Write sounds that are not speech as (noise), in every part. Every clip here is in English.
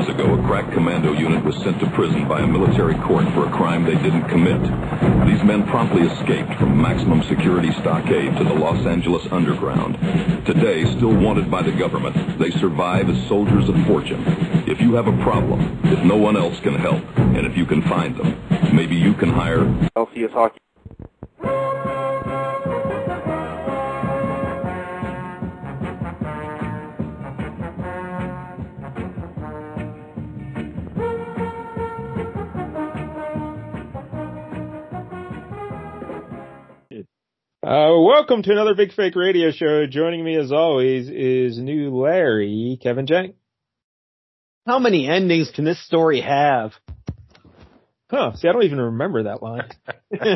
Iraq commando unit was sent to prison by a military court for a crime they didn't commit. These men promptly escaped from maximum security stockade to the Los Angeles underground. Today, still wanted by the government, they survive as soldiers of fortune. If you have a problem, if no one else can help, and if you can find them, maybe you can hire LCS Hockey. Uh, welcome to another Big Fake Radio Show. Joining me as always is new Larry, Kevin Jenk. How many endings can this story have? (laughs) Huh, see I don't even remember that line. (laughs)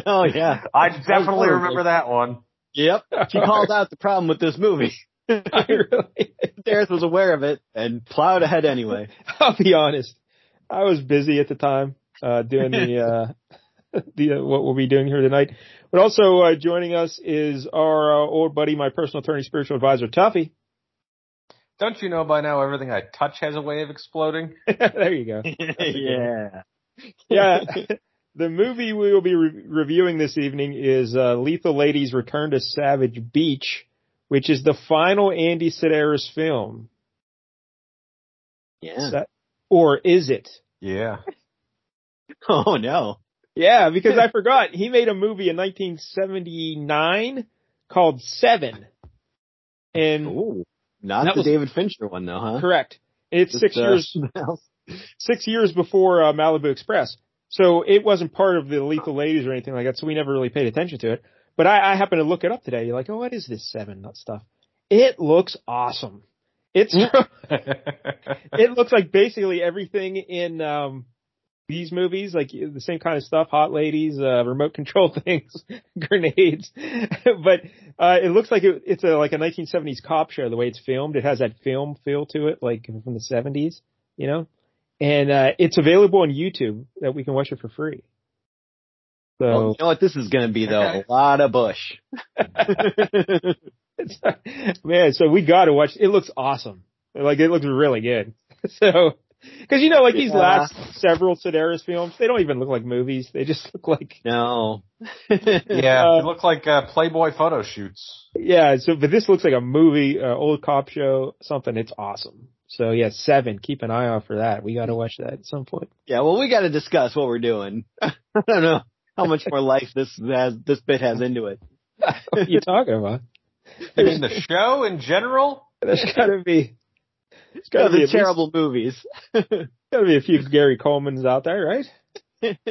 oh yeah. I definitely remember that one. Yep. (laughs) She called out the problem with this movie. I really, Dareth was aware of it and plowed (laughs) ahead anyway. I'll be honest. I was busy at the time, uh, doing the, uh, the, uh, (laughs) what we'll be doing here tonight. But also, uh, joining us is our uh, old buddy, my personal attorney, spiritual advisor, Tuffy. (laughs) Don't you know by now everything I touch has a way of exploding? there you go. yeah. (laughs) Yeah. the movie we will be re- reviewing this evening is, uh, Lethal Ladies Return to Savage Beach, which is the final Andy Sedaris film. Yeah. Is that- or is it? (laughs) (laughs) Yeah. Oh no. Yeah, because (laughs) I forgot. He made a movie in 1979 called Seven. And Ooh. Not That the was- David Fincher one though, huh? correct. It's Just, six uh, (laughs) years, six years before uh, Malibu Express. So it wasn't part of the Lethal Ladies or anything like that. So we never really paid attention to it. But I, I happened to look it up today. You're like, oh, what is this Seven that stuff? It looks awesome. It's it looks like basically everything in um these movies, like the same kind of stuff, hot ladies, uh, remote control (laughs) things, grenades. (laughs) but uh, it looks like it, it's a like a 1970s cop show. The way it's filmed, it has that film feel to it, like from the 70s, you know. And uh, it's available on YouTube that we can watch it for free. So Well, you know what this is gonna be though? A lot of Bush. It's, (laughs) man, so we got to watch. It looks awesome. Like it looks really good. (laughs) So, because you know, like these Yeah. last several Sedaris films, they don't even look like movies. They just look like (laughs) No. yeah. Uh, it looked like uh, Playboy photo shoots. yeah. So, but this looks like a movie, uh, old cop show, something. It's awesome. So yeah, seven. Keep an eye out for that. We got to watch that at some point. Yeah, well, we got to discuss what we're doing. (laughs) I don't know how much more life this has, this bit has into it. What are you talking about? You mean the show in general? There's got to be. There's got to be Other at least- terrible movies. Gotta be a few Gary Coleman's out there, right?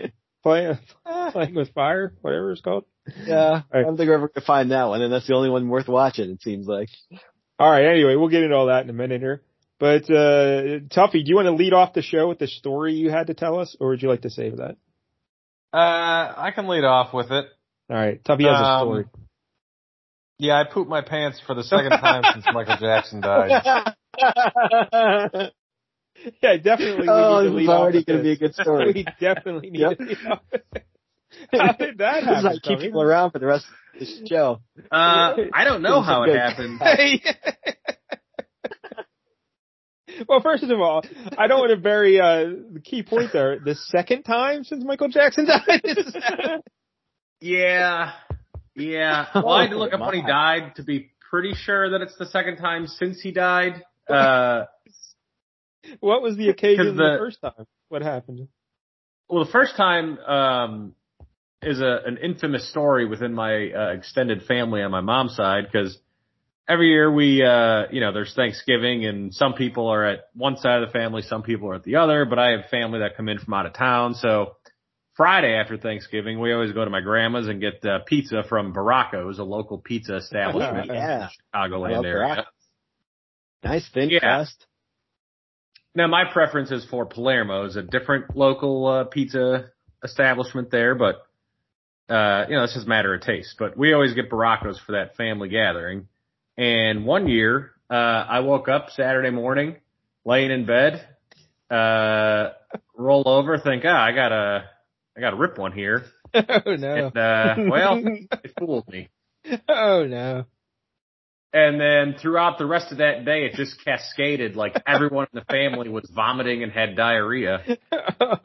(laughs) playing, Ah. playing with fire, whatever it's called. Yeah, I right. don't think we're ever gonna find that one, and that's the only one worth watching. It seems like. All right. Anyway, we'll get into all that in a minute here. But uh Tuffy, do you want to lead off the show with the story you had to tell us, or would you like to save that? Uh, I can lead off with it. All right, Tuffy has a Um, story. Yeah, I pooped my pants for the second time (laughs) since Michael Jackson died. (laughs) oh, Yeah, definitely. we need to this lead is off already with gonna be a this. good story. (laughs) We definitely need Yep. to. Lead off. (laughs) How did that This is happen? like keep Tuffy? people around for the rest of the show. Uh, I don't know how it happened. Hey. (laughs) well, first of all, I don't want to bury uh, the key point there. The second time since Michael Jackson died. (laughs) this has happened. Yeah, yeah. Well, I had to look up (laughs) when he died to be pretty sure that it's the second time since he died. Uh, what was the occasion the, the- first time? What (laughs) happened? well, the first time um, is a an infamous story within my uh, extended family on my mom's side because every year we, uh, you know, there's Thanksgiving and some people are at one side of the family, some people are at the other. But I have family that come in from out of town, so. Friday after Thanksgiving, we always go to my grandma's and get uh, pizza from Baracco's, a local pizza establishment. Yeah, Chicagoland Love area. Caracas. nice thin Yeah. crust. Now, my preference is for Palermo's, a different local uh, pizza establishment there, but uh, you know, it's just a matter of taste. But we always get Baracos for that family gathering. And one year, uh, I woke up Saturday morning, laying in bed, uh, roll over, think, ah, I gotta, I gotta rip one here. Oh no! (laughs) And, uh, well, it fooled me. Oh no! And then throughout the rest of that day, it just cascaded like everyone in the family was vomiting and had diarrhea.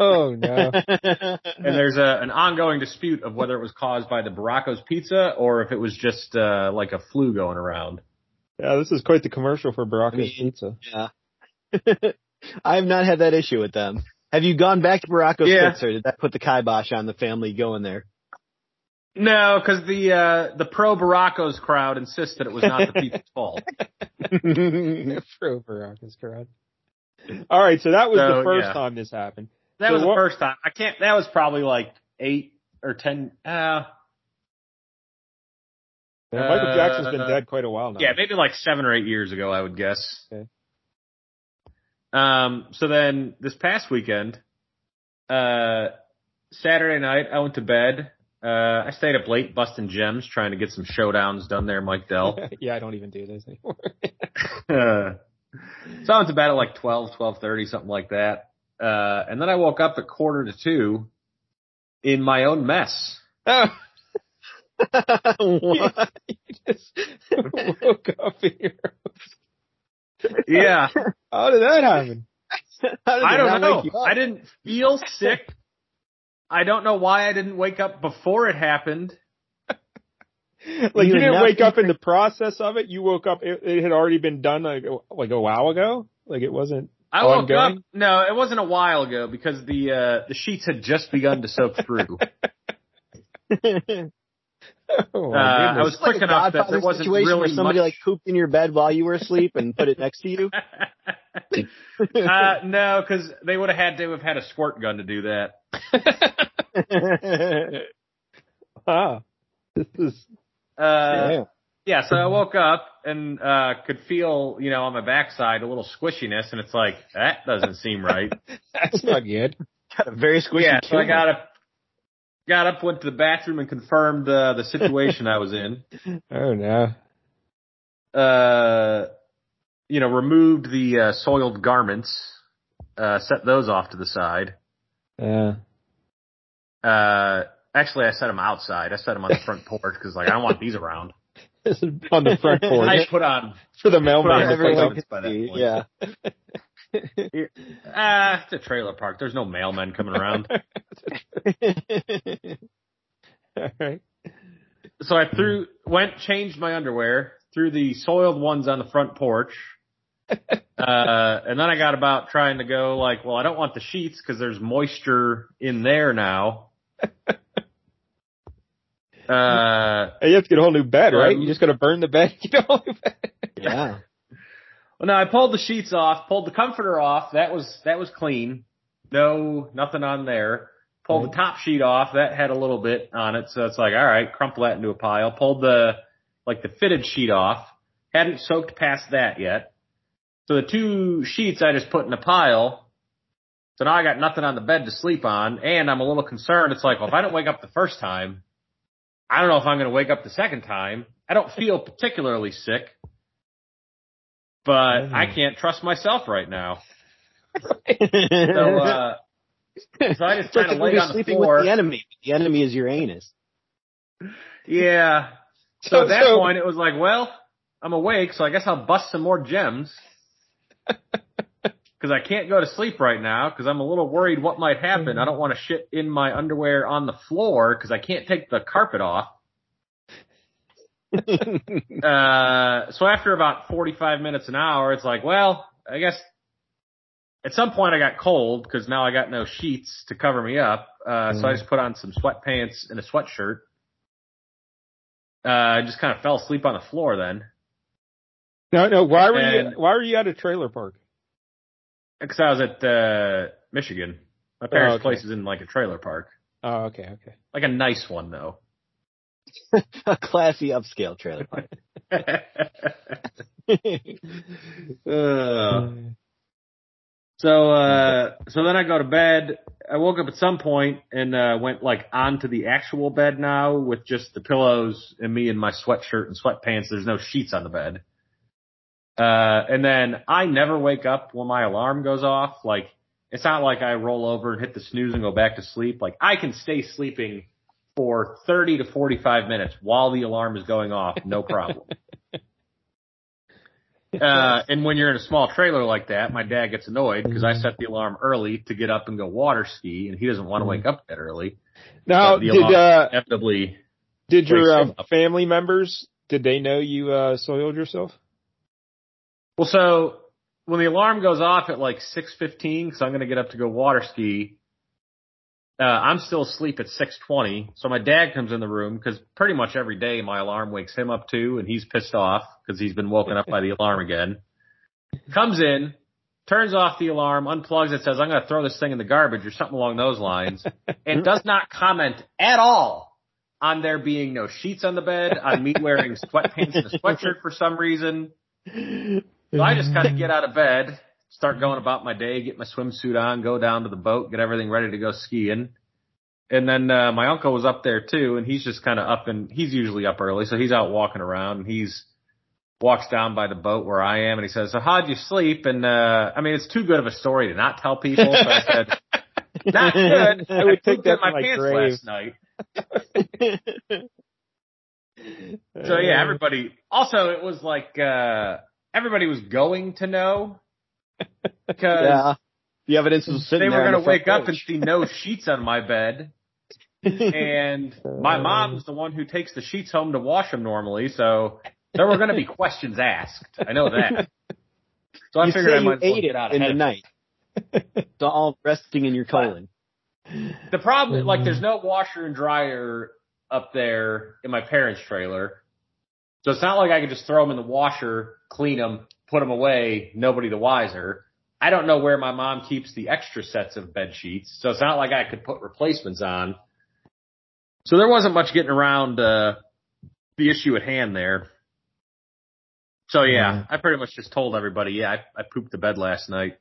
oh no. And there's a, an ongoing dispute of whether it was caused by the Baracco's pizza or if it was just uh, like a flu going around. Yeah, this is quite the commercial for Baracco's I mean- (laughs) Pizza. yeah. I have not had that issue with them. Have you gone back to Baracko's Yeah. Pizza? Or did that put the kibosh on the family going there? No, because the uh, the pro Baracco's crowd insists that it was (laughs) not the pizza's fault. Pro Baracco's crowd. All right, so that was the So, first yeah. time this happened. That So was the what- first time. I can't. That was probably like eight or ten. Uh, Yeah, Michael Uh, Jackson's been dead quite a while now. Yeah, maybe like seven or eight years ago, I would guess. Okay. Um, so then this past weekend, uh, Saturday night, I went to bed. Uh, I stayed up late busting gems, trying to get some showdowns done there, Mike Dell. (laughs) (laughs) (laughs) yeah, I don't even do this anymore. Uh, so I went to bed at like 12, 12.30, something like that. Uh, and then I woke up at quarter to two in my own mess. Oh, (laughs) What? you just woke up here. Yeah. How did that happen? How did I it don't not know. wake you up? I didn't (laughs) feel sick. I don't know why I didn't wake up before it happened. Like you, You didn't enough- wake up in the process of it. You woke up. It, it had already been done like a- like a while ago. Like it (laughs) wasn't. Oh, I woke Ongoing? up. No, it wasn't a while ago because the uh, the sheets had just begun to soak (laughs) through. Oh, Uh, my I goodness. was quick Like a enough that Godfather there wasn't situation really where somebody much. like pooped in your bed while you were asleep and put it next to you. (laughs) uh, no, because they would have had to have had a squirt gun to do that. Uh, (laughs) Wow. This is Uh, Yeah. (laughs) Yeah, so I woke up and uh could feel, you know, on my backside a little squishiness and it's like, that doesn't seem right. that's not good. Got a very squishy. yeah, so I tumor. got up got up, went to the bathroom and confirmed uh the situation I was in. Oh no. Uh you know, removed the uh, soiled garments, uh set those off to the side. Yeah. Uh actually I set them outside. I set them on the front porch cuz like I don't want these around. This is on the front porch (laughs) (laughs) I put on for the put on mailman. to pick everyone up. can by that See, point. (laughs) Yeah. Ah, it's a trailer park. There's no mailmen coming around. (laughs) All right. So I threw, went, changed my underwear, threw the soiled ones on the front porch. Uh, and then I got about trying to go like, well, I don't want the sheets because there's moisture in there now. Uh, Hey, You have to get a whole new bed, right? Um, You just got to burn the bed. Get a whole new bed. uh, (laughs) Yeah. well, no, I pulled the sheets off, pulled the comforter off. That was, that was clean. No, nothing on there. Pulled the top sheet off. That had a little bit on it. So it's like, all right, crumple that into a pile. Pulled the, like the fitted sheet off. Hadn't soaked past that yet. So the two sheets I just put in a pile. So now I got nothing on the bed to sleep on and I'm a little concerned. It's like, well, if I don't wake up the first time, I don't know if I'm going to wake up the second time. I don't feel particularly sick, but I can't trust myself right now. So, uh, so I It's just like kind of if laid you're on the sleeping floor. with the enemy. The enemy is your anus. Yeah. So, So- at that so- point, it was like, well, I'm awake, so I guess I'll bust some more gems. Because I can't go to sleep right now because I'm a little worried what might happen. I don't want to shit in my underwear on the floor because I can't take the carpet off. uh, so after about 45 minutes an hour, it's like, well, I guess at some point I got cold because now I got no sheets to cover me up. Uh, so Mm-hmm. I just put on some sweatpants and a sweatshirt. Uh, I just kind of fell asleep on the floor then No, no. Why were And- you? Why were you at a trailer park? because I was at uh, Michigan. My parents' Oh, okay. place is in like a trailer park, Oh, okay, okay. like a nice (laughs) one though. (laughs) A classy upscale trailer park. Uh, So, uh, so then I go to bed. I woke up at some point and, uh, went like onto the actual bed now with just the pillows and me in my sweatshirt and sweatpants. There's no sheets on the bed. Uh, and then I never wake up when my alarm goes off. Like, it's not like I roll over and hit the snooze and go back to sleep. Like, I can stay sleeping for 30 to 45 minutes while the alarm is going off. No problem. Uh, and when you're in a small trailer like that, my dad gets annoyed because I set the alarm early to get up and go water ski, and he doesn't want to wake up that early. Now, So the did alarm uh, inevitably did your wakes uh, him up. family members did they know you uh, soiled yourself? Well, so when the alarm goes off at like 6:15, because I'm going to get up to go water ski, uh, I'm still asleep at 6:20. So my dad comes in the room because pretty much every day my alarm wakes him up too, and he's pissed off because he's been woken up by the alarm again. Comes in, turns off the alarm, unplugs it, says I'm going to throw this thing in the garbage or something along those lines, and does not comment at all on there being no sheets on the bed, on me wearing sweatpants and a sweatshirt for some reason. So I just kind of get out of bed, start going about my day, get my swimsuit on, go down to the boat, get everything ready to go skiing. And then uh, my uncle was up there too, and he's just kind of up and he's usually up early, so he's out walking around and he's walks down by the boat where I am, and he says, "So how'd you sleep?" And uh, I mean, it's too good of a story to not tell people. So I said, "Not good. I would pooped take in that my to my pants grave. last night." (laughs) So yeah, everybody. Also, it was like uh everybody was going to know because Yeah. The evidence was they sitting were there. going to wake up and see no sheets on my bed. and (laughs) my mom's the one who takes the sheets home to wash them normally, so there were going to be questions asked. I know that. So I you figured I say you might as well ate get out it in ahead the of night. (laughs) So all resting in your colon. The problem, like, there's no washer and dryer up there in my parents' trailer. So it's not like I could just throw them in the washer, clean them, put them away, nobody the wiser. I don't know where my mom keeps the extra sets of bed sheets. So it's not like I could put replacements on. So there wasn't much getting around, uh, the issue at hand there. So yeah, I pretty much just told everybody, yeah, I, I pooped the bed last night.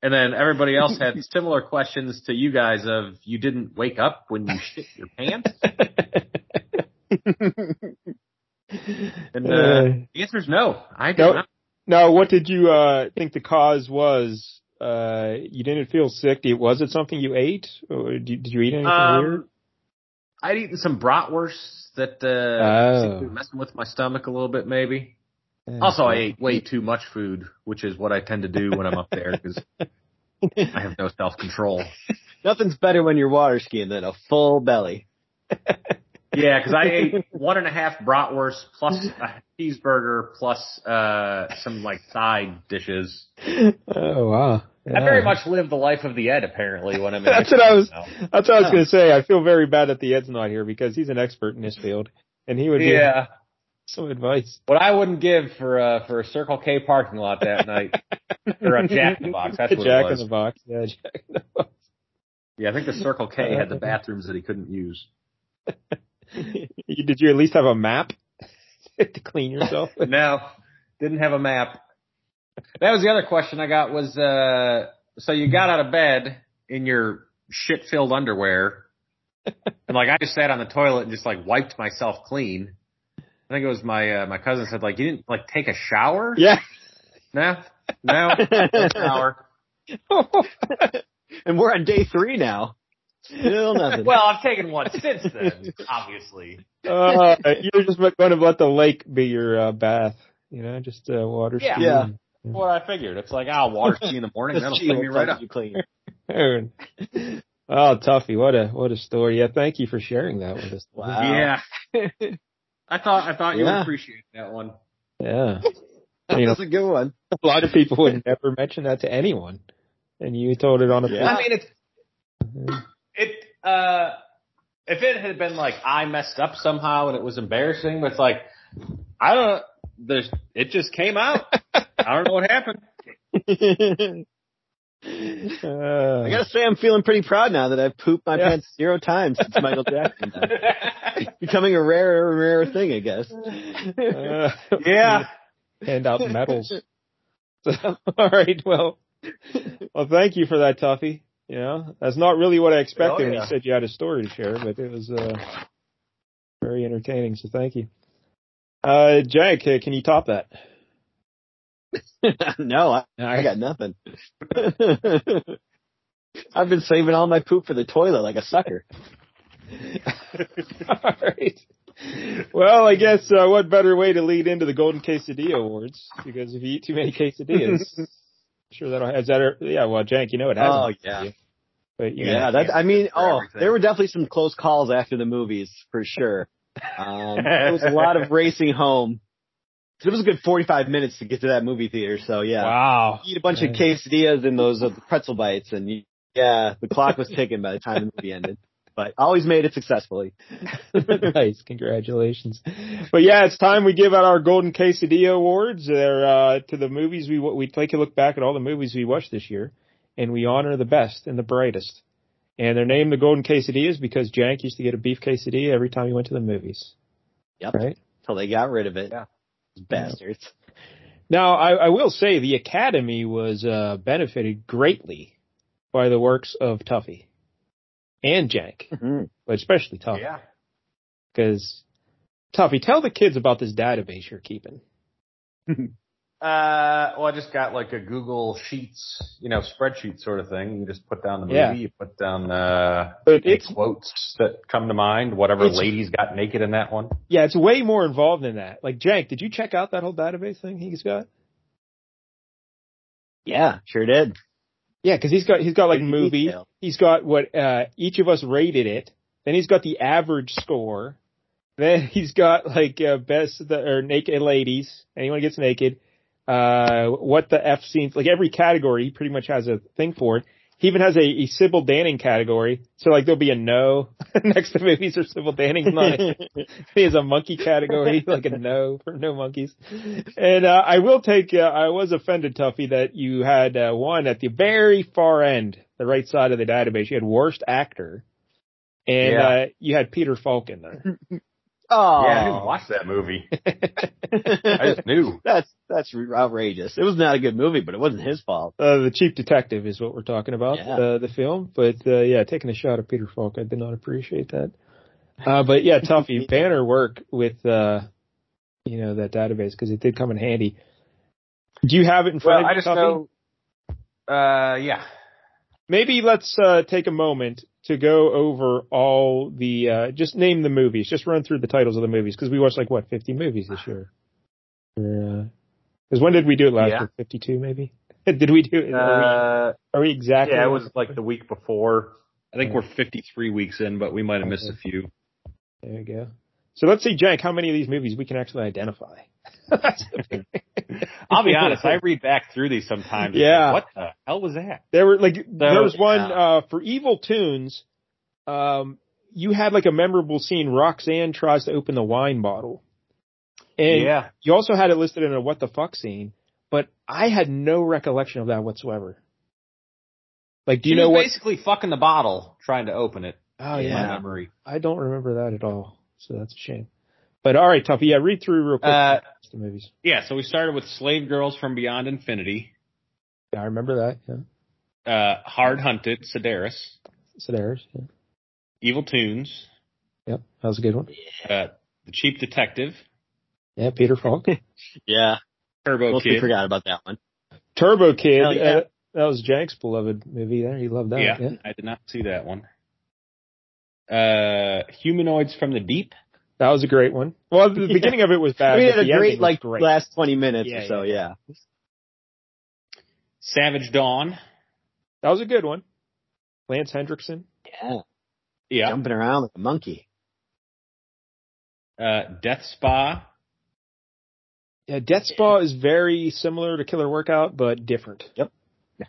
And then everybody else (laughs) had similar questions to you guys of you didn't wake up when you shit your pants? And uh, Uh. the answer is no. I did Nope. not. Now, what did you uh, think the cause was? Uh, you didn't feel sick. Did- Was it something you ate, or did, did you eat anything weird? Um, I'd eaten some bratwursts that uh, Oh. seemed to be messing with my stomach a little bit, maybe. Also, I ate way too much food, which is what I tend to do when I'm up there because I have no self control. Nothing's better when you're water skiing than a full belly. Yeah, because I ate one and a half bratwurst plus a cheeseburger plus uh, some like side dishes. (laughs) Oh wow! I very Yeah. much live the life of the Ed apparently (laughs) when I'm. in That's Italy what I was- now. That's what I was going to say. I feel very bad that the Ed's not here because he's an expert in this field, and he would give Yeah, some advice. what I wouldn't give for uh, for a Circle K parking lot that night (laughs) or a Jack in the Box. (laughs) That's what Jack it was. in the box. Yeah, (laughs) Jack in the box. yeah, I think the Circle K (laughs) had the bathrooms that he couldn't use. You- Did you at least have a map (laughs) to clean yourself? with? no, didn't have a map. That was the other question I got was, uh, so you got out of bed in your shit filled underwear. And like I just sat on the toilet and just like wiped myself clean. I think it was my, uh, my cousin said like, you didn't like take a shower? yeah. No, no, no shower. (laughs) And we're on day three now. Still nothing. Well, I've taken one since (laughs) then, obviously. (laughs) uh, you're just going to let the lake be your uh, bath. You know, just uh, water Yeah. skiing. Yeah. What I figured. It's like, I'll water ski in the morning. That'll clean me right up. You (laughs) clean. Aaron. Oh, Tuffy, what a what a story. Yeah, thank you for sharing that with us. (laughs) Wow. Yeah. (laughs) I thought, I thought you would uh, Yeah. appreciate that one. Yeah. You know, That's a good one. a lot (laughs) of people would never mention that to anyone. And you told it on a Yeah. I mean, it's it. Uh, if it had been like I messed up somehow and it was embarrassing, but it's like I don't. There's it just (laughs) came out. I don't know what happened. Uh, I gotta say, I'm feeling pretty proud now that I've pooped my Yeah. pants zero times since Michael (laughs) Jackson. died. Becoming a rarer and rarer thing, I guess. uh, (laughs) yeah. hand out medals. So, (laughs) all right, well, well, thank you for that, Tuffy. You know, that's not really what I expected Oh, when yeah. you said you had a story to share, but it was uh, very entertaining. So thank you, uh, Jack. uh, Can you top that? (laughs) no, I, I got nothing. (laughs) I've (laughs) been saving all my poop for the toilet like a sucker. all right. Well, I guess uh, what better way to lead into the Golden Quesadilla Awards? Because if you eat too many quesadillas, (laughs) I'm sure that'll has that. Yeah, well, Jank, you know it has. Oh, an yeah. idea. But you Yeah, that I mean, for oh, everything. there were definitely some close calls after the movies for sure. Um, there was a lot of racing home. It was a good 45 minutes to get to that movie theater, so yeah. wow. Eat a bunch of quesadillas and those uh, pretzel bites, and you, yeah, the clock was ticking by the time the movie ended. But always made it successfully. (laughs) nice, congratulations. But yeah, it's time we give out our Golden Quesadilla Awards. They're uh, to the movies we wa- we take a look back at all the movies we watched this year, and we honor the best and the brightest. And they're named the Golden Quesadillas because Jank used to get a beef quesadilla every time he went to the movies. Yep. Right. Till they got rid of it. Yeah. Bastards. Now, I, I will say the Academy was uh, benefited greatly by the works of Tuffy and Jank, Mhm. but especially Tuffy. Yeah. Because Tuffy, tell the kids about this database you're keeping. Uh, well, I just got like a Google Sheets, you know, spreadsheet sort of thing. You just put down the movie, Yeah. you put down uh, But any it's quotes that come to mind. Whatever It's- ladies got naked in that one. yeah, it's way more involved than that. Like Jank, did you check out that whole database thing he's got? Yeah, sure did. Yeah, because he's got he's got like Good movie. detail. He's got what uh, each of us rated it. Then he's got the average score. Then he's got like uh, best of the, or naked ladies. Anyone gets naked. Uh, what the f scenes like every category he pretty much has a thing for it. He even has a, a Sybil Danning category. So like there'll be a no (laughs) next to movies or Sybil Danning's not. he has a monkey category, (laughs) like a no for no monkeys. And uh, I will take. Uh, I was offended, Tuffy, that you had uh, one at the very far end, the right side of the database. You had worst actor, and Yeah. uh, you had Peter Falk in there. Oh, (laughs) Yeah, I didn't watch that movie. I just (laughs) knew. that's that's outrageous. It was not a good movie, but it wasn't his fault. Uh, the Chief Detective is what we're talking about, Yeah. uh, the film. But uh, yeah, taking a shot at Peter Falk, I did not appreciate that. Uh, but yeah, Tuffy, banner work with uh, you know that database because it did come in handy. Do you have it in front Well, of you, I just Tuffy? know. Uh, yeah. Maybe let's uh, take a moment to go over all the uh, just name the movies, just run through the titles of the movies because we watched like what fifty movies this year. Because when did we do it last Yeah. year? Fifty-two, maybe. (laughs) did we do it? are, Uh, we, are we exactly? yeah, it was like the week before. I think we're 53 weeks in, but we might have missed a (laughs) few. There you go. So let's see, Jank, how many of these movies we can actually identify? (laughs) That's the big I'll be honest, I read back through these sometimes. Yeah. What the hell was that? There were like there was one yeah. uh for Evil Tunes. Um, you had like a memorable scene. Roxanne tries to open the wine bottle, and yeah. you also had it listed in a what the fuck scene. But I had no recollection of that whatsoever. Like, do you She know was what? basically fucking the bottle trying to open it. Oh in my yeah, memory. I don't remember that at all. So that's a shame. But all right, Tuffy, yeah, read through real quick Uh, the movies. yeah, so we started with Slave Girls from Beyond Infinity, Yeah, I remember that. Yeah, uh, Hard Hunted, Sedaris, Sedaris. Yeah. Evil Tunes, Yep, that was a good one. uh, The Cheap Detective, Yeah, Peter Falk. Yeah, Turbo mostly Kid. forgot about that one. (laughs) Turbo Kid. Hell yeah. uh, that was Jank's beloved movie. There, he loved that. yeah, yeah. I did not see that one. Uh, Humanoids from the Deep. that was a great one. Well, (laughs) the Yeah. beginning of it was bad. but we had Uh, the a ending great was like great. last 20 minutes Yeah, or so. Yeah. Savage Dawn. That was a good one. Lance Hendrickson. yeah, Yeah. jumping around like a monkey. (laughs) Uh, Death Spa. Yeah, Death Spa is very similar to Killer Workout, but different. Yep.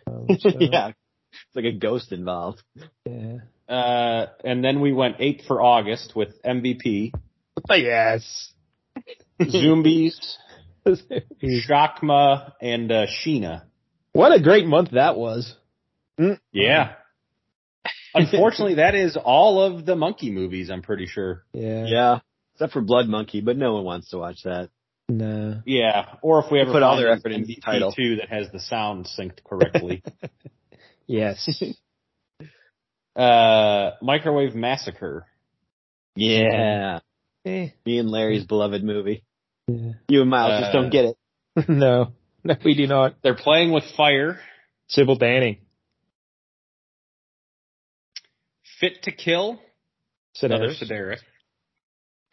Um, (laughs) so, yeah, it's like a ghost involved. yeah. Uh, and then we went eight for August with MVP, Yes. Zombies, Hmm. Shakma, and uh, Sheena. (laughs) what a great month that was. (laughs) Yeah. Unfortunately, that is all of the monkey movies. I'm pretty sure. Yeah. Yeah, except for Blood Monkey, but no one wants to watch that. Nah. Yeah. Or if we ever put all find their an effort into the MVP title. two that has the sound synced correctly. (laughs) Yes. (laughs) uh, Microwave Massacre. Yeah, Eh, me and Larry's beloved movie. Yeah. You and Miles just Uh, don't get it. no. No, we do not. They're playing with fire. Sybil Danning. Fit to Kill. Another Sedaris.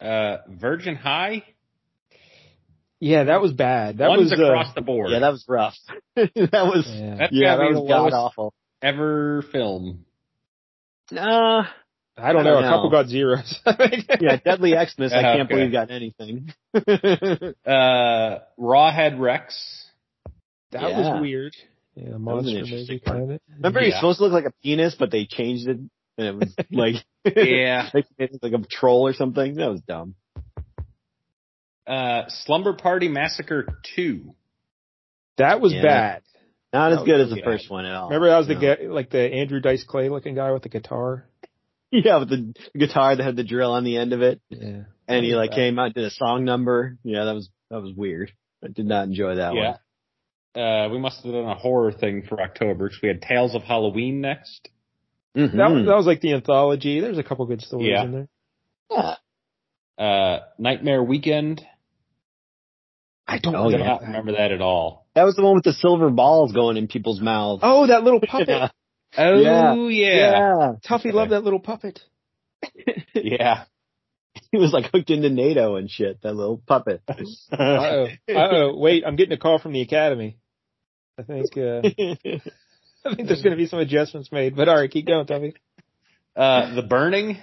Sedaris. Uh, Virgin High. Yeah, that was bad. That One's was uh, across the board. Yeah, that was rough. (laughs) that was yeah. That's yeah, gotta that be was the god (laughs) lowest awful. ever film. Uh, I don't I know. don't A couple know. got (laughs) zeros. I think. yeah, Deadly (laughs) Xmas. I can't Okay. believe got anything. (laughs) Uh, Rawhead Rex. that Yeah. was weird. Yeah, the was an monster interesting movie part. kind of. Remember, he's Yeah. supposed to look like a penis, but they changed it, and (laughs) it was like Yeah. they made it like a troll or something. That was dumb. Uh, Slumber Party Massacre Two. That was Yeah. bad. Not as That good was as the bad. first one at all. Remember that was the No. guy, like the Andrew Dice Clay looking guy with the guitar. (laughs) Yeah, with the guitar that had the drill on the end of it, Yeah. and he like Yeah. came out did a song number. Yeah, that was that was weird. I did not enjoy that yeah. one. Uh, we must have done a horror thing for October because we had Tales of Halloween next. Mhm. That, that was like the anthology. There's a couple good stories Yeah. in there. Yeah. Uh, Nightmare Weekend. I don't Oh, I do remember. yeah. not remember that at all. That was the one with the silver balls going in people's mouths. Oh, that little puppet. (laughs) Yeah. Oh yeah. Yeah. Tuffy loved that little puppet. (laughs) He was like hooked into NATO and shit, that little (laughs) puppet. (laughs) Uh oh. Uh oh. Wait, I'm getting a call from the academy. I think. (laughs) Uh, I think there's going to be some adjustments made. But all right, keep going, Tuffy. Uh, the Burning.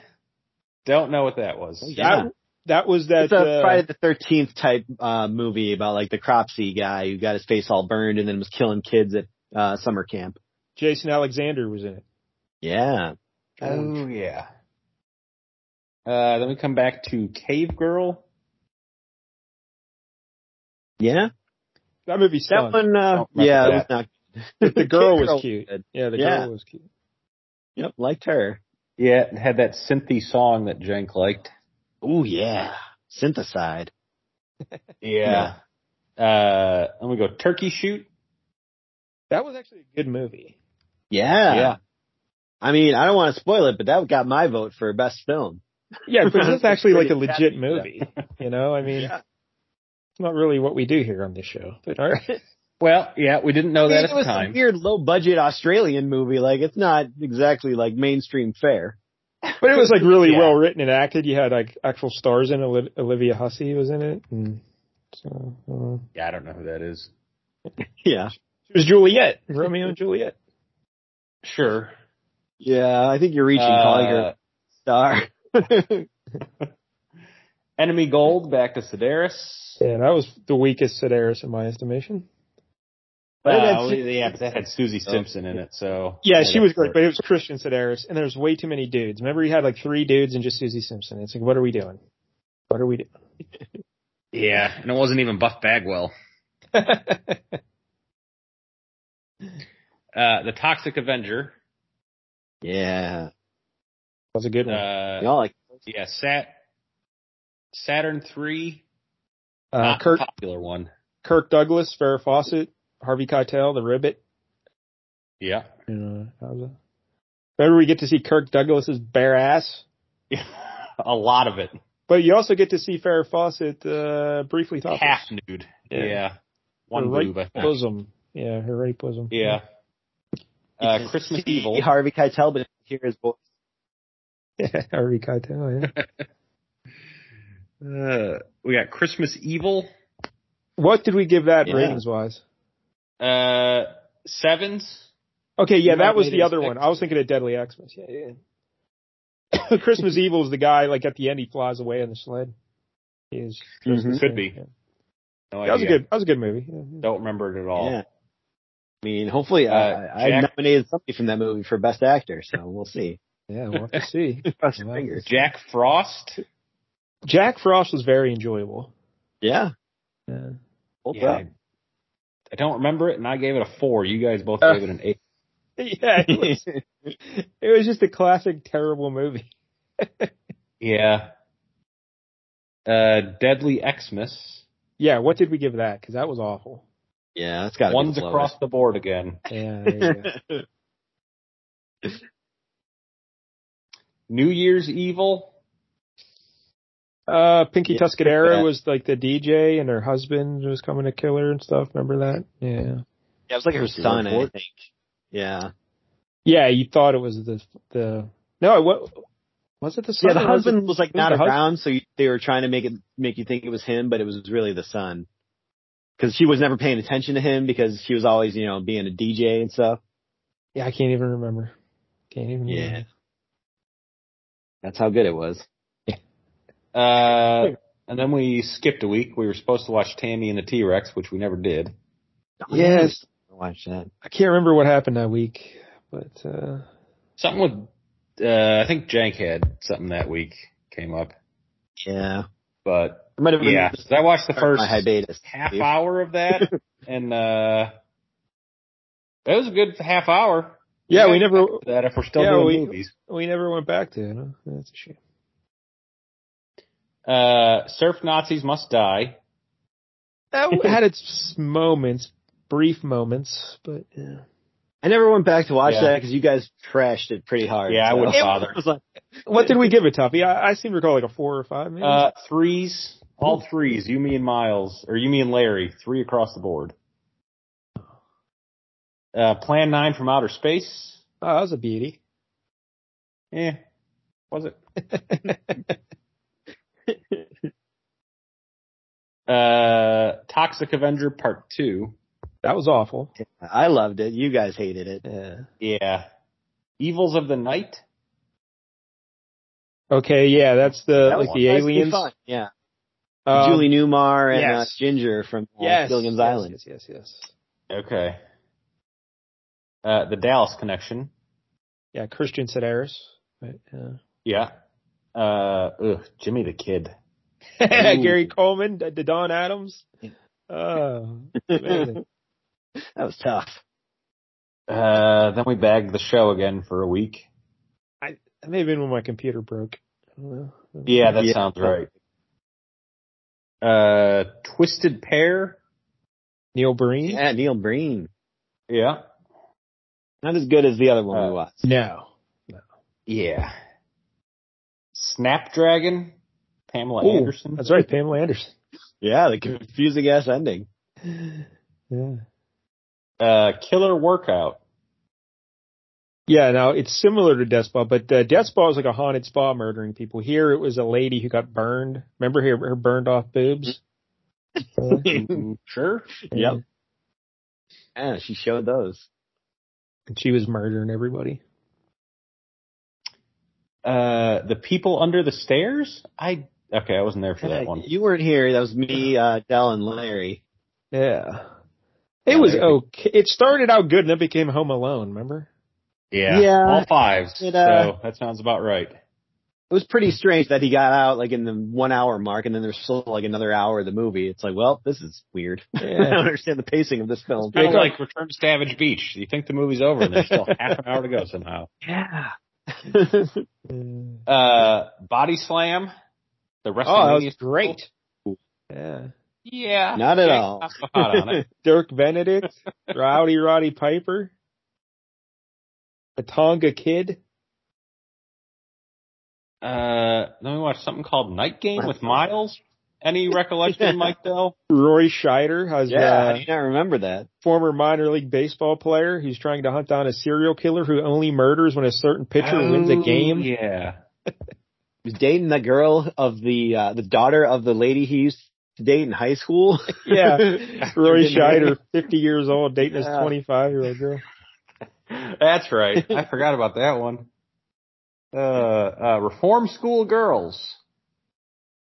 Don't know what that was. Yeah. That, that was that. it's a uh, Friday the Thirteenth type uh movie about like the Cropsy guy who got his face all burned and then was killing kids at uh summer camp. Jason Alexander was in it. Yeah. Oh yeah. Uh, then we come back to Cave Girl. Yeah. That movie's That fun. one uh Don't remember yeah, it was that. not the (laughs) girl was cute. good. Yeah, the Yeah. girl was cute. Yep, liked her. Yeah, it had that synthy song that Jenk liked. Ooh yeah. Synthesized. Yeah. Uh, and we go Turkey Shoot. That was actually a good movie. Yeah. I mean, I don't want to spoil it, but that got my vote for best film. (laughs) Yeah, but it's actually like a Pretty legit movie. (laughs) You know, I mean, Yeah. it's not really what we do here on this show. But (laughs) all right. Well, yeah, we didn't know I mean, that at it the was a time. weird low budget Australian movie. Like it's not exactly like mainstream fare. (laughs) But it was like really Yeah. well written and acted. You had like actual stars in it. Oli- Olivia Hussey was in it. And so uh, Yeah, I don't know who that is. Yeah. she was Juliet, Romeo and Juliet. Sure. Yeah. I think you're reaching Uh, calling her a star. Enemy Gold back to Sedaris. Yeah, that was the weakest Sedaris in my estimation. (laughs) But it had Uh, Susie- yeah, but that had Susie Simpson in it, so Oh. Yeah, she was great, but it was Christian Sedaris, and there's way too many dudes. Remember, he had like three dudes and just Susie Simpson. It's like, what are we doing? What are we (laughs) doing? yeah, and it wasn't even Buff Bagwell. Uh, the Toxic Avenger. yeah. was a good one. Uh, Y'all like yeah, Sat Saturn Three. Uh, not Kirk the popular one. Kirk Douglas, Farrah Fawcett, Harvey Keitel, the Ribbit. Yeah. Uh, that was a- Remember, we get to see Kirk Douglas's bare ass, (laughs) a lot of it. but you also get to see Farrah Fawcett uh, briefly topless. Half nude. Yeah. Yeah. One her right boob, I think. bosom. Yeah, her right bosom. Yeah. Uh, Christmas Evil. Harvey Keitel, but hear his voice. (laughs) Harvey Keitel. (laughs) Yeah. Uh, we got Christmas Evil. what did we give that Yeah. ratings wise? Uh, Sevens. Okay, yeah, You that might was the made a other mistake. one. I was thinking of Deadly Xmas. Yeah, yeah. yeah. (coughs) Christmas Evil is the guy like at the end he flies away on the sled. He is Mhm. Mm-hmm. Could be. Yeah. Mm-hmm. That No was a idea. good. That was a good movie. Yeah. Don't remember it at all. Yeah. I mean, hopefully, I- Uh, I, I Jack- nominated somebody from that movie for best actor, so we'll see. Yeah, we'll have to (laughs) see. (laughs) Cross your Wow. fingers. Jack Frost. Jack Frost was very enjoyable. Yeah. (laughs) Yeah. Hold Yeah, up. (laughs) I- I don't remember it, and I gave it a four. You guys both Uh. gave it an eight. it was, it was just a classic terrible movie. (laughs) Yeah. Uh, Deadly Xmas. Yeah, what did we give that? Because that was awful. yeah, that's got One's across the board again. Yeah, there you go. New Year's Evil. (laughs) Uh, Pinky Yeah, Tuscadero that. was like the DJ, and her husband was coming to kill her and stuff. Remember that? Yeah. Yeah, it was like her She son, I wrote think. Yeah. Yeah, you thought it was the the no. What Was it the son? Yeah, the or was it- husband was like the not husband? around, so you, they were trying to make it make you think it was him, but it was really the son. Because she was never paying attention to him because she was always, you know, being a DJ and stuff. Yeah, I can't even remember. Can't even. Yeah. Remember. That's how good it was. Uh, and then we skipped a week. We were supposed to watch Tammy and the T Rex, which we never did. Yes. Watch that. I can't remember what happened that week, but uh Something with, uh, I think Jank had something that week came up, Yeah. but It might have been yeah, just 'cause I watched the first my hiatus. half hour (laughs) of that, and uh, it was a good half hour. yeah, we never that if we're still Yeah, doing we- movies. we never went back to it. Huh? That's a shame. Uh, Surf Nazis Must Die. That w- had its moments, brief moments, but yeah. I never went back to watch Yeah. that because you guys trashed it pretty hard. Yeah, I so. wouldn't It bother. was like- What did we give it, Tuffy? I, I seem to recall like a four or five. Maybe. Uh, threes, all threes. You, me, and Miles, or you, me, and Larry. Three across the board. Uh, Plan Nine from Outer Space. oh, that was a beauty. Eh, was (laughs) it? Uh, Toxic Avenger Part Two. that was awful. I loved it. You guys hated it. Yeah. Yeah. Evils of the Night. Okay, yeah, that's the That was like the actually aliens. fun. Yeah. Um, Julie Newmar and yes. uh, Ginger from uh, yes, Gilligan's yes, Island. Yes, yes, yes. Okay. Uh, the Dallas Connection. Yeah, Christian Sedaris. But, yeah. Yeah. Uh, ugh, Jimmy the Kid. (laughs) Ooh. Gary Coleman, the Don Adams. Yeah. Oh, that amazing. was tough. Uh, then we bagged the show again for a week. that may have been when my computer broke. I don't know. Yeah, that Yeah. sounds right. Uh, Twisted Pair. Neil Breen? Yeah, Neil Breen. Yeah. Not as good as the other one Uh, we watched. No. Yeah. Snapdragon. Pamela Ooh, Anderson. That's right, Pamela Anderson. Yeah, the confusing ass ending. (gasps) Yeah. Uh, Killer Workout. Yeah, now it's similar to Death Spa, but uh, Death Spa was like a haunted spa murdering people. Here it was a lady who got burned. Remember her, her burned off boobs? Uh, Mm, sure. Yep. Yeah, she showed those. (laughs) And she was murdering everybody. Uh, The People Under the Stairs. I okay, I wasn't there for that one. You weren't here. That was me, uh, Dell, and Larry. Yeah. It was Yeah. okay. It started out good and then became Home Alone, remember? Yeah. Yeah. All fives. It, uh, so that sounds about right. It was pretty strange that he got out like in the one hour mark, and then there's still like another hour of the movie. It's like, well, this is weird. (laughs) (laughs) I don't understand the pacing of this film. Kind of like Return to Savage Beach. You think the movie's over and (laughs) there's still half an hour to go somehow. Yeah. Mm. Uh, Body Slam. The WrestleMania. Oh, that was great. Yeah. Yeah. Not at Yeah, (laughs) all. not so hot on it. Dirk Benedict, (laughs) Rowdy Roddy Piper, the Tonga Kid. Uh, then we watched something called Night Game with Miles. (laughs) Any recollection, Mike Dell? Roy Scheider has yeah, uh, I do not remember that. former minor league baseball player who's trying to hunt down a serial killer who only murders when a certain pitcher wins Oh, a game. (laughs) Yeah. He was dating the girl of the uh, the daughter of the lady he used to date in high school. (laughs) Yeah. Roy Didn't Scheider, 50 years old, dating his Yeah. 25 year old girl. That's right. I forgot about that one. Uh, uh, Reform School Girls.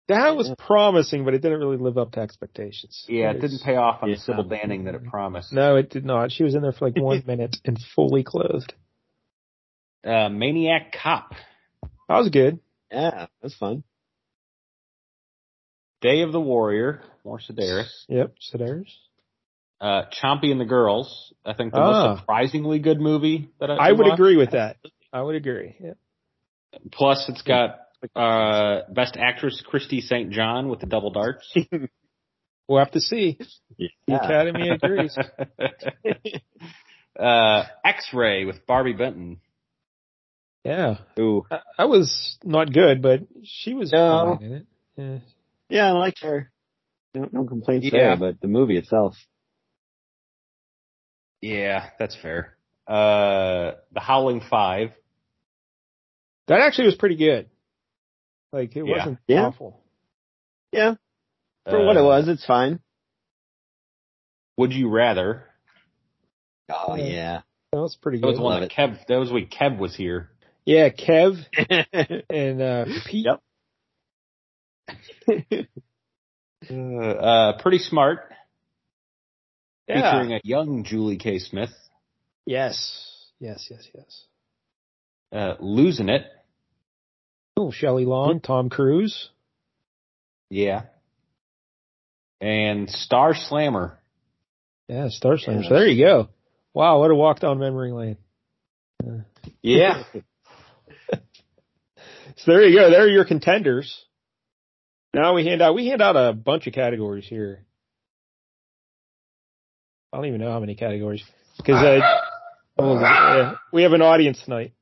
That was Yeah. promising, but it didn't really live up to expectations. Yeah, it didn't pay off on Yeah. the Sybil Danning that it promised. No, it did not. She was in there for like one minute and fully clothed. Uh, Maniac Cop. That was good. yeah, that's fun. Day of the Warrior. More Sedaris. Yep. Sedaris. Uh, Chompy and the Girls. I think the Ah. most surprisingly good movie that I, I would watched. agree with that. I would agree. Yeah. Plus, it's got uh, Best Actress Christy St. John with the (laughs) double darts. We'll have to see. The Yeah. Academy agrees. uh, X-Ray with Barbie Benton. yeah. Ooh. That- That was not good, but she was No. fine in it. Yeah. Yeah, I liked her. No, no complaints there, Yeah. but the movie itself. Yeah, that's fair. Uh, The Howling Five. That actually was pretty good. Like it Yeah. wasn't Yeah. awful. Yeah. For what it Uh, was, it's fine. Would you rather? Oh yeah. (laughs) yeah. That was pretty That good. was one that Kev. That was when Kev was here. Yeah, Kev and (laughs) uh, Pete. Yep. Uh, uh, pretty smart, Yeah. (laughs) featuring a young Julie K. Smith, (laughs) Yes. Yes. Yes. Yes. uh, losing it. Oh, Shelley Long, Tom Cruise. Yeah. And Star Slammer. Yeah, Star Slammer. Yeah. So there you go. Wow, what a walk down memory lane. Yeah. So there you go. There are your contenders. Now we hand out we hand out a bunch of categories here. I don't even know how many categories because uh, oh, yeah, we have an audience tonight.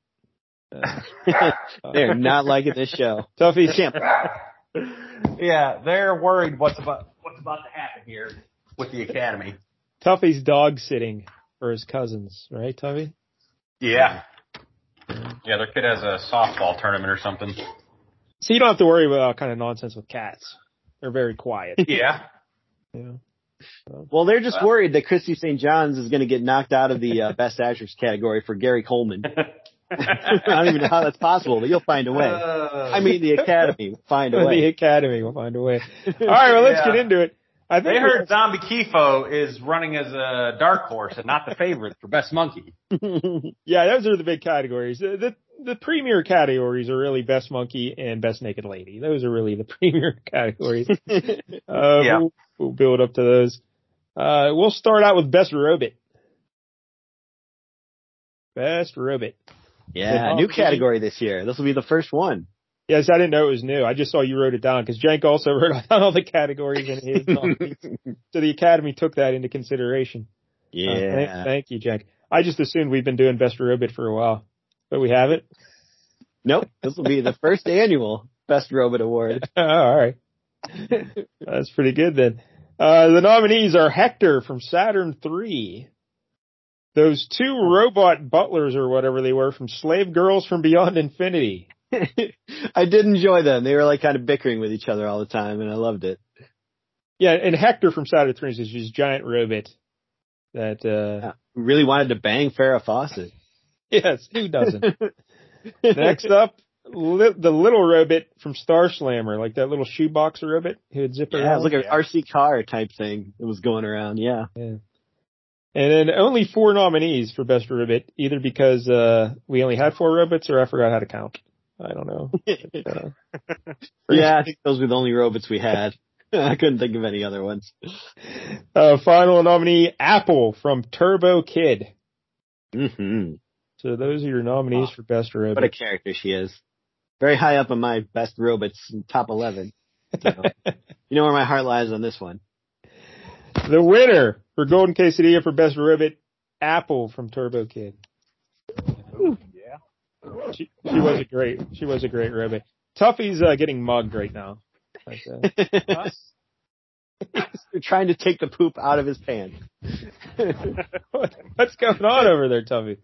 They're not liking this show. Tuffy, Champ. (laughs) Yeah, they're worried what's about what's about to happen here with the academy. Tuffy's dog sitting for his cousins, right, Tuffy? Yeah. Yeah, their kid has a softball tournament or something. So you don't have to worry about kind of nonsense with cats. They're very quiet. (laughs) Yeah. you know? Well, they're just worried that Christy St. John's is going to get knocked out of the uh, Best Actress category for Gary Coleman. (laughs) I don't even know how that's possible, but you'll find a Uh, way. I mean, the Academy will find a Uh, (laughs) The way. Academy will find a way. All right, well let's Yeah. get into it. I think They heard Zombie Kifo is running as a dark horse and not the favorite for Best Monkey. (laughs) Yeah, those are the big categories. The, the the premier categories are really best monkey and best naked lady. Those are really the (laughs) premier categories. uh, Yeah. we'll, we'll build up to those. Uh, we'll start out with best robot. Best robot. Yeah, new category this year. This will be the first one. Yes, I didn't know it was new. I just saw you wrote it down because Jank also (laughs) wrote down all the categories in his. nominees. so the Academy took that into consideration. Uh, thank, Yeah. thank you, Jank. I just assumed we've been doing best robot for a while, but we haven't. Nope. This will be the first annual Best Robot Award. (laughs) Oh, (laughs) all right. That's pretty good then. Uh, the nominees are Hector from Saturn 3. Those two robot butlers or whatever they were from Slave Girls from Beyond Infinity. I did enjoy them. They were like kind of bickering with each other all the time and I loved it. Yeah, and Hector from Saturn 3 is this giant robot that, uh, Really wanted to bang Farrah Fawcett. yes, who doesn't? Next up, li- the little robot from Star Slammer, like that little shoebox robot who would zip (laughs) Yeah, it around. was like an RC car type thing that was going around. Yeah. And then only four nominees for best robot, either because uh we only had four robots or I forgot how to count. I don't (laughs) know. Uh, yeah, I think those were the only robots we had. (laughs) I couldn't think of any other ones. uh, final nominee, Apple from Turbo Kid. hmm So those are your nominees for best What a robot. character she is. Very high up on my best robots top 11. (laughs) So, you know where my heart lies on this one. (laughs) The winner for Golden Quesadilla for best robot, Apple from Turbo Kid. Yeah. She, she was a great, she was a great robot. Tuffy's uh, getting mugged right (laughs) now. Like, uh, They're (laughs) trying to take the poop out of his pants. what, what's going on over there, Tuffy?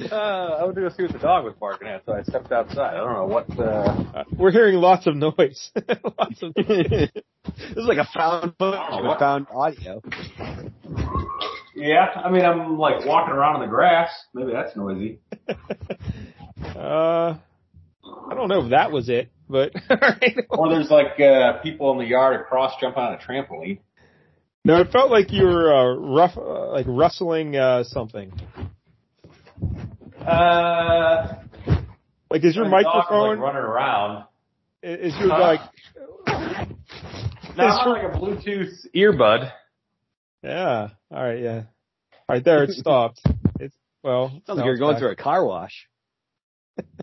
Uh, I was going to see what the dog was barking at, so I stepped outside. I don't know what. Uh... Uh, (laughs) We're hearing lots of noise. (laughs) lots of (laughs) this is like a found footage Oh, with what? found audio. Yeah, I mean, I'm like walking around in the grass. Maybe that's noisy. Uh, I don't know if that was it, but (laughs) all right. Or there's like uh, people in the yard across jumping on a trampoline. No, it felt like you were uh, rough, uh, like rustling uh, something. Uh, Like is your my dog was, microphone? like, running around. i- is your like? No, I'm on, like a Bluetooth earbud. Yeah. All right. Yeah. All right. There it stopped. It's well. Sounds now like you're it's going back. through a car wash.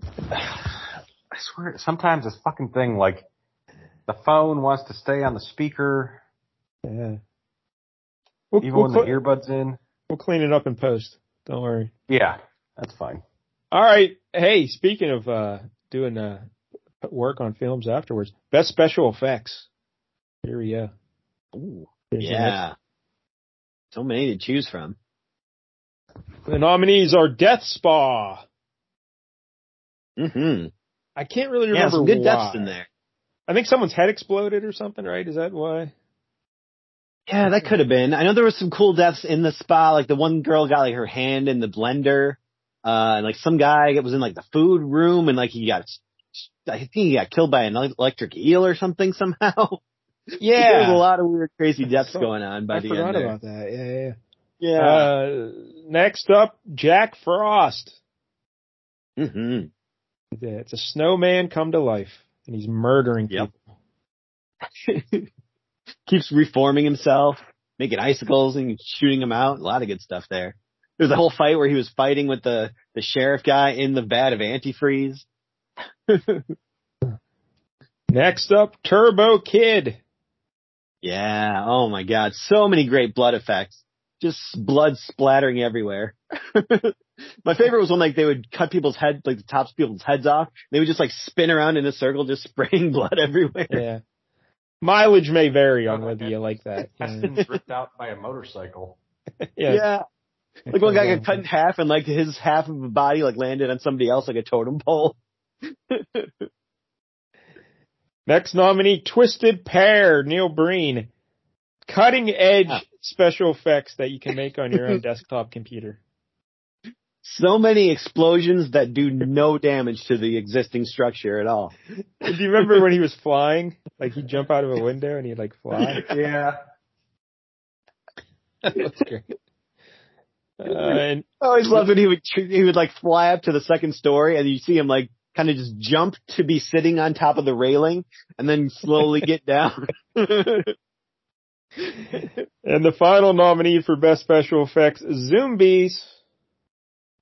I swear, sometimes this fucking thing, like, the phone wants to stay on the speaker, Yeah. We'll, even we'll, when the cl- earbud's in. we'll clean it up in post. Don't worry. Yeah, that's fine. All right. Hey, speaking of uh, doing uh, work on films afterwards, best special effects. Here we go. Ooh, Here's your next yeah. So many to choose from. The nominees are Death Spa, hmm I can't really yeah, remember some good why. deaths in there. I think someone's head exploded or something, right? Is that why? Yeah, that could have been. I know there was some cool deaths in the spa. Like the one girl got like her hand in the blender. Uh, and like some guy that was in like the food room and like he got, I think he got killed by an ele- electric eel or something (laughs) somehow. there was a lot of weird, crazy deaths So- going on by I the forgot end. There. about that. Yeah, yeah. Yeah. Uh, next up, Jack Frost. hmm Yeah, It's a snowman come to life, and he's murdering Yep. people. Keeps reforming himself, making icicles and shooting them out. A lot of good stuff there. There's a whole fight where he was fighting with the, the sheriff guy in the vat of antifreeze. Next up, Turbo Kid. Yeah. Oh my God. So many great blood effects. Just blood splattering everywhere. (laughs) my favorite was when like they would cut people's head, like the tops of people's heads off. They would just like spin around in a circle, just (laughs) spraying blood everywhere. Yeah. Mileage may vary on Oh, whether okay. you like that. That's (laughs) Yeah. (laughs) been ripped out by a motorcycle. Yeah. Like one guy got cut in half and like his half of the body like landed on somebody else like a totem pole. Next nominee, Twisted Pair, Neil Breen. Cutting edge Ah. special effects that you can make on (laughs) your own desktop computer. So many explosions that do no damage to the existing structure at all. Do you remember when he was flying? Like he'd jump out of a window and he'd like fly. Yeah. That's great. Uh, and I always loved when he would he would like fly up to the second story and you see him like kind of just jump to be sitting on top of the railing and then slowly get down. (laughs) and the final nominee for best special effects, Zombies,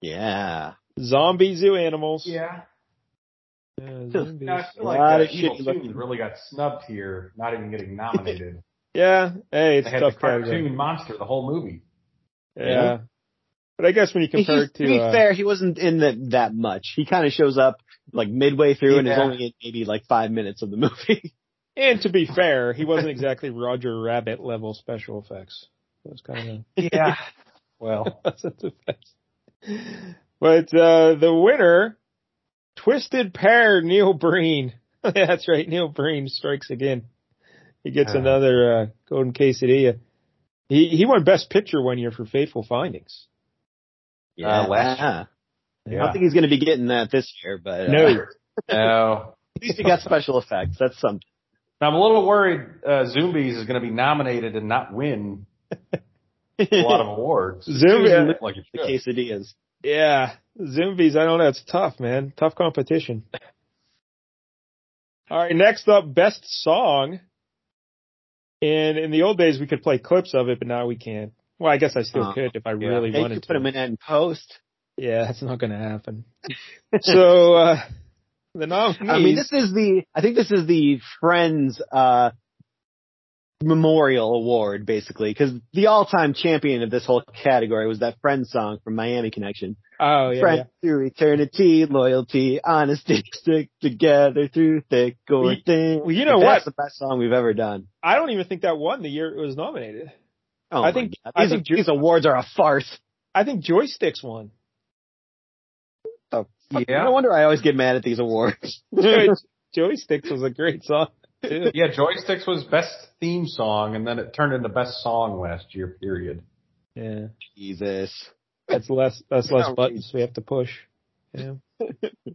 yeah. zombie zoo animals. Yeah. Yeah, Zombies. No, I feel like A lot uh, of Evil shitty Two looking- really got snubbed here, not even getting (laughs) nominated. Yeah, hey, it's they a had tough the cartoon category. monster the whole movie. Yeah. Yeah. but I guess when you compare He's- it to to be uh, fair, he wasn't in the, that much. He kind of shows up like midway through and is Yeah. only in maybe like five minutes of the (laughs) movie. and to be fair, he wasn't exactly Roger Rabbit level special effects. It was kind of Yeah. well, (laughs) That's the best. But uh, the winner, Twisted Pair, Neil Breen. (laughs) That's right, Neil Breen strikes again. He gets Ah. another uh, golden quesadilla. He he won Best Picture one year for Faithful Findings. Yeah. last- Uh, I don't yeah. think he's going to be getting that this year, but uh, No. (laughs) No. at least he got special effects. That's something. Now, I'm a little worried uh, Zombies is going to be nominated and not win a lot of awards. Zoom, like it (laughs) the should. quesadillas. yeah, Zombies. I don't know. It's tough, man. Tough competition. All right, next up, Best Song. And in the old days, we could play clips of it, but now we can't. Well, I guess I still Uh, could if I yeah. really They wanted could to. put him in and post. Yeah, that's not going to (laughs) happen. so uh the nominees. I mean, this is the, I think this is the Friends, uh, Memorial Award, basically, because the all-time champion of this whole category was that Friends song from Miami Connection. oh yeah, yeah. Friends through eternity, loyalty, honesty, (laughs) stick together through thick or Well, you- thin. well, you know That's what? the best song we've ever done. I don't even think that won the year it was nominated. Oh I my think- God. I These, think these awards are a farce. I think Joysticks (laughs) won. Oh, fuck. Yeah. No wonder I always get mad at these awards. (laughs) Joy- Joysticks was a great song. Too. Yeah, Joysticks was best theme song, and then it turned into best song last year. Period. Yeah, Jesus. that's less that's less buttons we have to push. Yeah. (laughs)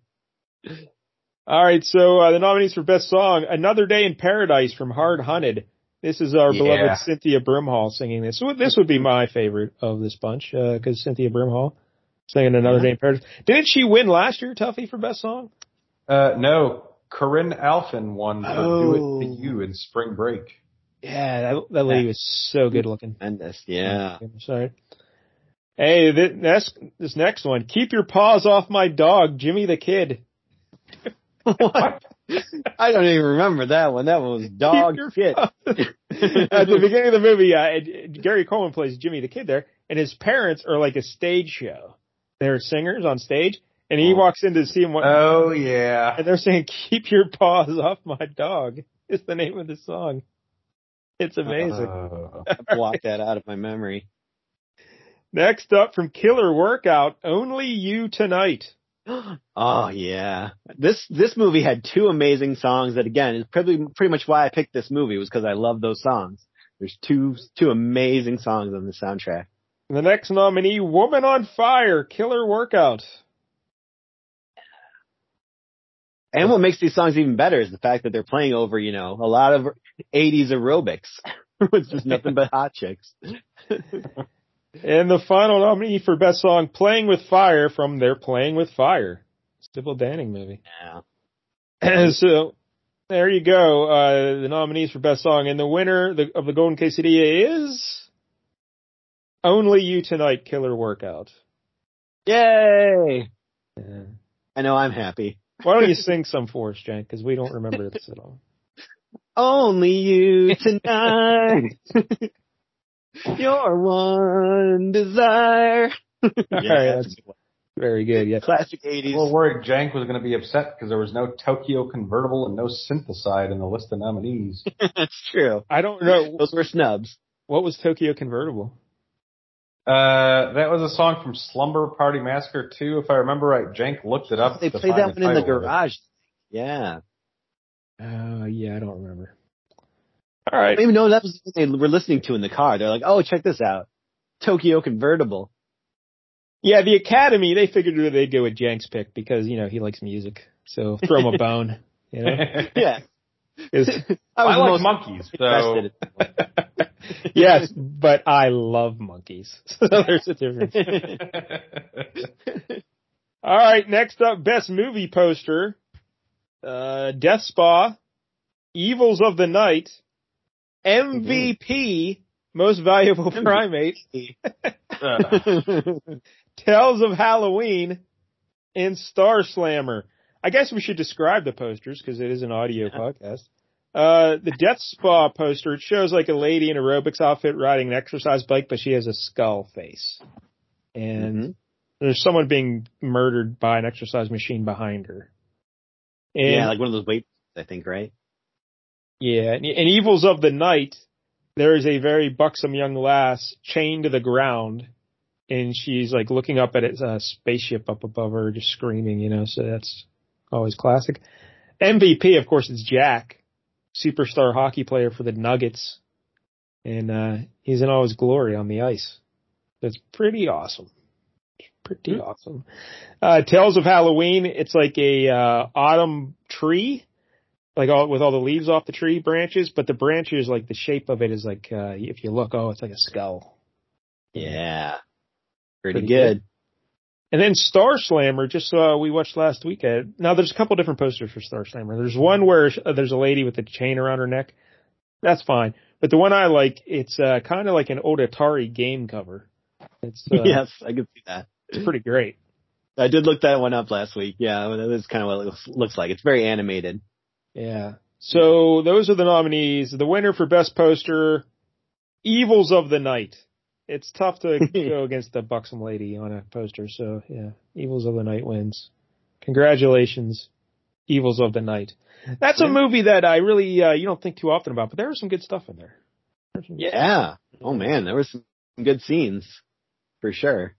All right, so uh, the nominees for best song: "Another Day in Paradise" from Hard Hunted. This is our Yeah. beloved Cynthia Brimhall singing this. So this would be my favorite of this bunch because Cynthia Brimhall singing "Another Day in Paradise." Didn't she win last year, Tuffy, for best song? Uh, no, Corinne Alfin won for Oh. "Do It to You" in Spring Break. Yeah, that, that lady was so good looking. Tremendous. Yeah. I'm sorry. Hey, this, this, this next one. Keep your paws off my dog, Jimmy the Kid. What? (laughs) I don't even remember that one. (laughs) That one was dog Keep your shit. (laughs) paws- (laughs) At the beginning of the movie, uh, it- it- Gary Coleman plays Jimmy the Kid there, and his parents are like a stage show. They're singers on stage, and he walks in to see him, Uh. what, Oh yeah, and they're saying, "Keep your paws off my dog." (laughs) Is the name of the song. It's amazing. Uh, Block that out of my memory. Next up from Killer Workout, Only You Tonight. Oh yeah. This this movie had two amazing songs that again is probably pretty much why I picked this movie was because I love those songs. There's two two amazing songs on the soundtrack. The next nominee, Woman on Fire, killer workout. And what makes these songs even better is the fact that they're playing over, you know, a lot of 80s aerobics. (laughs) it's just nothing but hot (laughs) chicks. And the final nominee for best song, Playing with Fire from They're Playing with Fire. Sybil Danning movie. (clears throat) Yeah. so there you go. Uh, the nominees for best song and the winner the, of the Golden Quesadilla is Only You Tonight Killer Workout. Yay! Yeah. I know I'm happy. Why (laughs) don't you sing some for us, Jack? Because we don't remember this at all. Only (laughs) you tonight. Your one desire. right, that's- Very good. Yeah. classic 80s. We're worried Jank was going to be upset because there was no Tokyo convertible and no syntheside in the list of nominees. (laughs) that's true. I don't know Those were snubs. what was Tokyo Convertible. Uh, that was a song from Slumber Party Massacre 2, if I remember right. Jank looked it up. They to played find that one in the title of it. garage. Yeah. Oh yeah, I don't remember. All right. I don't even know that was what they were listening to in the car. They're like, oh, check this out. Tokyo (laughs) convertible. Yeah, the Academy, they figured that they'd go with Jank's pick because, you know, he likes music. So throw (laughs) him a bone. You know? (laughs) Yeah. (laughs) 'Cause- I I was the like most monkeys, so invested. yes, but I love monkeys. (laughs) So there's a difference. (laughs) All right, next up, best movie poster. Uh, Death Spa, Evils of the Night, MVP, Most Valuable Primate, (laughs) uh, (laughs) Tales of Halloween, and Star Slammer. I guess we should describe the posters because it is an audio podcast. Uh, the Death Spa poster, it shows like a lady in aerobics outfit riding an exercise bike, but she has a skull face. And Mm-hmm. there's someone being murdered by an exercise machine behind her. And yeah, like one of those weight, I think, right? yeah, and, and Evils of the Night, there is a very buxom young lass chained to the ground, and she's like looking up at a spaceship up above her, just screaming, you know, so that's always classic. MVP, of course, is Jack, superstar hockey player for the Nuggets, and uh, he's in all his glory on the ice. That's pretty awesome. Pretty awesome. Uh, Tales of Halloween, it's like a uh, autumn tree like all with all the leaves off the tree branches, but the branches like the shape of it is like uh if you look, oh, it's like a skull. Yeah. Pretty Pretty, good. (laughs) And then Star Slammer, just uh, we watched last weekend. Now there's a couple different posters for Star Slammer. There's one where uh, there's a lady with a chain around her neck. That's fine. But the one I like, it's uh, kind of like an old Atari game cover. It's (laughs) uh, yes, I can see that. it's pretty great. I did look that one up last week. Yeah, that is kind of what it looks- looks like. It's very animated. Yeah. So those are the nominees. The winner for best poster, Evils of the Night. It's tough to go against the buxom lady on a poster. So yeah, Evils of the Night wins. Congratulations, Evils of the Night. That's a movie that I really uh, you don't think too often about, but there was some good stuff in there. Yeah. Oh man, there were some good scenes for sure.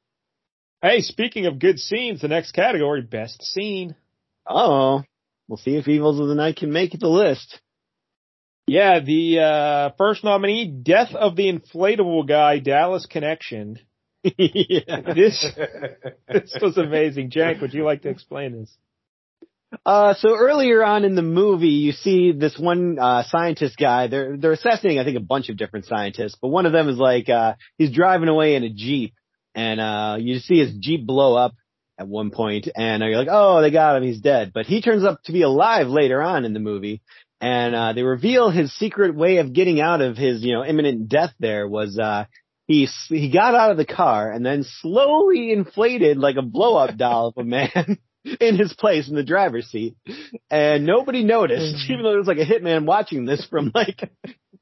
Hey, speaking of good scenes, the next category, best scene. Oh, we'll see if Evils of the Night can make the list. (laughs) Yeah, the uh, first nominee, Death of the Inflatable Guy, Dallas Connection. yeah. This (laughs) Uh. (laughs) (laughs) this was amazing. Jack, would you like to explain this? Uh, so earlier on in the movie, you see this one uh, scientist guy. They're they're assassinating, I think, a bunch of different scientists, but one of them is like uh, he's driving away in a jeep, and uh, you see his jeep blow up at one point, and you're like, oh, they got him, he's dead. But he turns up to be alive later on in the movie, and uh, they reveal his secret way of getting out of his you know imminent death. There was uh, he s- he got out of the car and then slowly inflated like a blow up doll of a man. in his place in the driver's seat, and nobody noticed, even though there was like a hitman watching this from like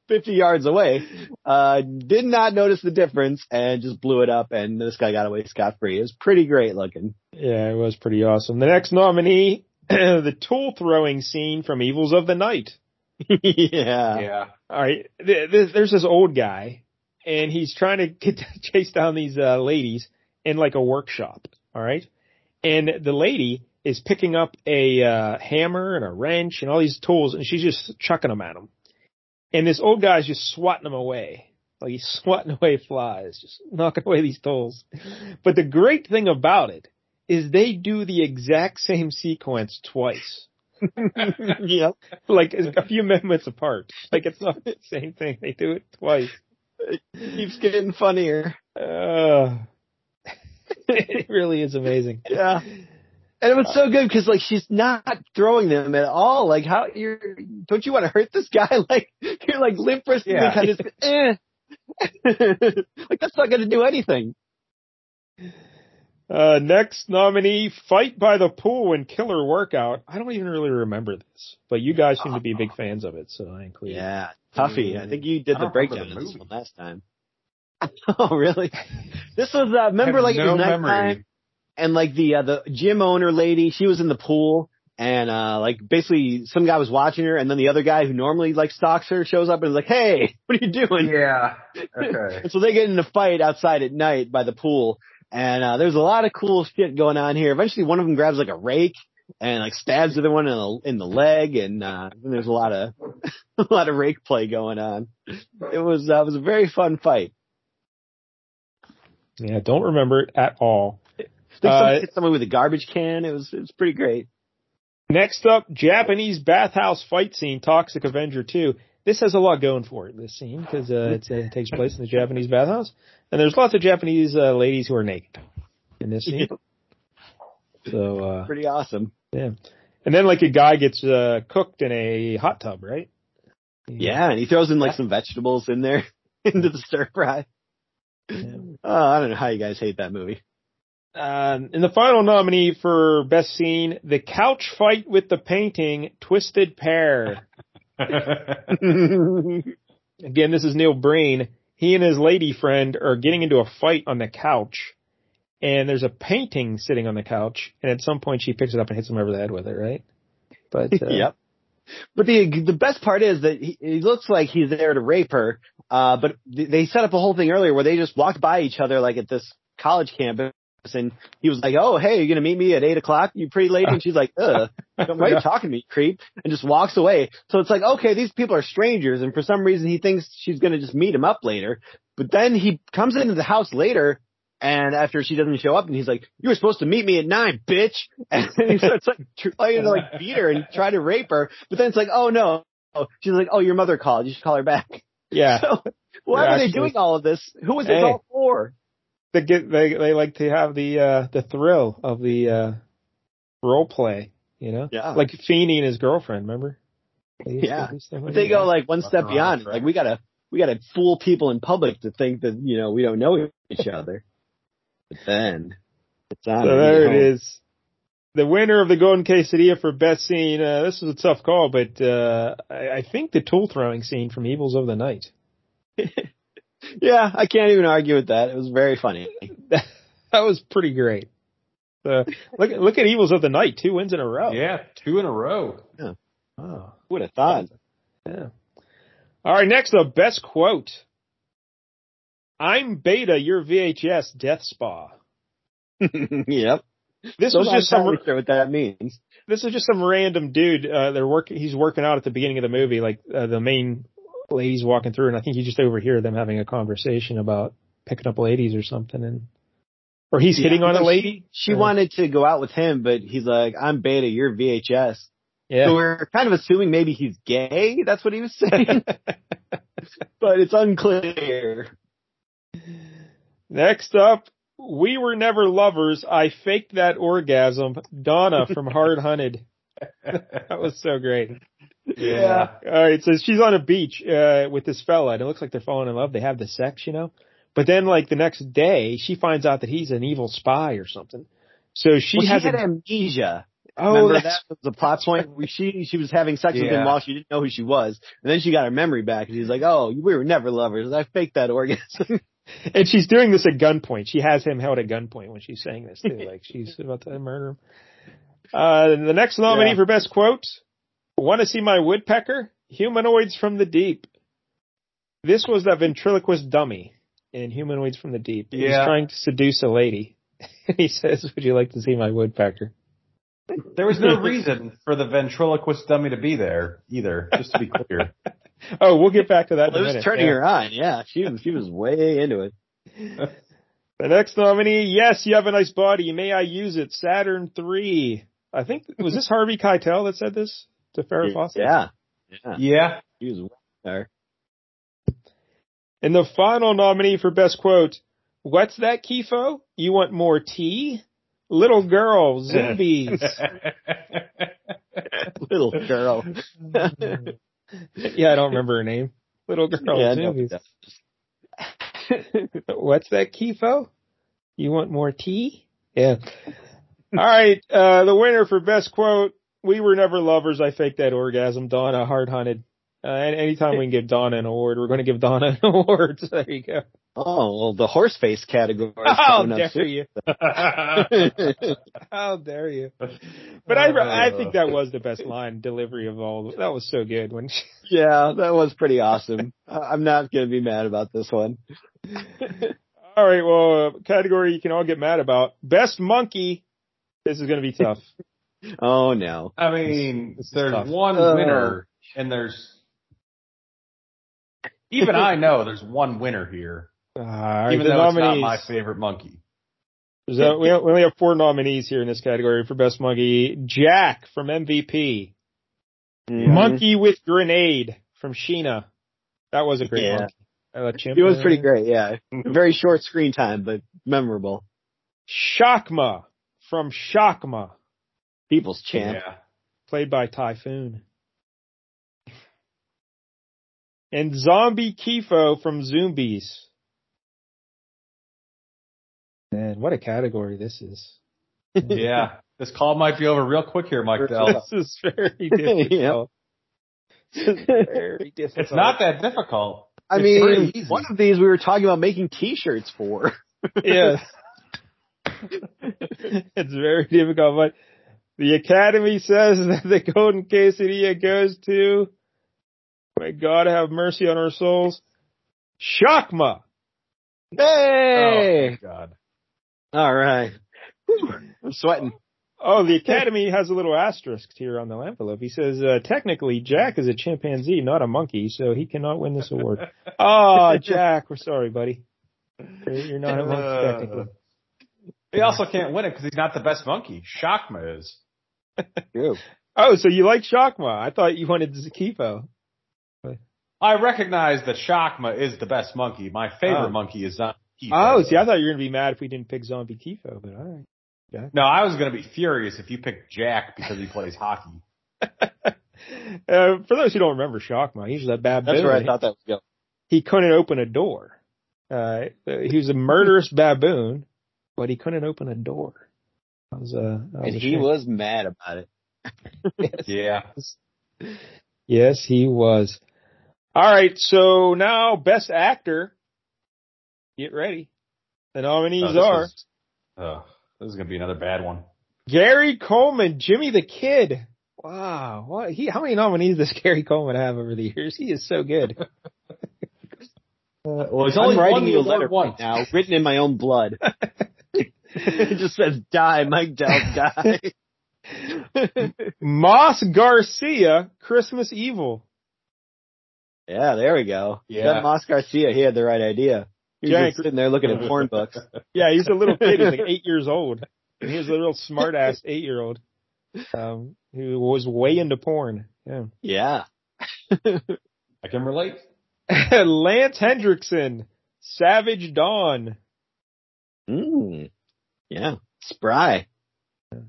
50 yards away. Uh, did not notice the difference and just blew it up, and this guy got away scot free. It was pretty great looking. Yeah, it was pretty awesome. The next nominee, (clears throat) the tool throwing scene from Evils of the Night. (laughs) yeah. yeah. All right, th- th- there's this old guy, and (laughs) he's trying to get chase down these uh, ladies in like a workshop. All right, and the lady is picking up a uh, hammer and a wrench and all these tools, and she's just chucking them at him. And this old guy's just swatting them away, like he's (laughs) swatting away flies, just knocking away these tools. But the great thing about it is they do the exact same sequence twice. (laughs) yeah, like a few minutes apart. Like it's not the same thing. They do it twice. It keeps getting funnier. Uh, (laughs) it really is amazing. Yeah. Uh, And it was so good because like she's not throwing them at all. Like how you're, don't you want to hurt this guy? (laughs) Like you're like limp wristed Yeah. kind of, eh. (laughs) like that's not going to do anything. Uh, next nominee, Fight by the Pool and Killer Workout. I don't even really remember this, but you guys seem to be big fans of it, so I include it. Yeah, Puffy. I think you did I the don't remember breakdown the of this movie. one last time. (laughs) oh really? This was uh, remember like it was nighttime and like the uh, the gym owner lady, she was in the pool and uh like basically some guy was watching her and then the other guy who normally like stalks her shows up and is like, "Hey, (laughs) what are you doing?" Yeah. Okay. And so they get in a fight outside at night by the pool, and uh, there's a lot of cool shit going on here. Eventually, one of them grabs like a rake and like stabs the other one in the, in the leg, and uh, then there's a lot of (laughs) a lot of rake play going on. It was uh, it was a very fun fight. Yeah, don't remember it at all. I think someone Uh, hit someone with a garbage can. It was it was pretty great. Next up, Japanese bathhouse fight scene, Toxic Avenger 2. This has a lot going for it, this scene, because uh, it's- it takes place in the Japanese bathhouse, and there's lots of Japanese uh, ladies who are naked in this scene. So, uh, Pretty awesome. and then like a guy gets uh, cooked in a hot tub, right? Yeah, and he throws in like some vegetables in there (laughs) into the stir fry. Oh, I don't know how you guys hate that movie. Um, and the final nominee for best scene, the couch fight with the painting, Twisted Pair. Again, this is Neil Breen. He and his lady friend are getting into a fight on the couch, and there's a painting sitting on the couch, and at some point she picks it up and hits him over the head with it, right? But uh, (laughs) yep. But the the best part is that he, he looks like he's there to rape her. Uh, but th- they set up a whole thing earlier where they just walked by each other like at this college campus, and he was like, "Oh, hey, you're gonna meet me at eight o'clock, you pretty lady," and she's like, (laughs) "Ugh, why are you talking to me, creep?" and just walks away. So it's like, okay, these people are strangers, and for some reason he thinks she's gonna just meet him up later. But then he comes into the house later. And after she doesn't show up, and he's like, "You were supposed to meet me at nine, bitch!" (laughs) And he starts like trying to like beat her and try to rape her. But then it's like, "Oh no!" She's like, "Oh, your mother called. You should call her back." (laughs) yeah. So why They're are they actually- doing all of this? Who was this Hey. all for? They get they they like to have the uh the thrill of the uh role play, you know? Yeah. Like Feeney and his girlfriend, remember? They used to Yeah. do stuff But like they that. go like one step Fucking beyond. right. Like we gotta we gotta fool people in public to think that you know we don't know each other. But then it's on. So there it is. The winner of the Golden Quesadilla for best scene. Uh, this was a tough call, but uh, I, I think the tool throwing scene from Evils of the Night. Yeah, I can't even argue with that. It was very funny. that was pretty great. (laughs) Uh, look look at Evils of the Night, two wins in a row. (laughs) yeah, two in a row. Wow. Would have thought. (laughs) Yeah. All right, next the best quote. I'm beta, your VHS death spa. yep. This So was just some I'm not sure what that means. this is just some random dude. Uh, they're working. He's working out at the beginning of the movie. Like uh, the main ladies walking through, and I think you just overhear them having a conversation about picking up ladies or something, and or he's hitting Yeah. on No, a she- lady. She Yeah. wanted to go out with him, but he's like, "I'm beta. You're VHS." So Yeah. we're kind of assuming maybe he's gay. That's what he was (laughs) saying, but it's unclear. Next up, we were never lovers. I faked that orgasm. Donna from Hard Hunted. (laughs) That was so great. Yeah. All right, so she's on a beach uh, with this fella, and it looks like they're falling in love. They have the sex, you know. But then, like the next day, she finds out that he's an evil spy or something. So she Well, has she had a, amnesia. oh, Remember that's, that was the plot point. where She she was having sex with Yeah. him while she didn't know who she was, and then she got her memory back, and she's like, "Oh, we were never lovers. I faked that orgasm." and she's doing this at gunpoint. She has him held at gunpoint when she's saying this too, like (laughs) she's about to murder him. Uh, the next nominee Yeah. for best quote: "Want to see my woodpecker? Humanoids from the deep." This was that ventriloquist dummy in Humanoids from the Deep. He was Yeah. trying to seduce a lady. (laughs) he says, "Would you like to see my woodpecker?" There was no reason for the ventriloquist dummy to be there either, just to be (laughs) clear. Oh, we'll get back to that. Well, in (laughs) it a was minute. turning yeah. her on. Yeah, she was she was way into it. The next nominee, yes, you have a nice body. May I use it? Saturn three. I think was this Harvey Keitel that said this to Farrah Fawcett. Yeah, (laughs) Yeah. she was. There. (laughs) And the final nominee for best quote, what's that, Kifo? You want more tea? Little girl, zombies. Little girl. (laughs) (laughs) yeah, I don't remember her name. Little girl, Yeah, no, zombies. (laughs) what's that, Kifo? You want more tea? Yeah. All right. Uh, the winner for best quote, we were never lovers. I faked that orgasm. Donna hard hunted. Uh, and anytime we can give Donna an award, we're going to give Donna an (laughs) award. So there you go. Oh, well, the horse face category. is (laughs) How coming up Oh, dare you? (laughs) soon. How (laughs) dare you? But I, I think Oh. that was the best line delivery of all. That was so good when she, yeah, that was pretty awesome. I- I'm not gonna be mad about this one. all right. Well, uh, category you can all get mad about. Best monkey. This is going to (laughs) be tough. Oh no. I mean, This is there's tough. one Uh. winner, and there's even I know there's one winner here, Uh, all right, even the though it's not nominees. my favorite monkey. So we, we only have four nominees here in this category for best monkey. Jack from MVP. Monkey with grenade from Sheena. That was a great Yeah. monkey. I let Chimp It was in pretty there. great. Yeah, very short screen time, but memorable. Shockma from Shockma, People's champ. played by Typhoon. And Zombie Kifo from Zombies. Man, what a category this is. (laughs) Yeah, yeah. This call might be over real quick here, Mike Dell. This is (laughs) very difficult. This is (laughs) very difficult. It's not that difficult. I It's mean, pretty easy. one of these we were talking about making T-shirts for. yes. it's very difficult, but the Academy says (laughs) that the Golden Quesadilla goes to, may God have mercy on our souls, Shakma. Oh, Hey! my God. Oh, All right. Whew, I'm sweating. Oh, the Academy has a little asterisk here on the envelope. He says, uh, technically, Jack is a chimpanzee, not a monkey, so he cannot win this (laughs) award. oh, Jack, we're sorry, buddy. You're you're not a Uh, monkey, technically. He also can't win it because he's not the best monkey. Shockma is. Ew. Oh, so you like Shakma. I thought you wanted Zakipo. I recognize that Shockma is the best monkey. My favorite Oh. monkey is not. Kifo. Oh, see, I thought you were gonna be mad if we didn't pick Zombie Kifo, but all right. no, I was gonna be furious if you picked Jack because he plays (laughs) hockey. Uh, for those who don't remember Shockma, he was a baboon. That's where I thought that would go. He couldn't open a door. Uh, he was a murderous baboon, but he couldn't open a door. That was, uh, that was And a he shame. was mad about it. Yeah. Yes, he was. All right, so now best actor. Get ready. The No, nominees Oh, this are is- oh, this is gonna be another bad one. Gary Coleman, Jimmy the Kid. Wow, what he? How many nominees does (laughs) Gary Coleman have over the years? He is so good. Well, he's I'm writing won you a the award letter right once. now, written in my own (laughs) blood. it just says "Die, Mike Dell, die." Moss Garcia, Christmas Evil. (laughs) yeah, there we go. Yeah. That Moss Garcia, he had the right idea. He was Jank. just sitting there looking at (laughs) porn books. Yeah, he's a little kid. He's like eight years old. And he was a little smart ass eight year old um, who was way into porn. Yeah. Yeah. I can (laughs) relate. Lance Hendrickson, Savage Dawn. Mm. Yeah. (laughs) Spry. (laughs)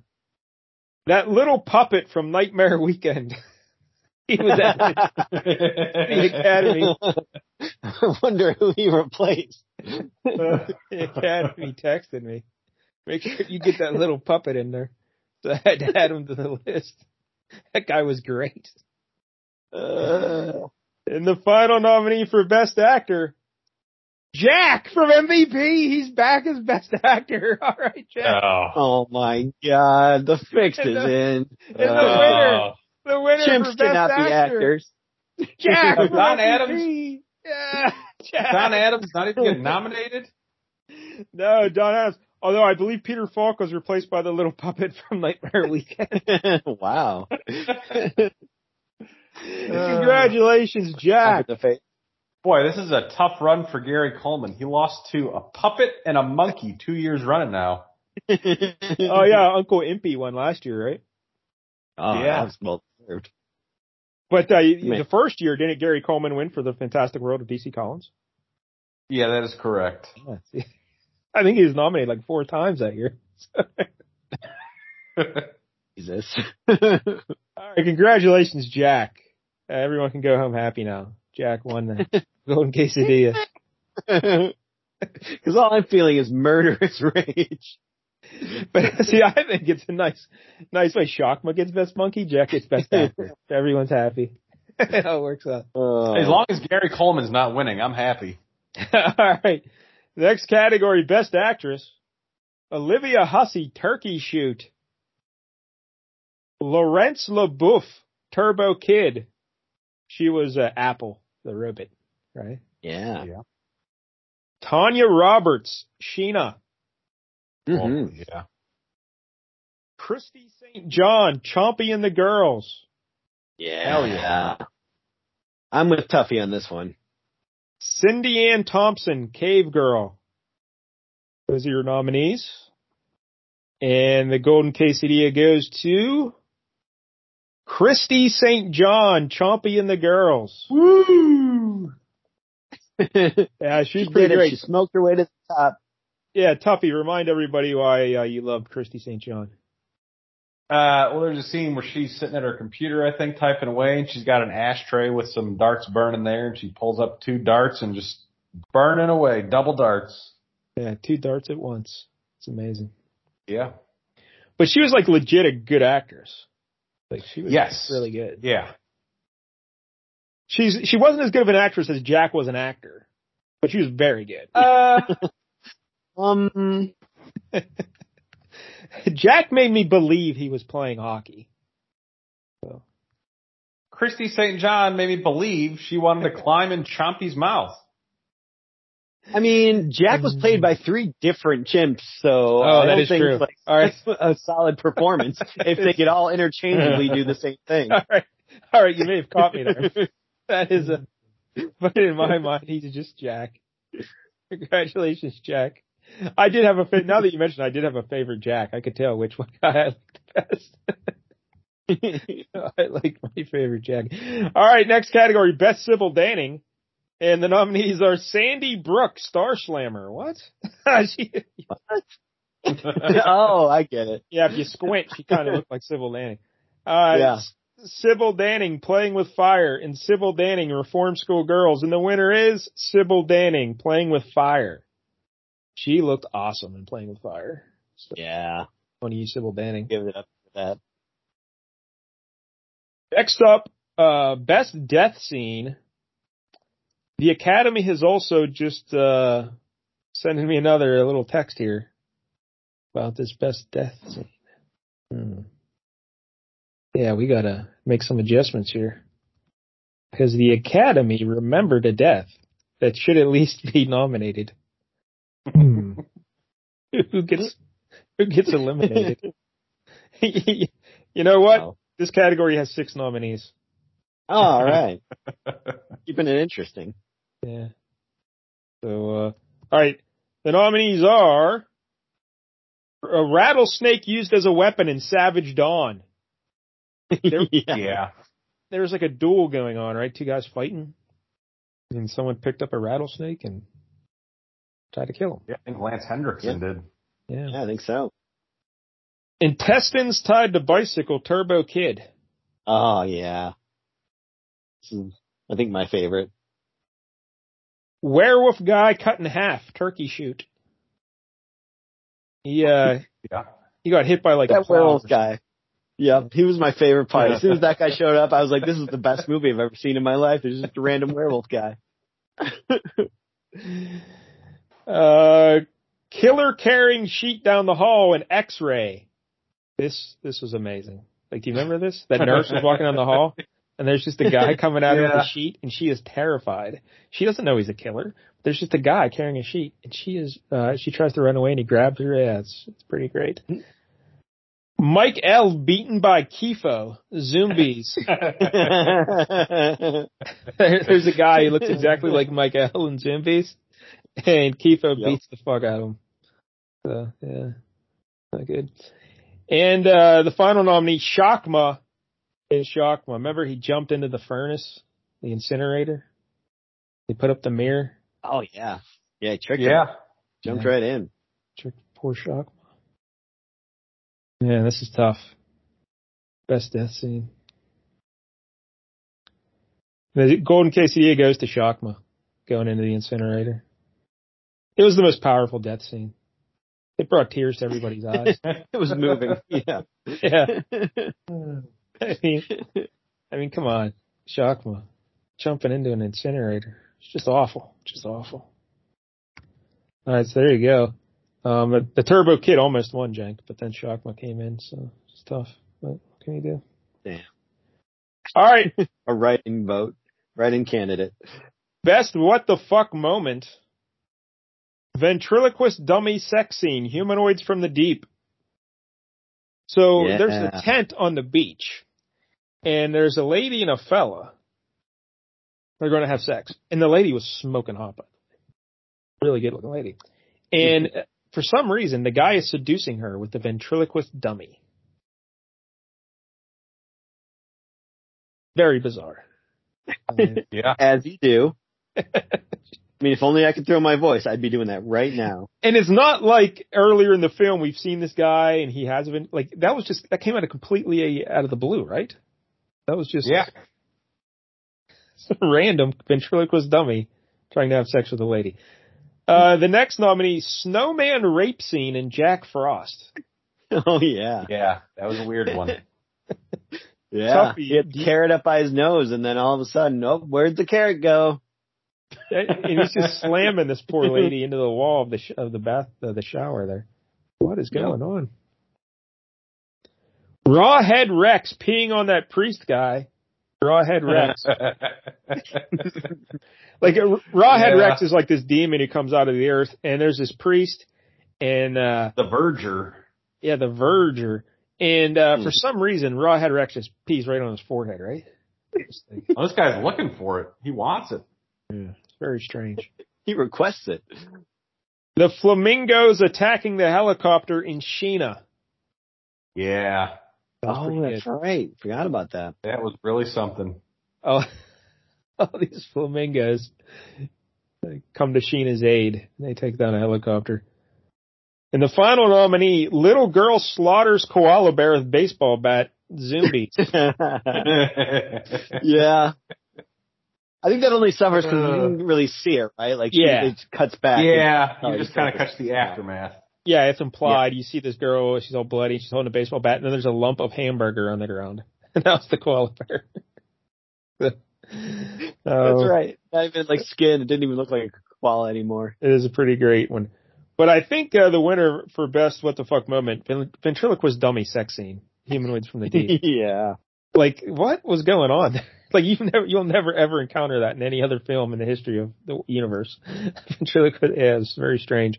That little puppet from Nightmare Weekend. (laughs) he was at the Academy, I wonder who he replaced. the Academy texted me. Make sure you get that little puppet in there. So I had to add him to the list. That guy was great. Uh, And the final nominee for Best Actor, Jack from MVP. He's back as Best Actor. (laughs) All right, Jack. Oh. oh my god, the fix is in. and Uh, the Oh. winner, the winner Chimps for Best cannot Actor, be actors. Jack from Don MVP. Yeah, Jack. Don Adams not even getting nominated. no, Don Adams. Although I believe Peter Falk was replaced by the little puppet (laughs) from Nightmare Weekend. (laughs) (laughs) wow. Uh, Congratulations, Jack. The face. Boy, this is a tough run for Gary Coleman. He lost to a puppet and a monkey two years running now. Oh yeah, Uncle Impy won last year, right? (laughs) Oh, Yeah. that was well deserved. But uh, Man. the first year, didn't Gary Coleman win for the Fantastic World of DC Collins? Yeah, that is correct. I think he was nominated like four times that year. Jesus. (laughs) All right, congratulations, Jack. Uh, everyone can go home happy now. Jack won the Golden Quesadilla. Because all I'm feeling is murderous (laughs) rage. (laughs) But see, I think it's a nice, nice way. Shockma gets best monkey, Jack gets best (laughs) actor. Everyone's happy. it all works out. As long as Gary Coleman's not winning, I'm happy. (laughs) all right. Next category, best actress. Olivia Hussey, Turkey Shoot. Laurence LaBouffe, Turbo Kid. She was uh, Apple, the robot, right? yeah. Tanya Roberts, Sheena. Mm-hmm. Mhm. Yeah. Christy St. John, Chompy and the Girls. Yeah. Hell yeah. I'm with Tuffy on this one. Cindy Ann Thompson, Cave Girl. Those are your nominees. And the Golden Quesadilla goes to Christy St. John, Chompy and the Girls. Woo! Yeah, she's She did pretty it. great. She smoked her way to the top. Yeah, Tuffy, remind everybody why uh, you loved Christy St. John. Uh, well, there's a scene where she's sitting at her computer, I think, typing away, and she's got an ashtray with some darts burning there, and she pulls up two darts and just burning away, double darts. Yeah, two darts at once. It's amazing. Yeah. But she was like legit a good actress. Like she was Yes. really good. Yeah. She's she wasn't as good of an actress as Jack was an actor, but she was very good. (laughs) Uh, Um, Jack made me believe he was playing hockey. Christy St. John made me believe she wanted to climb in Chompy's mouth. I mean, Jack was played by three different chimps, so Oh, I that don't is think true. Like, All right. (laughs) a solid performance if they could all interchangeably do the same (laughs) thing. (laughs) (laughs) All right, all right, you may have caught me there. (laughs) that is a, but in my mind, he's just Jack. Congratulations, Jack. I did have a fa- now that you mentioned, it, I did have a favorite Jack. I could tell which one I liked the best. (laughs) I like my favorite Jack. All right, next category: best Sybil Danning, and the nominees are Sandy Brooke, Star Slammer. What? (laughs) she, (laughs) oh, I get it. Yeah, if you squint, she kind of looked like Sybil Danning. Uh, Yeah. S- Sybil Danning playing with fire and Sybil Danning reform school girls. And the winner is Sybil Danning playing with fire. She looked awesome in playing with fire. So, Yeah, on you, Sybil Danning. give it up for that. Next up, uh, best death scene. The Academy has also just, uh, sending me another little text here about this best death scene. Hmm. Yeah, we gotta make some adjustments here. Cause the Academy remembered a death that should at least be nominated. Hmm. (laughs) who gets, who gets eliminated? (laughs) you know what? Oh. This category has six nominees. Oh, all right. Keeping it interesting. Yeah. So, uh, all right. The nominees are a rattlesnake used as a weapon in Savage (laughs) Dawn. There- yeah. Yeah. There was like a duel going on, right? Two guys fighting, and someone picked up a rattlesnake and tried to kill Yeah, I think Lance Hendrickson did. him. Yeah. Yeah, I think so. Intestines tied to bicycle, Turbo Kid. Oh, yeah. This is, I think, my favorite. Werewolf guy cut in half, turkey shoot. He uh, Yeah. he got hit by like a that plow or werewolf guy. Yep, he was my favorite part. As soon as that guy showed up, I was like, "This is the best movie I've ever seen in my life." There's just a random werewolf guy. (laughs) Uh, killer carrying sheet down the hall and X-ray. This this was amazing. Like, do you remember this? That nurse was walking down the hall and there's just a guy coming out with Yeah. a sheet, and she is terrified. She doesn't know he's a killer. There's just a guy carrying a sheet, and she is. Uh, she tries to run away, and he grabs her. Yeah, it's, it's pretty great. Mike L beaten by Kifo Zombies. (laughs) (laughs) there's a guy who looks exactly like Mike L in Zombies, and Kifo Yep. beats the fuck out of him. So yeah, not good. And uh the final nominee, Shakma, is Shakma. Remember he jumped into the furnace, the incinerator. They put up the mirror, oh yeah, yeah, he tricked him. Yeah. Jumped Yeah. right in. tricked poor Shakma. Yeah, this is tough. Best death scene. The golden quesadilla goes to Shakma, going into the incinerator. It was the most powerful death scene. It brought tears to everybody's eyes. (laughs) It was moving. Yeah. (laughs) Yeah. I mean, I mean, come on, Shakma, jumping into an incinerator. It's just awful, just awful. All right, so there you go. Um, the Turbo Kid almost won, Jank, but then Shakma came in, so it's tough. But what can you do? Damn. All right, A write-in vote, write-in candidate. best what the fuck moment. Ventriloquist dummy sex scene, humanoids from the deep. So Yeah. there's a tent on the beach, and there's a lady and a fella. They're going to have sex, and the lady was smoking hot, by the way. really good looking lady. And uh, for some reason, the guy is seducing her with the ventriloquist dummy. Very bizarre. I mean, Yeah. As you do. I mean, if only I could throw my voice, I'd be doing that right now. (laughs) and it's not like earlier in the film we've seen this guy and he hasn't been like that was just that came out of completely out of the blue, right? That was just Yeah. (laughs) some random ventriloquist dummy trying to have sex with a lady. Uh, the next nominee, snowman rape scene in Jack Frost. Oh yeah, Yeah. That was a weird (laughs) one. yeah. Tuffy, He had do you- carrot up by his nose, and then all of a sudden, oh, where'd the carrot go? Uh, and he's just slamming this poor lady into the wall of the sh- of the bath of the shower there. What is going on? Rawhead Rex peeing on that priest guy. Rawhead Rex. (laughs) like uh, Rawhead Yeah. Rex is like this demon who comes out of the earth, and there's this priest, and uh the Verger. yeah, the Verger, and uh Hmm. for some reason Rawhead Rex just pees right on his forehead, right? It's like, Oh, this guy's looking for it. He wants it. it's very strange. He requests it. The flamingos attacking the helicopter in Sheena. Yeah. That was Oh, pretty that's good. right. Forgot about that. That was really (laughs) something. Oh, (laughs) all these flamingos they come to Sheena's aid. and They take down a helicopter. And the final nominee, little girl slaughters koala bear with baseball bat. Zombies. (laughs) yeah. I think that only suffers because Uh. you didn't really see it, right? Like, she- Yeah. it cuts back. yeah. Oh, You just kind of exactly. catch the aftermath. Yeah, it's implied. You see this girl, she's all bloody, she's holding a baseball bat, and then there's a lump of hamburger on the ground. (laughs) And that was the koala bear. (laughs) That's Oh, right. Not even like skin. It didn't even look like a koala anymore. (laughs) It is a pretty great one. But I think uh, the winner for best what the fuck moment, ven- ventriloquist dummy sex scene, humanoids from the deep. yeah. like, what was going on? (laughs) Like you've never, you'll never ever encounter that in any other film in the history of the universe. (laughs) Ventriloquist, yeah, it's very strange.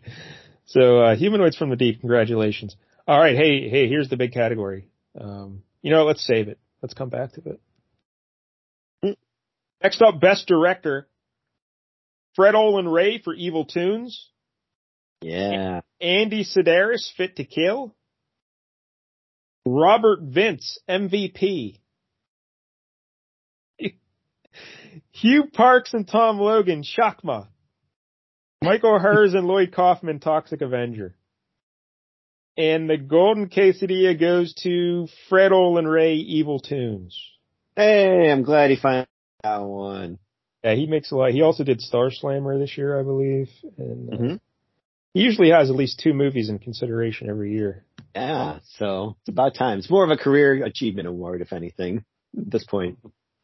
So uh, humanoids from the deep, congratulations. All right, hey, hey, here's the big category. Um, you know, what, let's save it. Let's come back to it. Next up, best director, Fred Olin Ray for Evil Tunes, Yeah. Andy Sedaris Fit to Kill, Robert Vince MVP, (laughs) Hugh Parks and Tom Logan Shakma, Michael Hers and Lloyd Kaufman Toxic Avenger. And the golden quesadilla goes to Fred Olin Ray Evil Tunes. Hey, I'm glad he finally got one. Yeah, he makes a lot. He also did Star Slammer this year, I believe. And uh, Mhm. he usually has at least two movies in consideration every year. Yeah. So it's about time. It's more of a career achievement award, if anything, at this point.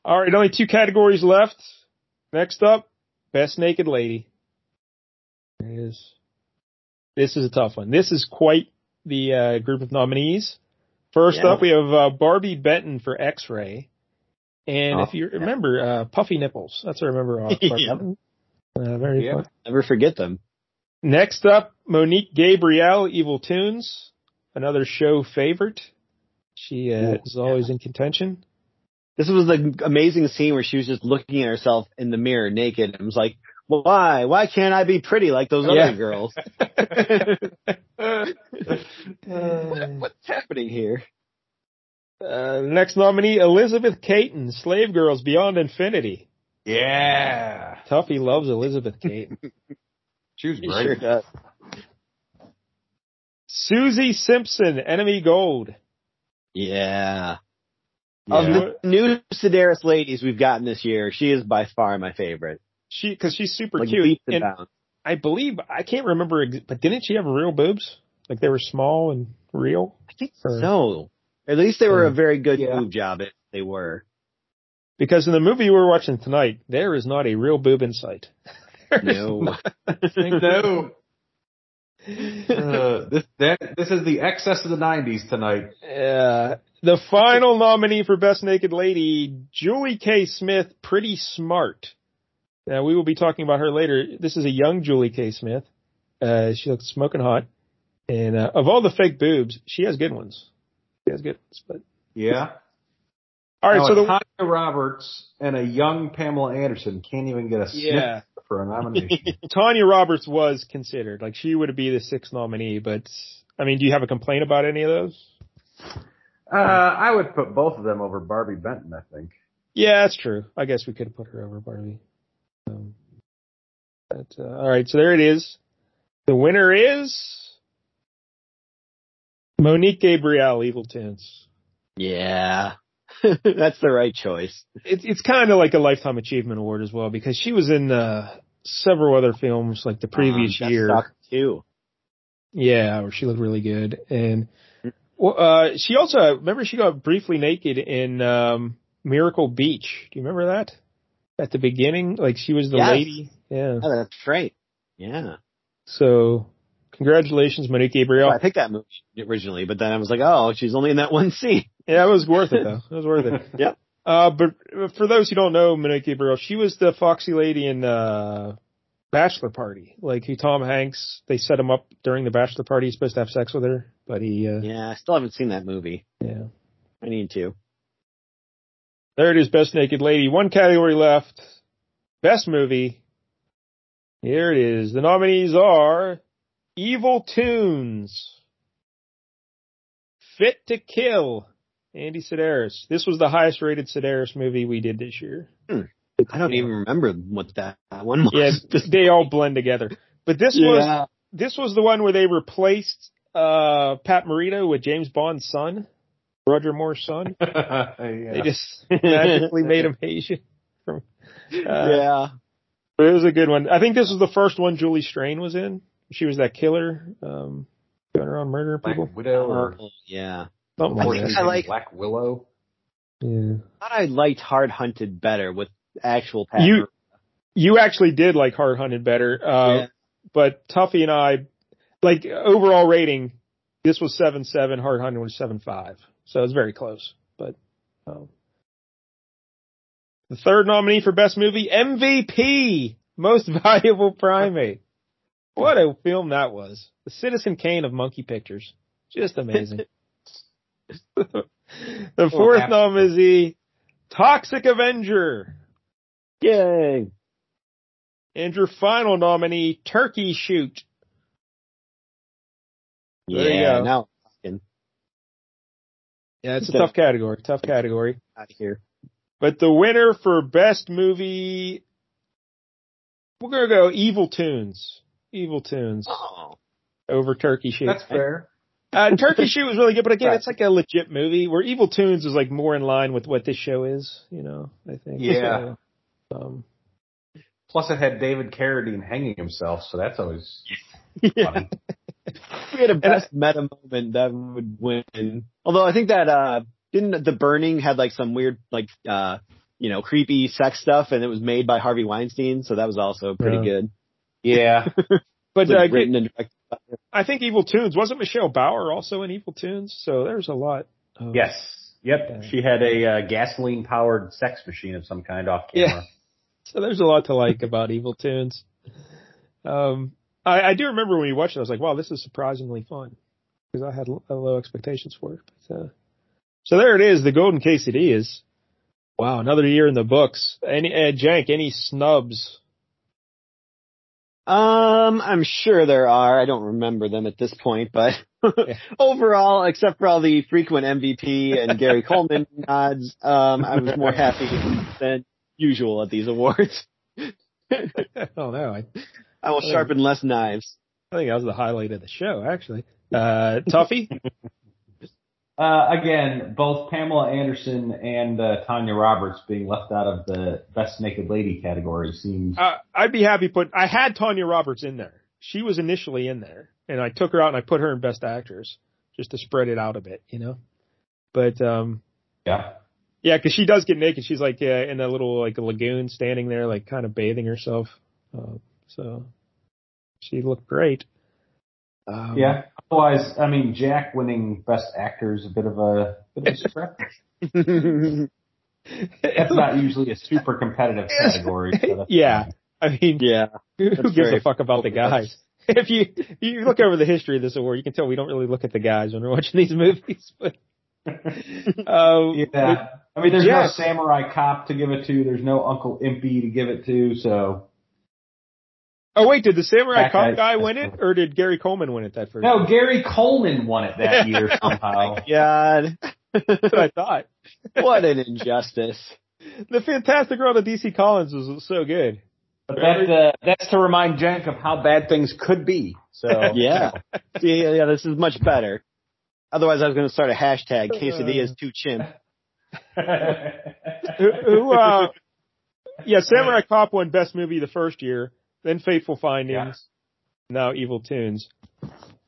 All right, only two categories left. Next up, best naked lady. There it is. This is a tough one. This is quite the uh, group of nominees. First Yeah. up, we have uh, Barbie Benton for X-Ray, And Oh, if you remember, uh, puffy nipples. That's what I remember. (laughs) Off Yep. Barton. uh, very Yeah. fun. Never forget them. Next up, Monique Gabrielle, Evil Tunes, another show favorite. She uh, is always in contention. This was the amazing scene where she was just looking at herself in the mirror naked and was like, why? Why can't I be pretty like those Yeah. other girls? What- what's happening here? Uh, next nominee, Elizabeth Caton, Slave Girls Beyond Infinity. Yeah. Tuffy loves Elizabeth Caton. She was He great. sure does. Susie Simpson, Enemy Gold. Yeah. Yeah. Of the new Sedaris ladies we've gotten this year, she is by far my favorite. She, because she's super Like cute. leaps and And bounds. I believe I can't remember, ex- but didn't she have real boobs? Like they were small and real. I think Or- so. At least they were Or- a very good Yeah. boob job if they were. Because in the movie we're watching tonight, there is not a real boob in sight. (laughs) No. no. Uh, this that this is the excess of the '90s tonight. Uh, the final nominee for Best Naked Lady, Julie K. Smith, Pretty Smart. Now we will be talking about her later. This is a young Julie K. Smith. Uh, she looks smoking hot. And uh, of all the fake boobs, she has good ones. She has good ones. But Yeah. all right, Now, so the Tanya Roberts and a young Pamela Anderson can't even get a sniff for a (laughs) nomination. Tanya Roberts was considered. Like she would be the sixth nominee, but I mean, do you have a complaint about any of those? uh, I would put both of them over Barbie Benton. I think. Yeah, that's true. I guess we could have put her over Barbie. Um, but uh, all right, so there it is. The winner is Monique Gabrielle, Evil Tunes. yeah. (laughs) That's the right choice. It's it's kind of like a lifetime achievement award as well because she was in uh, several other films like the previous Um, Death year. Stalker 2. Yeah, where she looked really good, and well, uh, she also remember she got briefly naked in um, Miracle Beach. Do you remember that? At the beginning, like she was the Yes. lady. Yeah. Oh, that's right. Yeah. So, congratulations, Monique Gabriel. Well, I picked that movie originally, but then I was like, oh, she's only in that one scene. Yeah, it was worth (laughs) it though. It was worth it. Yeah. Uh, but for those who don't know Monique Gabriel, she was the foxy lady in uh, Bachelor Party. Like who Tom Hanks, they set him up during the Bachelor Party. He's supposed to have sex with her, but he. Uh, Yeah, I still haven't seen that movie. yeah. I need to. There it is, Best Naked Lady. One category left. Best movie. Here it is. The nominees are Evil Tunes, Fit to Kill, Andy Sedaris. This was the highest rated Sedaris movie we did this year. Hmm. I don't even remember what that one (laughs) Yeah, was. they all blend together. But this was Yeah. this was the one where they replaced uh Pat Morita with James Bond's son, Roger Moore's son. They (laughs) yeah. just magically made him Asian. (laughs) From, uh, yeah. But it was a good one. I think this was the first one Julie Strain was in. She was that killer, um, going around murdering Black people. Widow or Yeah. Something I like think that. I like- Black Willow. Yeah. I thought I liked Hard Hunted better with actual Pat. You, you actually did like Hard Hunted better. Uh, Yeah. but Tuffy and I, like overall rating, this was seven seven. Hard Hunted was seven five. So it was very close. But um, the third nominee for best movie, MVP, Most (laughs) Valuable Primate. What a film that was! The Citizen Kane of Monkey Pictures, just amazing. the fourth nominee, Toxic Avenger. Yay. And your final nominee, Turkey Shoot. There you yeah. go. Now Yeah, it's a Okay. tough category. Tough category. out of here. But the winner for best movie, we're gonna go Evil Tunes. Evil Tunes Oh. over Turkey Shoot. That's fair. Uh, Turkey Shoot was really good, but again, Right. it's like a legit movie where Evil Tunes is like more in line with what this show is. You know, I think. Yeah. So, um, Plus, it had David Carradine hanging himself, so that's always (laughs) yeah. funny. If we had a I- best meta moment that would win. Although I think that uh didn't the burning had like some weird like uh you know, creepy sex stuff and it was made by Harvey Weinstein, so that was also pretty Yeah. good. (laughs) Yeah. But Like, uh, written and directed. I think Evil Tunes wasn't Michelle Bauer also in Evil Tunes, so there's a lot. Of, yes. Yep, she had a uh, gasoline powered sex machine of some kind off camera. So there's a lot to like about Evil Tunes. Um, I, I do remember when you watched it, I was like, wow, this is surprisingly fun because I had l- low expectations for it. But, uh, so there it is. The Golden KCD is wow, another year in the books. Any uh, Jank, any snubs? (laughs) Um, I'm sure there are. I don't remember them at this point, but (laughs) overall, except for all the frequent MVP (laughs) and Gary Coleman nods, um, I was more happy than usual at these awards. I don't know. I, I will sharpen less knives. (laughs) I think that was the highlight of the show, actually. Uh, Tuffy? (laughs) Uh, again, both Pamela Anderson and uh, Tanya Roberts being left out of the best naked lady category seems. uh, I'd be happy put. I had Tanya Roberts in there. She was initially in there, and I took her out and I put her in Best Actress just to spread it out a bit, you know. But um, yeah. yeah, because she does get naked. She's like uh, in a little like lagoon, standing there, like kind of bathing herself. Uh, so she looked great. Um, Yeah. Otherwise, I mean, Jack winning Best Actor is a bit of a bit of a (laughs) stretch. That's not usually a super competitive category. So that's (laughs) yeah. I mean, yeah. Who, That's who gives a very fuck about the guys? (laughs) If you you look over the history of this award, you can tell we don't really look at the guys when we're watching these movies. (laughs) But um, Yeah. I mean, there's Jack- no Samurai Cop to give it to. There's no Uncle Impy to give it to. So oh wait, did the Samurai That Cop guy- guy win it, or did Gary Coleman win it that first? no, Gary Coleman won it that year somehow. Oh, (laughs) God, (laughs) That's what I thought. what an injustice. The Fantastic World of DC Collins was so good. But that, uh, that's to remind Jank of how bad things could be. (laughs) So Yeah. See, yeah, this is much better. Otherwise, I was going to start a hashtag, quesadillas Uh, too chimp. Who, who, uh, yeah, Samurai Cop won Best Movie the first year, then Faithful Findings, Yeah. now Evil Tunes.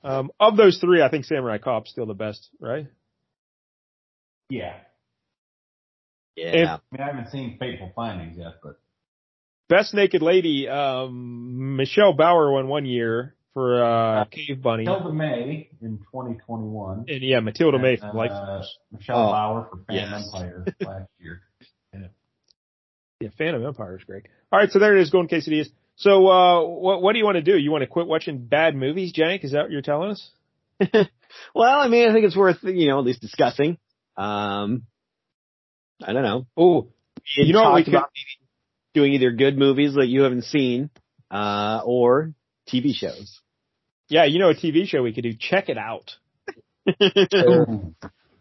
Um, of those three, I think Samurai Cop's still the best, right? (laughs) yeah. Yeah. I mean, I haven't seen Fateful Findings yet, but Best Naked Lady, um, Michelle Bauer won one year for uh, Cave Bunny, Tilda May in 2021. and yeah, Matilda May from And, Life. uh, Michelle Oh, Bauer for Fan yes. (laughs) Empire last year. Yeah, Phantom Empire is great. All right, so there it is, going KCD is. So, uh, what what do you want to do? You want to quit watching bad movies, Jank? Is that what you're telling us? Well, I mean, I think it's worth, you know, at least discussing. Um, I don't know. Oh, It You know what we talked about maybe doing either good movies that you haven't seen, uh, or TV shows. (laughs) yeah, you know a TV show we could do. Check it out.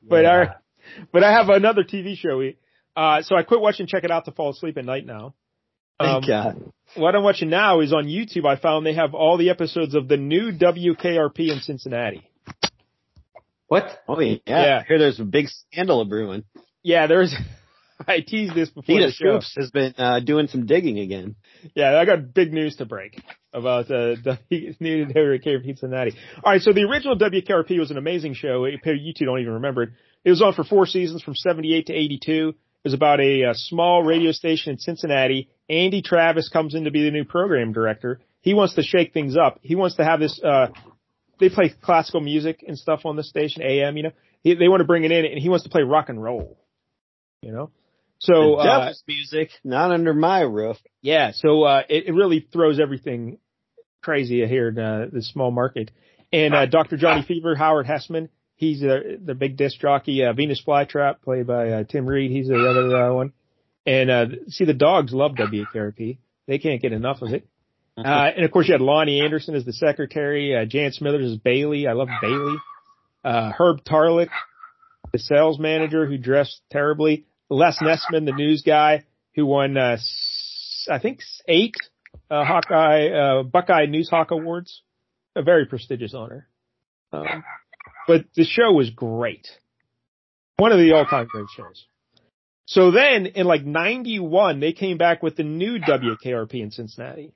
But our, but I have another TV show. We, uh, so I quit watching Check It Out to fall asleep at night now. Um, Thank God. What I'm watching now is on YouTube. I found they have all the episodes of the new WKRP in Cincinnati. What? Oh yeah. yeah. Here there's a big scandal brewing. Yeah, there's. (laughs) I teased this before Nita the show. Scoops has been, uh, doing some digging again. Yeah, I got big news to break about uh, (laughs) W- new WKRP in Cincinnati. All right, so the original WKRP was an amazing show. It- You two don't even remember it. It was on for four seasons from 78 to 82. It was about a, uh small radio station in Cincinnati. Andy Travis comes in to be the new program director. He wants to shake things up. He wants to have this, uh, they play classical music and stuff on the station, AM, you know. He, they want to bring it in and he wants to play rock and roll, you know. So, the uh, devil's music, not under my roof. yeah, so uh, it, it really throws everything crazy here in uh, this small market. And uh, Dr. Johnny Fever, Howard Hessman, he's uh, the big disc jockey. Uh, Venus Flytrap, played by uh, Tim Reed, he's the other uh, one. And uh, see, the dogs love WKRP. They can't get enough of it. Uh, and of course, you had Lonnie Anderson as the secretary. Uh, Jan Smithers as Bailey. I love Bailey. Uh, Herb Tarlick, the sales manager who dressed terribly. Les Nessman, the news guy who won, uh, s- I think s- eight, uh, Hawkeye, uh, Buckeye News Hawk Awards. A very prestigious honor. Oh. Um, but the show was great. One of the all-time great shows. So then in like 91, they came back with the new WKRP in Cincinnati.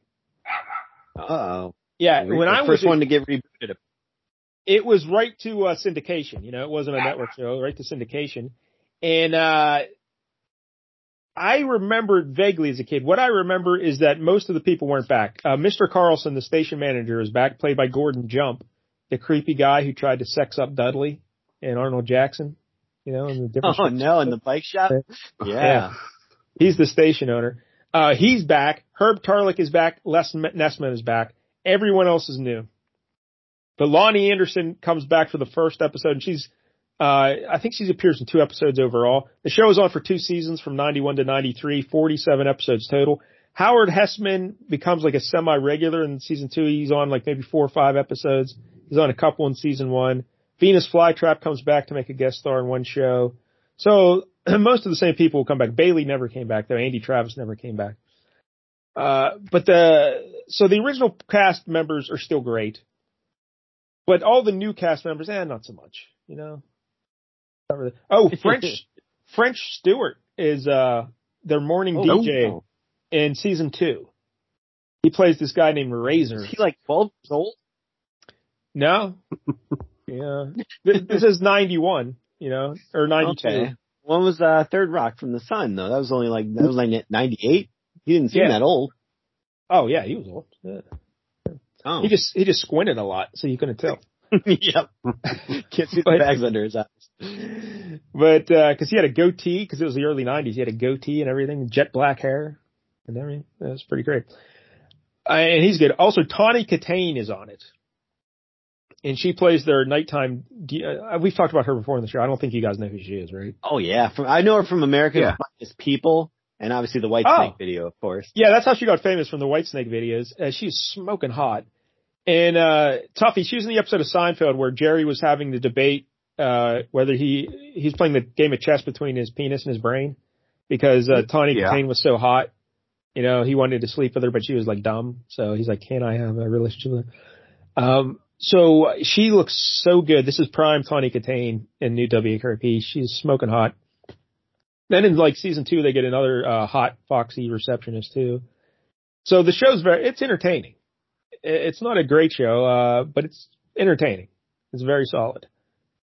Uh oh. Yeah. When I was first a one to get rebooted. it was right to uh, syndication. You know, it wasn't a network show, right to syndication. And uh, I remember it vaguely as a kid. What I remember is that most of the people weren't back. Uh, Mr. Carlson, the station manager, is back, played by Gordon Jump, the creepy guy who tried to sex up Dudley and Arnold Jackson. you know, in the different. Oh shows. no, in the bike (laughs) shop. Yeah. He's the station owner. Uh, he's back. Herb Tarlick is back. Les M- Nessman is back. Everyone else is new. But Lonnie Anderson comes back for the first episode and she's, uh, I think she's appears in two episodes overall. The show is on for two seasons from 91 to 93, 47 episodes total. Howard Hessman becomes like a semi-regular in season two. He's on like maybe four or five episodes. He's on a couple in season one. Venus Flytrap comes back to make a guest star in one show. So (clears throat) most of the same people will come back. Bailey never came back though. Andy Travis never came back. Uh, but the, so the original cast members are still great, but all the new cast members, eh, not so much, you know? Not really. (laughs) Oh, French, French Stewart is, uh, their morning Oh, DJ no. in season two. He plays this guy named Razor. Is he like twelve years old? No. (laughs) yeah. This, this is 91, you know, or 92. Okay. When was uh, Third Rock from the Sun though? That was only like that was like ninety eight. He didn't seem Yeah. that old. Oh yeah, he was old. Yeah. Oh. He just, he just squinted a lot, so you couldn't tell. (laughs) yep. Can't see the But- bags under his eyes. But, uh 'cause cause he had a goatee, cause it was the early 90s, he had a goatee and everything, jet black hair and everything. That was pretty great. Uh, and he's good. Also, Tawny Katane is on it. And she plays their nighttime, D- uh, we've talked about her before in the show. I don't think you guys know who she is, right? Oh yeah, from, I know her from American Yeah. Funniest People, and obviously the White Oh. Snake video, of course. Yeah, that's how she got famous from the Whitesnake videos. Uh, she's smoking hot. And uh Tuffy, she was in the episode of Seinfeld where Jerry was having the debate uh whether he he's playing the game of chess between his penis and his brain because uh Tawny Yeah. Kane was so hot. You know, he wanted to sleep with her, but she was like dumb. So he's like, "Can I have a relationship with her?" Um, so she looks so good. This is prime Tawny Katane in New WKRP. She's smoking hot. Then in like season two, they get another uh, hot foxy receptionist too. So the show's very, it's entertaining. I- It's not a great show, uh, but it's entertaining. It's very solid,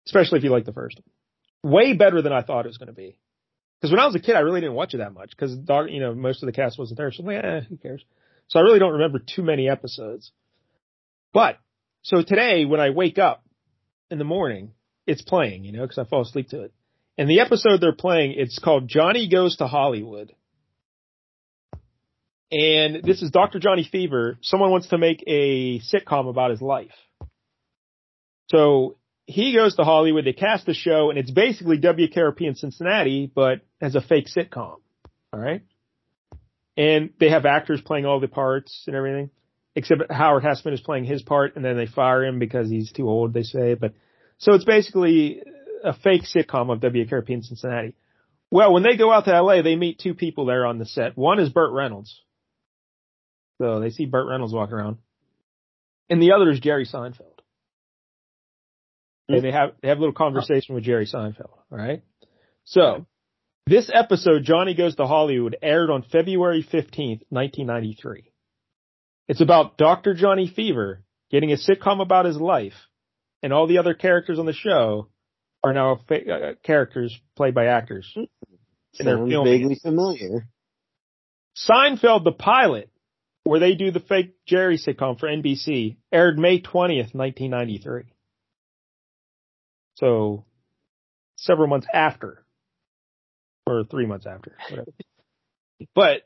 especially if you like the first one. Way better than I thought it was going to be. Because when I was a kid, I really didn't watch it that much because you know most of the cast wasn't there, so I'm like, eh, who cares? So I really don't remember too many episodes. But so today, when I wake up in the morning, it's playing, you know, because I fall asleep to it. And the episode they're playing, it's called Johnny Goes to Hollywood. And this is Dr. Johnny Fever. Someone wants to make a sitcom about his life. So he goes to Hollywood, they cast the show, and it's basically WKRP in Cincinnati, but as a fake sitcom. All right. And they have actors playing all the parts and everything, except Howard Hessman is playing his part, and then they fire him because he's too old, they say. But so it's basically a fake sitcom of WKRP in Cincinnati. Well, when they go out to LA, they meet two people there on the set. One is Burt Reynolds. So they see Burt Reynolds walk around. And the other is Jerry Seinfeld. And they have, they have a little conversation with Jerry Seinfeld. All right. So this episode, Johnny Goes to Hollywood, aired on February 15th, 1993. It's about Dr. Johnny Fever getting a sitcom about his life and all the other characters on the show are now fa- uh, characters played by actors. And they're Sounds filming it. vaguely familiar. Seinfeld the pilot, where they do the fake Jerry sitcom for NBC, aired May 20th, 1993. So several months after or 3 months after, whatever. (laughs) but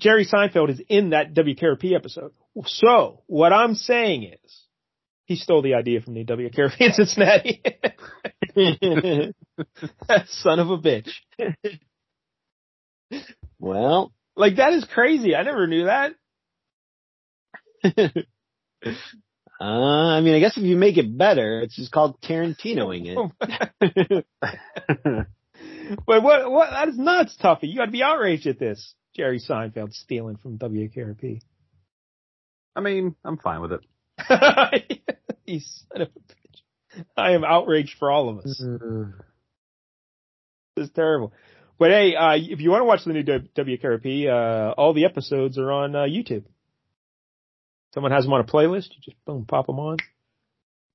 Jerry Seinfeld is in that WKRP episode. So, what I'm saying is he stole the idea from the WKRP in Cincinnati. (laughs) Son of a bitch. Well, Like that is crazy. I never knew that. uh, I mean, I guess if you make it better, it's just called Tarantinoing it. Oh, But what? What? That is nuts, Tuffy. You got to be outraged at this. Jerry Seinfeld stealing from WKRP. I mean, I'm fine with it. (laughs) you son of a bitch. I am outraged for all of us. This is terrible. But hey, uh, if you want to watch the new W- WKRP, uh, all the episodes are on uh, YouTube. Someone has them on a playlist. You just boom, pop them on.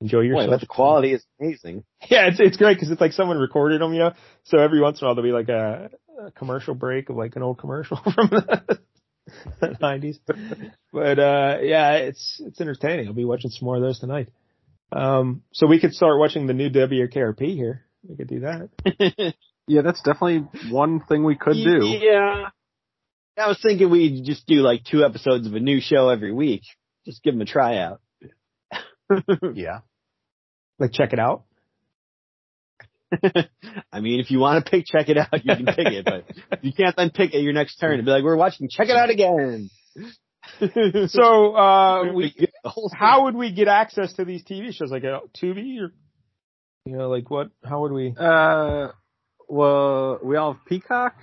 Enjoy Boy, yourself. but the quality is amazing. (laughs) Yeah, it's it's great because it's like someone recorded them, you know. So every once in a while there'll be like a, a commercial break of like an old commercial (laughs) from the (laughs) nineties. But uh yeah, it's it's entertaining. I'll be watching some more of those tonight. Um, so we could start watching the new WKRP here. We could do that. (laughs) Yeah, that's definitely one thing we could do. Yeah. I was thinking we'd just do like two episodes of a new show every week. Just give them a tryout. (laughs) Yeah. Like check it (laughs) out. I mean, if you want to pick, check it out. You can pick it, but you can't then pick at your next turn and be like, "We're watching, check it out again." (laughs) So uh, we The whole thing- how would we get access to these TV shows? Like uh, Tubi or you know, like what? How would we? Uh, well, we all have Peacock.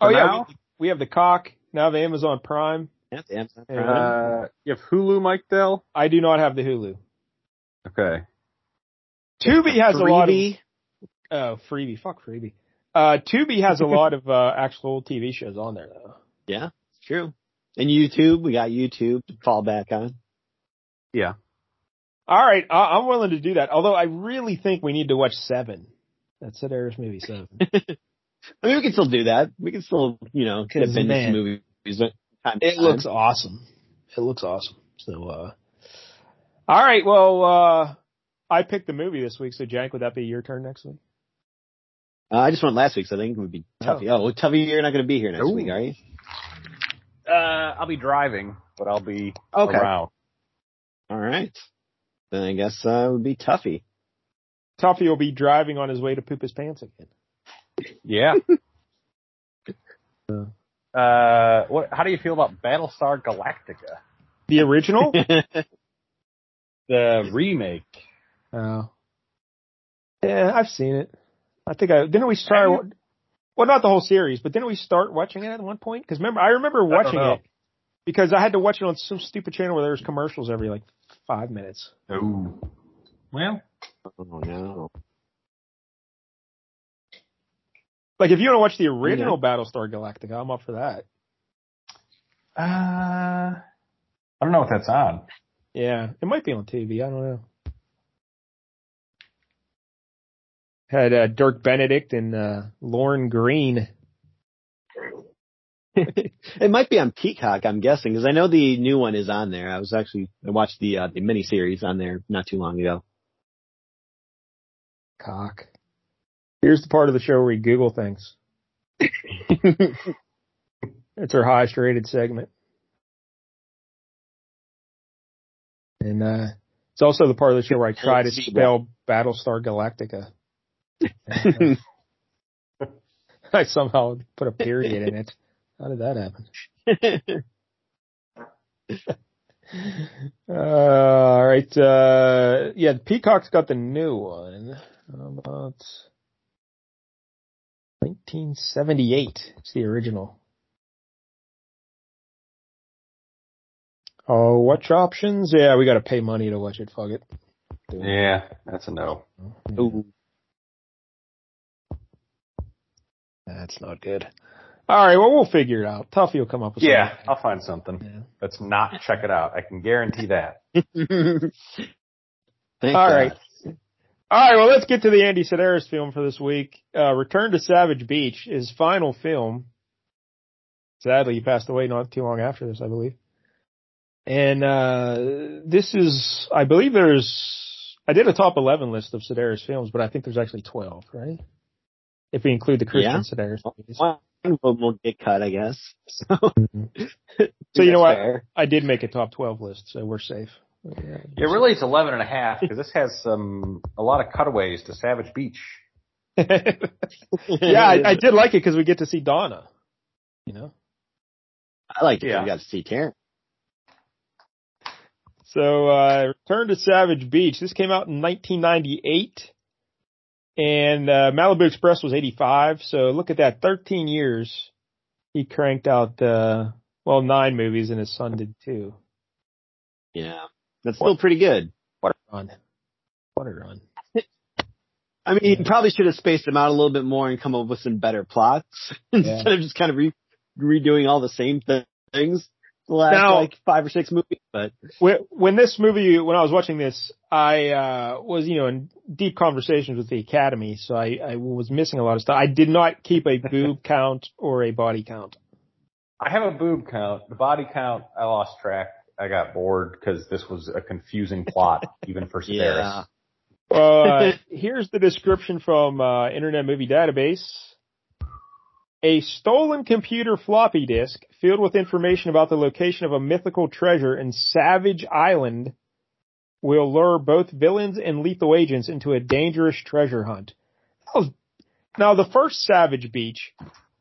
Oh For yeah, now? we, we have the cock. Now the Amazon Prime. Yeah, Amazon Uh, Prime. Uh, you have Hulu, Mike Dell. I do not have the Hulu. Okay. Tubi has a lot of Freebie. oh freebie. Fuck freebie. Uh, Tubi has a lot of uh, actual TV shows on there though. Yeah, it's true. And YouTube, we got YouTube to fall back on. All right, I- I'm willing to do that. Although I really think we need to watch Seven. That's an Irish movie, (laughs) Seven. I mean, we can still do that. We can still, you know, dip 'Cause, into some man, movies. But time to It time. looks awesome. It looks awesome. So, uh, all right. Well, uh, I picked the movie this week. So, Jank, would that be your turn next week? Uh, I just went last week, so I think it would be Tuffy. Oh, well, Tuffy, you're not going to be here next Ooh. week, are you? Uh, I'll be driving. But I'll be Okay. around. All right. Then I guess uh, it would be Tuffy. Toffee will be driving on his way to poop his pants (laughs) again. (laughs) Yeah. uh, what? How do you feel about Battlestar Galactica, The (laughs) original? the remake? oh. Yeah, I've seen it. I think I didn't we start. Have well, not the whole series, but didn't we start watching it at one point? Because remember, I remember don't watching know. it because I had to watch it on some stupid channel where there was commercials every like five minutes. Ooh. Well, oh no. Like if you want to watch the original Battlestar Galactica, I'm up for that. uh, I don't know what that's on. Yeah, it might be on TV. I don't know. Had uh, Dirk Benedict and uh, Lauren Green. It might be on Peacock, I'm guessing, because I know the new one is on there. I was actually I watched the uh, the miniseries on there not too long ago. Cock. Here's the part of the show where we Google things. it's our highest rated segment. And uh, it's also the part of the show where I try to spell Battlestar Galactica. I somehow put a period in it. How did that happen? (laughs) Uh, all right. Uh, yeah, Peacock's got the new one. How about 1978? It's the original. Oh, watch options? Yeah, we got to pay money to watch it. Fuck it. Yeah, that's a no. Ooh. That's not good. All right. Well, we'll figure it out. Tuffy will come up with Yeah, something. I'll find something. Yeah. Let's not check it out. I can guarantee that. (laughs) Thank All God. right. All right, well, let's get to the Andy Sedaris film for this week. Uh, Return to Savage Beach, his final film. Sadly, he passed away not too long after this, I believe. And uh, this is, I believe there's, I did a top 11 list of Sedaris films, but I think there's actually 12, right? If we include the Christian Yeah. Sedaris movies. (laughs) One of them will get cut, I guess. So, So you know what? That's fair. I did make a top 12 list, so we're safe. Yeah, really, it's 11 and a half because this has some a lot of cutaways to Savage Beach. (laughs) yeah, I, I did like it because we get to see Donna, you know? (laughs) I like it. Yeah. We got to see Karen. So, uh, Return to Savage Beach. This came out in 1998. And, uh, Malibu Express was 85. So look at that. 13 years. He cranked out, uh, well, nine movies and his son did two. Yeah, that's still pretty good. Run. What a run. I mean, you probably should have spaced them out a little bit more and come up with some better plots (laughs) instead of just kind of re- redoing all the same th- things the last Now- like five or six movies. But When, when this movie, when I was watching this, I, uh, was, you know, in deep conversations with the Academy. So I, I was missing a lot of stuff. I did not keep a boob count or a body count. I have a boob count. The body count, I lost track. I got bored because this was a confusing plot, even for Sedaris. (laughs) yeah, Uh, here's the description from uh, Internet Movie Database. A stolen computer floppy disk filled with information about the location of a mythical treasure in Savage Island will lure both villains and lethal agents into a dangerous treasure hunt. That was- now, the first Savage Beach,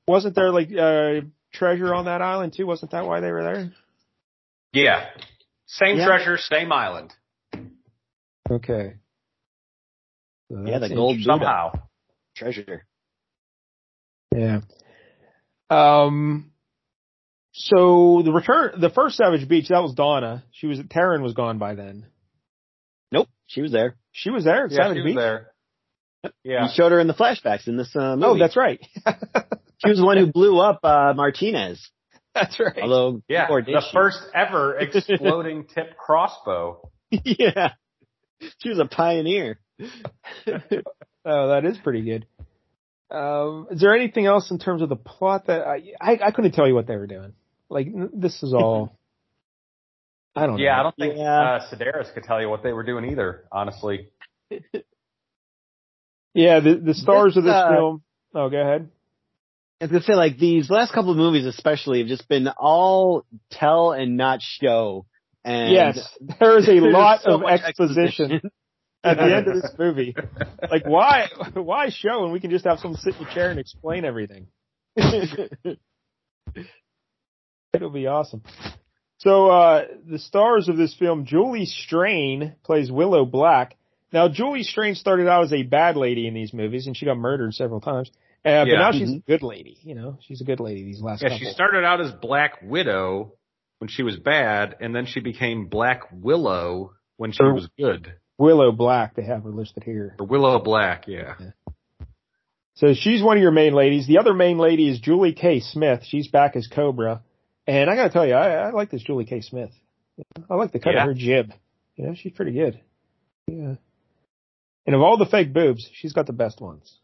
wasn't there like uh, treasure on that island too? Wasn't that why they were there? Yeah. Same Yeah. treasure, same island. Okay. So yeah, the that's gold Buddha Somehow. treasure. Yeah. Um. So the return, the first Savage Beach, that was Donna. She was Taryn was gone by then. Nope, she was there. She was there. at Yeah, Savage she was Beach. there. You Yeah. showed her in the flashbacks in this uh, movie. Oh, that's right. (laughs) she was the one who blew up uh, Martinez. that's right. Although, Yeah. or did The she? first (laughs) ever exploding tip crossbow. (laughs) yeah, she was a pioneer. (laughs) Oh, that is pretty good. Um, is there anything else in terms of the plot that I I, I couldn't tell you what they were doing? Like n- this (laughs) is all. I Oh, don't Yeah, I know. don't think Yeah. uh, Sedaris could tell you what they were doing either, honestly. Yeah, the the stars of this This, uh, film. Oh, go ahead. I was gonna say like these last couple of movies especially have just been all tell and not show. And yes, (laughs) there is a there's lot so of much exposition (laughs) at the end of (laughs) this movie. Like why why show and we can just have someone sit in your chair and explain everything. (laughs) It'll be awesome. So uh the stars of this film, Julie Strain plays Willow Black. Now Julie Strain started out as a bad lady in these movies and she got murdered several times. Uh, but Yeah. now she's a good lady, you know. She's a good lady these last Yeah, couple. she started out as Black Widow when she was bad, and then she became Black Willow when she Or- was good. Willow Black they have her listed here. Or Willow Black, yeah. So she's one of your main ladies. The other main lady is Julie K. Smith. She's back as Cobra. And I gotta tell you, I, I like this Julie K. Smith. I like the cut Yeah. of her jib. You know, she's pretty good. Yeah. And of all the fake boobs, she's got the best ones.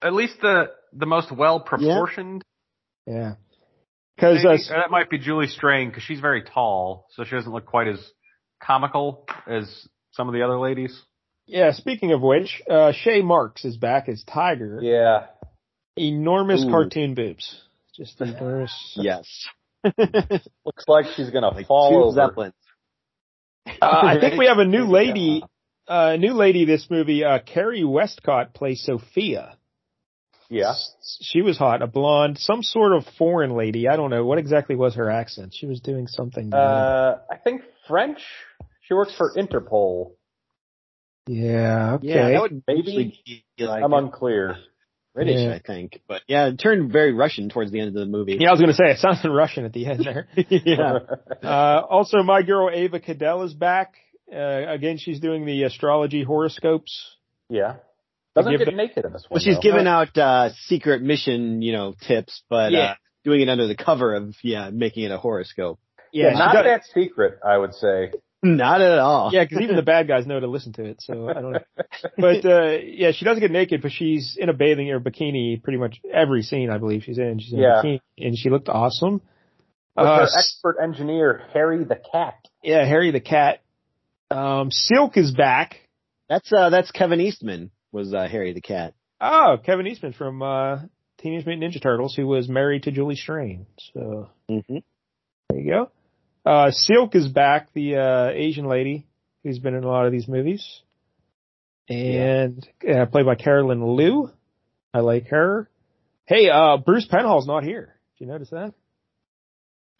At least the the most well proportioned. Yeah. Cause, uh, that might be Julie Strain because she's very tall, so she doesn't look quite as comical as some of the other ladies. yeah, speaking of which, uh, Shay Marks is back as Tiger. Yeah. Enormous Ooh. cartoon boobs. Just (laughs) enormous. yes, Looks like she's gonna like fall two over. Zeppelins. Uh, (laughs) I think we have a new lady, Yeah. a new lady this movie. Uh, Carrie Westcott plays Sophia. Yeah. She was hot, a blonde, some sort of foreign lady. I don't know what exactly was her accent. She was doing something. Uh, I think French. She works for Interpol. yeah. Okay. Yeah, that would Maybe usually be like I'm (laughs) unclear. British, Yeah. I think. But yeah, it turned very Russian towards the end of the movie. Yeah, I was gonna say it sounded Russian at the end (laughs) there. yeah. Uh, also, my girl Ava Cadell is back. Uh, again, she's doing the astrology horoscopes. (laughs) yeah. Doesn't Give get them- naked in this one. Well, she's though. giving out uh, secret mission, you know, tips, but uh, Yeah. doing it under the cover of yeah, making it a horoscope. Yeah, she not does- that secret, I would say. Not (laughs) at all. Yeah, because even the bad guys know to listen to it. So I don't. But uh yeah, she doesn't get naked, but she's in a bathing or bikini pretty much every scene I believe she's in. She's in Yeah. a bikini, and she looked awesome. With Uh, her s- expert engineer Harry the Cat. yeah, Harry the cat. Um, Silk is back. That's uh, that's Kevin Eastman was uh, Harry the Cat. Oh, Kevin Eastman from uh Teenage Mutant Ninja Turtles, who was married to Julie Strain. So Mm-hmm. there you go. Uh, Silk is back, the uh Asian lady who's been in a lot of these movies, and uh, played by Carolyn Liu. I like her. Hey, uh, Bruce Penhall's not here. Did you notice that? (laughs)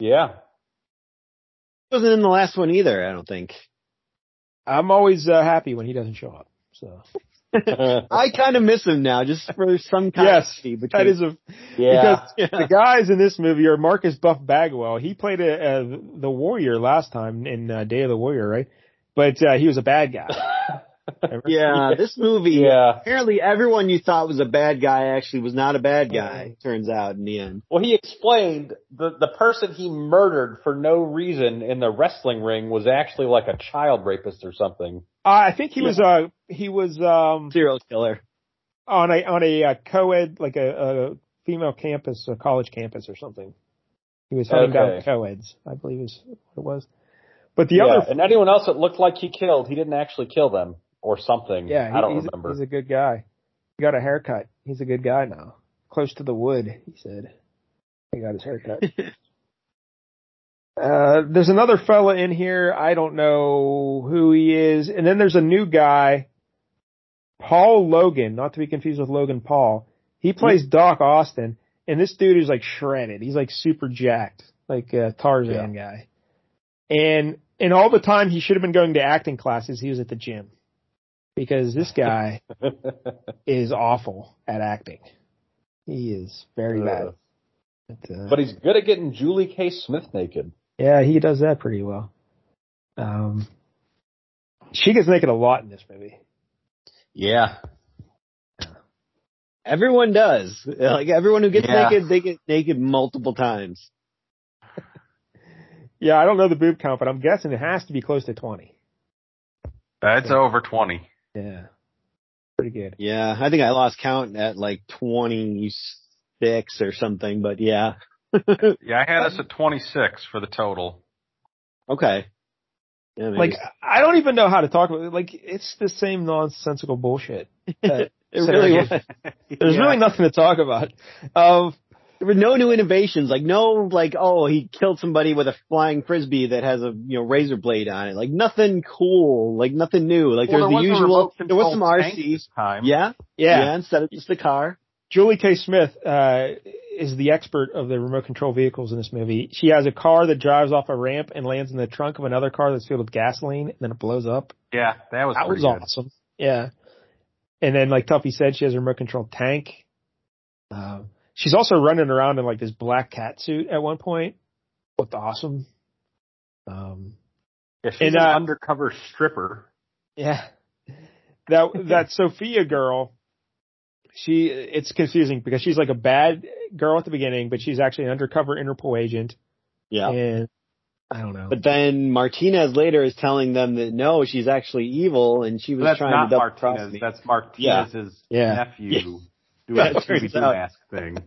Yeah. Wasn't in the last one either, I don't think. I'm always uh, happy when he doesn't show up. So I kind of miss him now, just for some kind Yes, between that is (laughs) a yeah. because the guys in this movie are Marcus Buff Bagwell. He played a, a the warrior last time in uh, Day of the Warrior, right? But uh, he was a bad (laughs) guy. Remember? yeah, this movie. Yeah. Apparently, everyone you thought was a bad guy actually was not a bad guy. Turns out in the end. Well, he explained the the person he murdered for no reason in the wrestling ring was actually like a child rapist or something. I think he was uh he was um Serial killer. on a on a uh, co-ed like a, a female campus, a college campus or something. He was hunting Okay. down co-eds, I believe is what it was. But the yeah, other, and anyone else that looked like he killed, he didn't actually kill them or something. yeah, he- I don't he's, remember. he's a good guy. He got a haircut. He's a good guy now. Close to the wood, he said. He got his haircut. Uh, there's another fella in here. I don't know who he is. And then there's a new guy, Paul Logan, not to be confused with Logan Paul. He plays Doc Austin, and this dude is like shredded. He's like super jacked, like a Tarzan guy. And and all the time he should have been going to acting classes, he was at the gym because this guy (laughs) is awful at acting. He is very bad. Ugh. But, uh, but he's good at getting Julie K. Smith naked. yeah, he does that pretty well. Um, she gets naked a lot in this movie. Yeah. Everyone does. Like everyone who gets Yeah. naked, they get naked multiple times. Yeah, I don't know the boob count, but I'm guessing it has to be close to 20. That's over 20. Yeah. Pretty good. Yeah, I think I lost count at like twenty six or something, but yeah. Yeah, I had us at 26 for the total. Okay. Yeah, maybe. Like, I don't even know how to talk about it. Like, it's the same nonsensical bullshit. that- (laughs) it really (laughs) was. segregation- There's really nothing to talk about. Um, There were no new innovations, like no, like oh, he killed somebody with a flying frisbee that has a you know razor blade on it, like nothing cool, like nothing new, like there's Well, there the was a usual. remote There was some control tank RC, this time. yeah, yeah. instead of just the car. Julie K. Smith, uh, is the expert of the remote control vehicles in this movie. She has a car that drives off a ramp and lands in the trunk of another car that's filled with gasoline and then it blows up. Yeah, that was That pretty was awesome. Yeah. And then, like Tuffy said, she has a remote control tank. Um, she's also running around in like this black cat suit at one point. Looked awesome. Um, good. Yeah, she's And, an uh, undercover stripper. yeah. (laughs) That that Sophia girl, she it's confusing because she's like a bad girl at the beginning, but she's actually an undercover Interpol agent. Yeah. And I don't know. But then Martinez later is telling them that no, she's actually evil and she was That's trying not to double cross Martinez. me. That's Martinez's Yeah. (laughs) nephew Yeah, doing a it turns Scooby-Doo out. mask thing.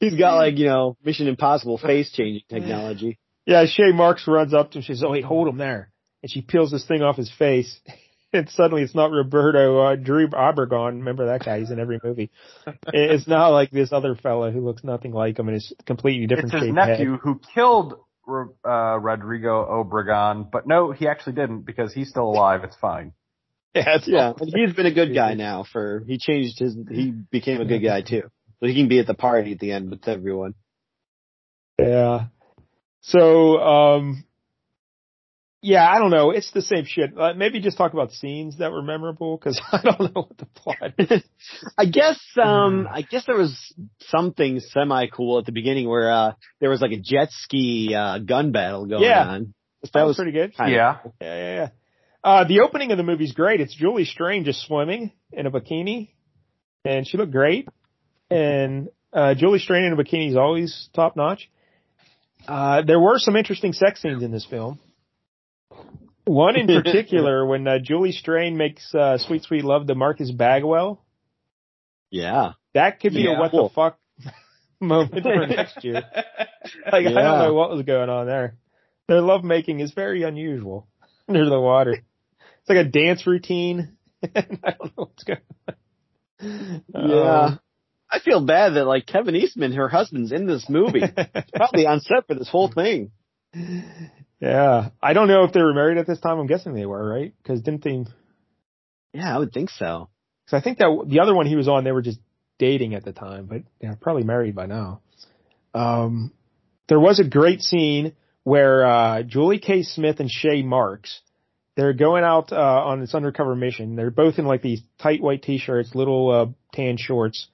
He's got like, you know, Mission Impossible (laughs) face changing technology. Yeah, Shay Marks runs up to him. She says, "Oh, wait, hold him there," and she peels this thing off his face. (laughs) And suddenly, it's not Roberto uh, Drew Obregon. Remember that guy? He's in every movie. It- It's not like this other fella who looks nothing like him and is completely different. It's his shaped nephew head. who killed Ro- uh, Rodrigo Obregon, but no, he actually didn't because he's still alive. It's fine. Yeah, it's- Yeah. And he's been a good guy now for he changed his he became a good guy too. So he can be at the party at the end with everyone. yeah. So, um, yeah, I don't know. It's the same shit. Uh, maybe just talk about scenes that were memorable because (laughs) I don't know what the plot. Is. I guess um I guess there was something semi cool at the beginning where uh there was like a jet ski uh gun battle going Yeah. on. That was pretty good. kind of- yeah. Yeah, yeah, yeah. Uh, the opening of the movie's great. It's Julie Strain just swimming in a bikini, and she looked great. And uh, Julie Strain in a bikini is always top notch. Uh, there were some interesting sex scenes in this film. One in particular, when uh, Julie Strain makes uh, "Sweet Sweet Love" to Marcus Bagwell, Yeah. that could be a Yeah. what Cool. the fuck moment for next year. (laughs) Like I don't Yeah. know what was going on there. Their lovemaking is very unusual (laughs) under the water. It's like a dance routine. (laughs) I don't know what's going on. Yeah. I feel bad that like Kevin Eastman, her husband's in this movie. Um, (laughs) Probably on set for this whole thing. yeah. I don't know if they were married at this time. I'm guessing they were, right? Because didn't they? Because Yeah, I would think so. I think that the other one he was on, they were just dating at the time, but yeah, probably married by now. Um, there was a great scene where uh, Julie K. Smith and Shay Marks they're going out uh, on this undercover mission. They're both in like these tight white t-shirts, little uh, tan shorts,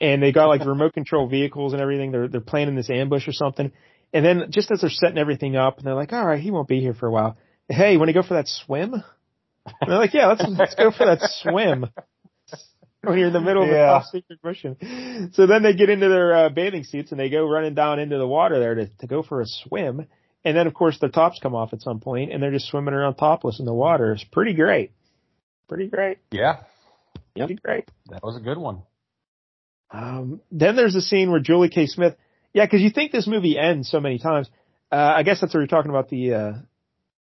and they got like (laughs) remote control vehicles and everything. They're they're planning this ambush or something. And then just as they're setting everything up, and they're like, "All right, he won't be here for a while." Hey, want to go for that swim? And they're like, "Yeah, let's let's go for that swim." (laughs) When you're in the middle of Yeah. a top secret mission, so then they get into their uh, bathing suits and they go running down into the water there to to go for a swim. And then of course their tops come off at some point and they're just swimming around topless in the water. It's pretty great. Pretty great. Yeah. Pretty great. That was a good one. Um, then there's a scene where Julie K. Smith, yeah, cause you think this movie ends so many times. Uh, I guess that's what you're talking about the, uh,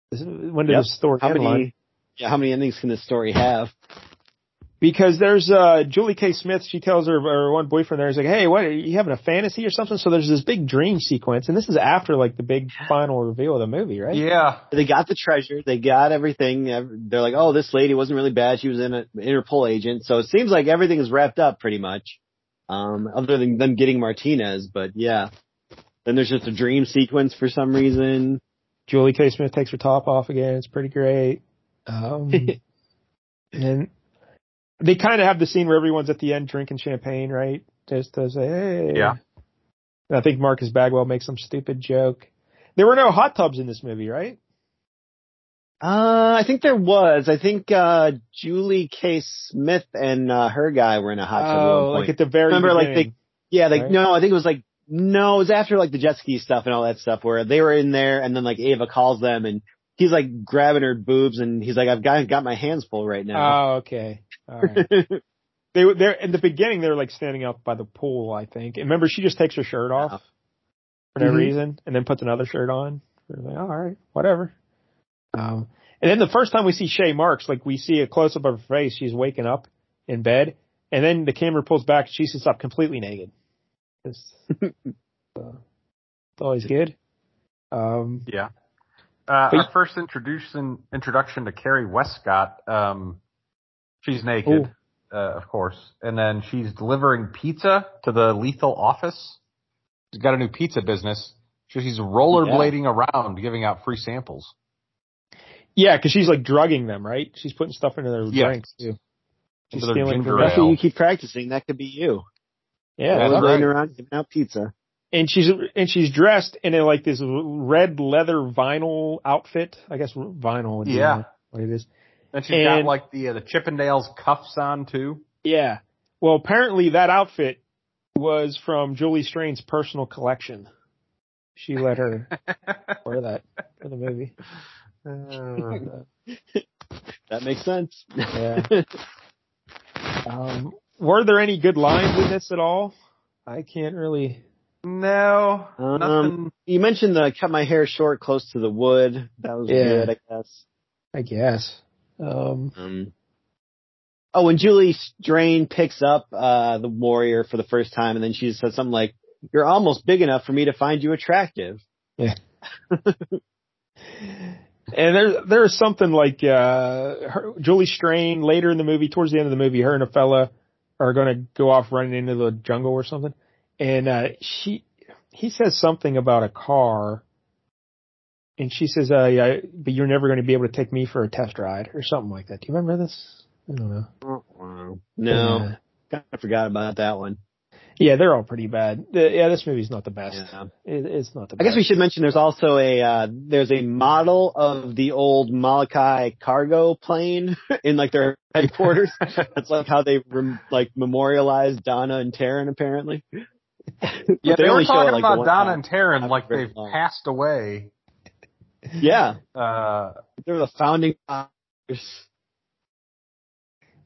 This is- When did the story How headline? many? Yeah, how many endings can this story have? Because there's uh Julie K. Smith, she tells her her one boyfriend there is like, Hey, what are you having a fantasy or something? So there's this big dream sequence and this is after like the big final reveal of the movie, right? Yeah. They got the treasure. They got everything. ev- They're like, oh, this lady wasn't really bad. She was in an Interpol agent. So it seems like everything is wrapped up pretty much. Um, other than them getting Martinez, but yeah. Then there's just a dream sequence for some reason. Julie K. Smith takes her top off again, it's pretty great. Um and they kind of have the scene where everyone's at the end drinking champagne, right? Just to say, hey. Yeah. And I think Marcus Bagwell makes some stupid joke. There were no hot tubs in this movie, right? Uh, I think there was. I think, uh, Julie K. Smith and, uh, her guy were in a hot tub at one Oh, point. like at the very Remember, like, beginning. Yeah, like right? no, I think it was like no, it was after like the jet ski stuff and all that stuff where they were in there and then like Ava calls them and he's like grabbing her boobs and he's like, I've got got my hands full right now. Oh, okay. All right. (laughs) they were there in the beginning. They were like standing out by the pool, I think. And remember, she just takes her shirt off Yeah. for no Mhm. reason, and then puts another shirt on. We're like, all right, whatever. Um, and then the first time we see Shay Marks, like we see a close up of her face. She's waking up in bed, and then the camera pulls back. She sits up completely naked. It's, (laughs) uh, it's always good. Um, Yeah. Uh, But- our first introduction introduction to Carrie Westcott. Um, she's naked, uh, of course, and then she's delivering pizza to the lethal office. She's got a new pizza business. So she's rollerblading around, giving out free samples. yeah, because she's like drugging them, right? She's putting stuff into their Yeah. drinks too. She's Into their stealing ginger from- ale. That's what you keep practicing. That could be you. Yeah, Rolling that's right. around giving out pizza. and she's and she's dressed in a, like this red leather vinyl outfit. I guess vinyl. Would be Yeah. what it is. And she's And- got like the uh, the Chippendales cuffs on too. Yeah. Well, apparently that outfit was from Julie Strain's personal collection. She let (laughs) her wear that for the movie. That makes (laughs) sense. Yeah. um, were there any good lines in this at all? I can't really. no, Um, nothing. You mentioned the cut my hair short close to the wood. That was Yeah. good, I guess. I guess. Um, Um Oh, when Julie Strain picks up uh the warrior for the first time and then she says something like, You're almost big enough for me to find you attractive. And there, there's something like, uh, her, Julie Strain later in the movie, towards the end of the movie, her and a fella are going to go off running into the jungle or something. And, uh, she, he says something about a car and she says, uh, yeah, but you're never going to be able to take me for a test ride or something like that. Do you remember this? I don't know. No. Yeah. I Uh, forgot about that one. Yeah, they're all pretty bad. The- yeah, this movie's not the best. Yeah. It, it's not the I best. guess we should mention there's also a uh, there's a model of the old Molokai cargo plane (laughs) in like their (laughs) headquarters. That's like how they rem- like memorialized Donna and Taryn apparently. (laughs) But yeah, they, were only show it, talking like, the about one Donna time. and Taryn like very they've long. passed away. Yeah, Uh, they were the founding fathers.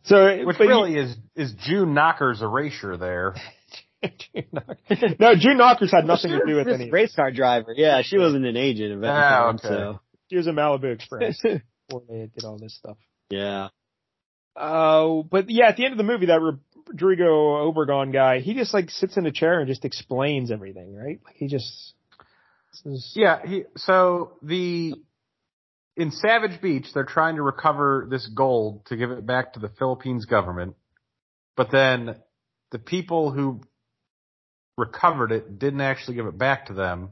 so, Which but you- really is is June Knocker's erasure there. (laughs) June Knockers- no, June Knockers had nothing to do with This any. of it. race car driver. Yeah, she wasn't an agent of any Ah, time, okay. She was a (laughs) Malibu Express. before they did all this stuff. so yeah. Oh, but yeah, at the end of the movie, that Rodrigo Obregon guy, he just like sits in a chair and just explains everything, right? Like he just. This is, Yeah, he, so the in Savage Beach they're trying to recover this gold to give it back to the Philippines government. But then the people who recovered it didn't actually give it back to them.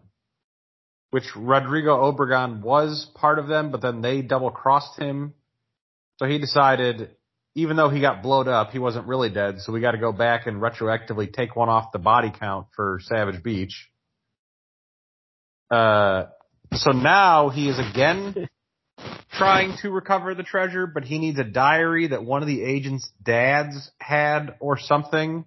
Which Rodrigo Obregon was part of them, but then they double crossed him. So he decided, even though he got blowed up, he wasn't really dead, so we gotta go back and retroactively take one off the body count for Savage Beach. Uh, so now he is (laughs) again trying to recover the treasure, but he needs a diary that one of the agent's dads had or something.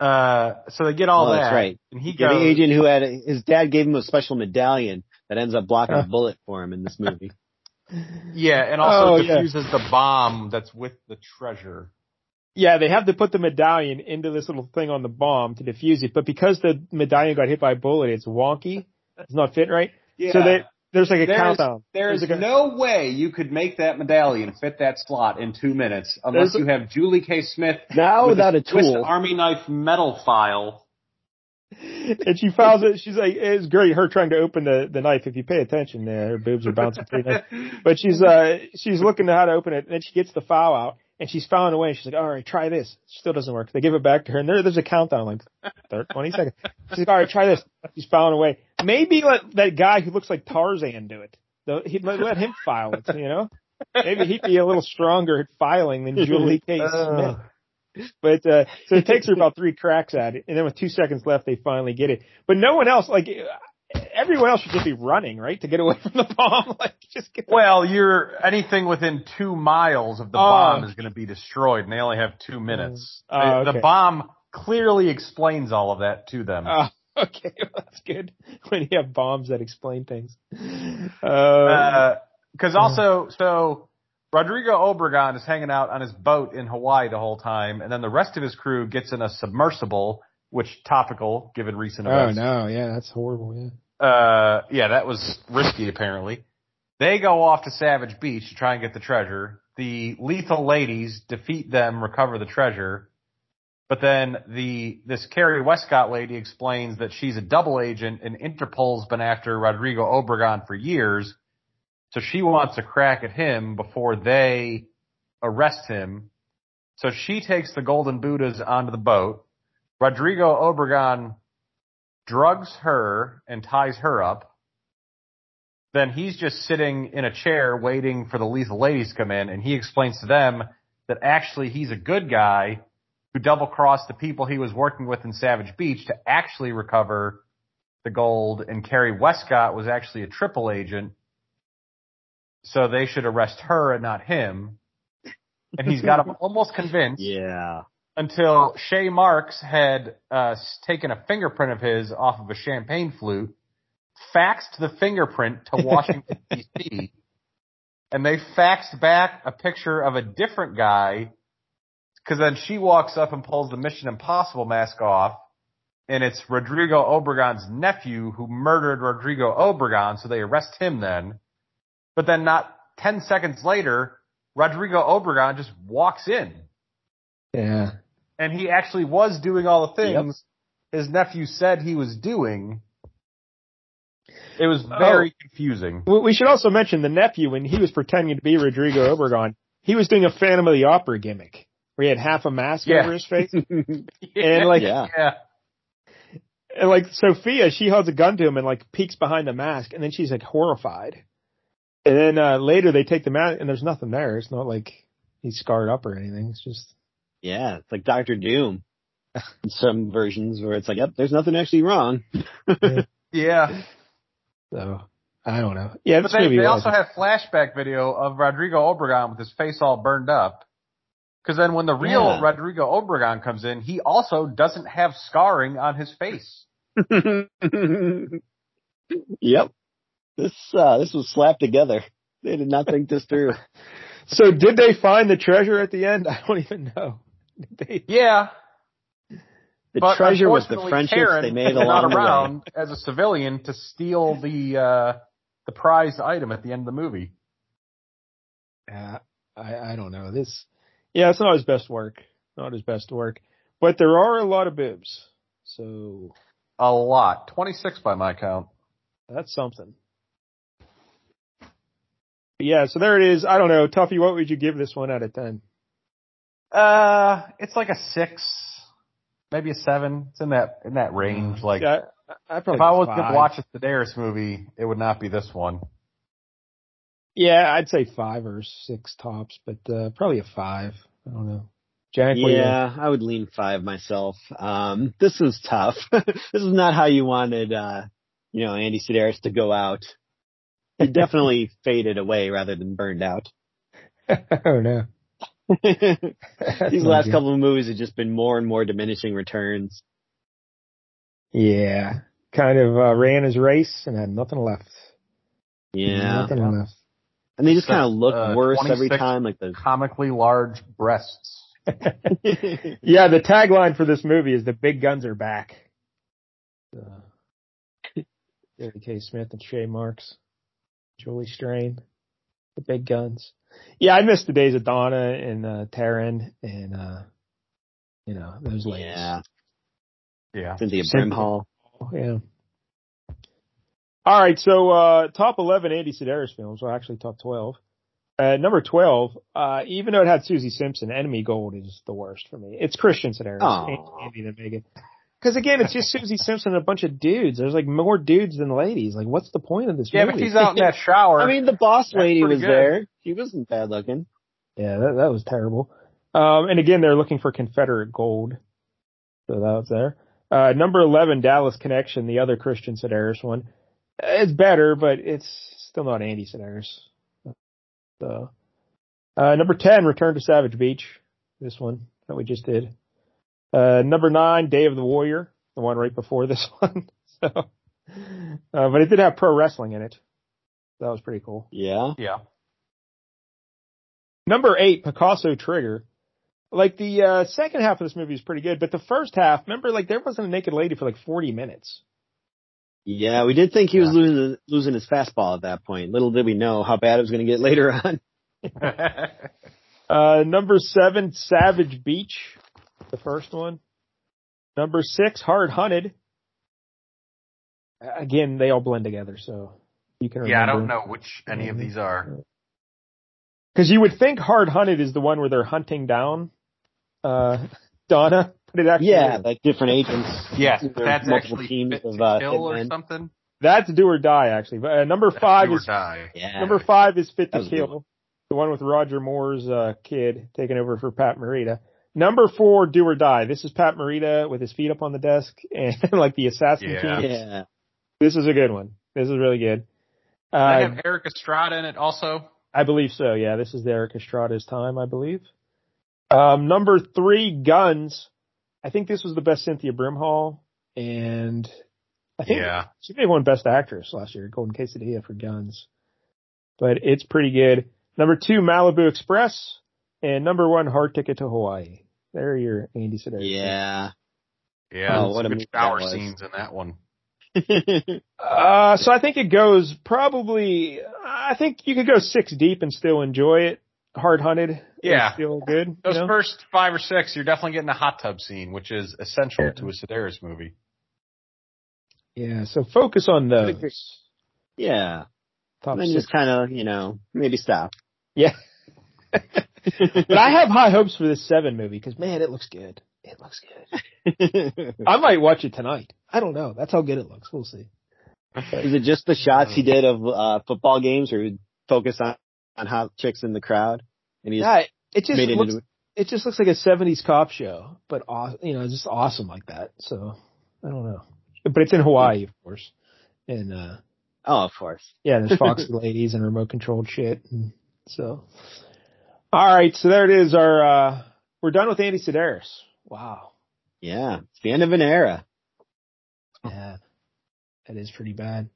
Uh, so they get all Oh, that. that's right. And he Yeah, goes, the agent who had his dad gave him a special medallion that ends up blocking (laughs) Huh. a bullet for him in this movie. Yeah, and also Oh, yeah. diffuses the bomb that's with the treasure. yeah, they have to put the medallion into this little thing on the bomb to defuse it, but because the medallion got hit by a bullet, it's wonky. It's not fit right. So they There's like a There's, countdown. there's like a- no way you could make that medallion fit that slot in two minutes unless There's- you have Julie K. Smith Now with without a Swiss tool. Army knife metal file. (laughs) and she files it. She's like, it's great. Her trying to open the, the knife. If you pay attention, there, her boobs are bouncing pretty nice. But she's uh she's looking at how to open it, and then she gets the file out, and she's filing away. And she's like, all right, try this. Still doesn't work. They give it back to her, and there, there's a countdown, like thir- 20 seconds. She's like, all right, try this. She's filing away. Maybe let that guy who looks like Tarzan do it. Though He let, let him file it. You know, maybe he'd be a little stronger at filing than Julie K. Smith. But uh, so it takes her about three cracks at it, and then with two seconds left, they finally get it. But no one else, like everyone else, should just be running right to get away from the bomb. (laughs) Like just get. (laughs) Well, you're anything within two miles of the Oh. bomb is going to be destroyed, and they only have two minutes. Mm. Oh, The- okay. The bomb clearly explains all of that to them. (laughs) Oh, okay, well, that's good when you have bombs that explain things. Uh, because also, so Rodrigo Obregon is hanging out on his boat in Hawaii the whole time, and then the rest of his crew gets in a submersible, which topical given recent oh events. no, yeah, that's horrible. Yeah. Uh, yeah, that was risky apparently. They go off to Savage Beach to try and get the treasure. The lethal ladies defeat them, recover the treasure. But then the this Carrie Westcott lady explains that she's a double agent and Interpol's been after Rodrigo Obregon for years. So she wants a crack at him before they arrest him. So she takes the Golden Buddhas onto the boat. Rodrigo Obregon drugs her and ties her up. Then he's just sitting in a chair waiting for the lethal ladies to come in and he explains to them that actually he's a good guy who double crossed the people he was working with in Savage Beach to actually recover the gold and Carrie Westcott was actually a triple agent. So they should arrest her and not him. And he's got him almost convinced Yeah. until Shay Marks had uh, s- taken a fingerprint of his off of a champagne flute, faxed the fingerprint to Washington D.C., and they faxed back a picture of a different guy. Because then she walks up and pulls the Mission Impossible mask off, and it's Rodrigo Obregon's nephew who murdered Rodrigo Obregon, so they arrest him then. But then, not ten seconds later, Rodrigo Obregon just walks in Yeah. and he actually was doing all the things his nephew said he was doing. It was very confusing. We we should also mention the nephew when he was pretending to be (laughs) Rodrigo Obregon. He was doing a Phantom of the Opera gimmick where he had half a mask Yeah. over his (laughs) face, and like yeah. (laughs) yeah, And like Sophia, she holds a gun to him and like peeks behind the mask, and then she's like horrified. And then uh later they take the mask, and there's nothing there. It's not like he's scarred up or anything. It's just Yeah. It's like Doctor (laughs) Doom. In some versions where it's like, yep, there's nothing actually (laughs) wrong. yeah. so I don't know. Yeah, But this they, movie they was- also have flashback video of Rodrigo Obregon with his face all burned up. Because then when the real Yeah. Rodrigo Obregon comes in, he also doesn't have scarring on his face. yep. This uh this was slapped together. They did not think this (laughs) through. so did they find the treasure at the end? (laughs) I don't even know. Did They, Yeah, The but treasure was the unfortunately, friendships Karen they made is not along the way. around as a civilian to steal the uh, the prized item at the end of the movie. uh, I I don't know. This yeah, it's not his best work. Not his best work. But there are a lot of boobs, so A lot. 26 by my count. That's something. But yeah, so there it is. I don't know, Tuffy. What would you give this one out of ten? Uh, it's like a six, maybe a seven. It's in that, in that range. Like, Yeah, I, I probably if I was five. to watch a Sedaris movie, it would not be this one. yeah, I'd say five or six tops, but uh, probably a five. I don't know. Jack, what do you- Yeah, I would lean five myself. Um this is tough. (laughs) this is not how you wanted uh you know Andy Sedaris to go out. He (laughs) definitely faded away rather than burned out. (laughs) oh no, (laughs) These That's not last good. couple of movies have just been more and more diminishing returns. Yeah, kind of uh, ran his race and had nothing left. Yeah. nothing (laughs) left. And they just kind of look Uh, worse every 26 time, like the Comically large breasts. Yeah, the tagline for this movie is "The big guns are back." Uh, K. Smith and Shay Marks. Julie Strain, the big guns. Yeah, I miss the days of Donna and uh, Taryn and uh, you know those ladies. Yeah. Yeah. Cynthia Cynthia. Brimhall. Oh, yeah. All right, so uh, top eleven Andy Sedaris films. Well, actually, top twelve. Uh, number twelve, uh, even though it had Susie Simpson, Enemy Gold is the worst for me. It's Christian Sedaris, Aw. Andy and Megan. Because again, it's (laughs) just Susie Simpson and a bunch of dudes. There's like more dudes than ladies. Like, what's the point of this Yeah, but movie? he's out in that shower. (laughs) I mean, the boss That's lady pretty was good. there. She wasn't bad looking. Yeah, that, that was terrible. Um, and again, they're looking for Confederate gold. So that was there. Uh, number 11, Dallas Connection, the other Christian Sedaris one. It's better, but it's still not Andy Sedaris. So, uh, number 10, Return to Savage Beach. This one that we just did. Uh, number nine, Day of the Warrior, the one right before this (laughs) one. so, uh, but it did have pro wrestling in it. That was pretty cool. Yeah. yeah. Number eight, Picasso Trigger. Like the uh, second half of this movie is pretty good, but the first half, remember, like there wasn't a naked lady for like forty minutes. Yeah, we did think he was losing losing his fastball at that point. Little did we know how bad it was going to get later on. Uh, number seven, Savage Beach, the first one. Number six, Hard Hunted. Uh, Again, they all blend together, so you can. Remember. know which any of these are. Because you would think Hard Hunted is the one where they're hunting down uh, Donna, but it actually (laughs) Yeah, isn't. like different agents. Yes, There's that's multiple actually teams fit of, to uh, kill or hitmen. something. that's Do or Die actually. But uh, number That's five do or is die. Yeah. Number five is Fit to That was a good Kill, the one with Roger Moore's uh, kid taking over for Pat Morita. Number four, Do or Die. This is Pat Morita with his feet up on the desk (laughs) and like the assassin Yeah. team. Yeah. This is a good one. This is really good. I Uh, have Eric Estrada in it also. I believe so. Yeah, this is Eric Estrada's time, I believe. Um, number three, Guns. I think this was the best Cynthia Brimhall, and I think Yeah. she may have won Best Actress last year, Golden Quesadilla for Guns. But it's pretty good. Number two, Malibu Express, and number one, Hard Ticket to Hawaii. There are your Andy Sedaris. Yeah. Yeah, Oh, some what a good movie that shower was. scenes in that one. Uh, so I think it goes probably. I think you could go six deep and still enjoy it. Hard hunted, Yeah. is still good. you Those know? first five or six, you're definitely getting a hot tub scene, which is essential to a Sedaris movie. Yeah, so focus on those. (laughs) yeah. Top And then six. just kind of, you know, maybe stop. (laughs) Yeah. (laughs) but I have high hopes for this seven movie because man, it looks good. It looks good. Is (laughs) I might watch it tonight. I don't know. That's how good it looks. We'll see. it just the shots he did of uh football games or he'd focus on on hot chicks in the crowd? And he's Yeah, it- it just made it looks, into it just looks like a '70s cop show, but aw- you know, just awesome like that. So I don't know, but it's in Hawaii, of course, and uh Oh, of course. Yeah, (laughs) there's Fox ladies and remote controlled shit. And so, all right, so there it is. Our uh, we're done with Andy Sedaris. Wow, Yeah. It's the end of an era. Oh. yeah, that is pretty bad.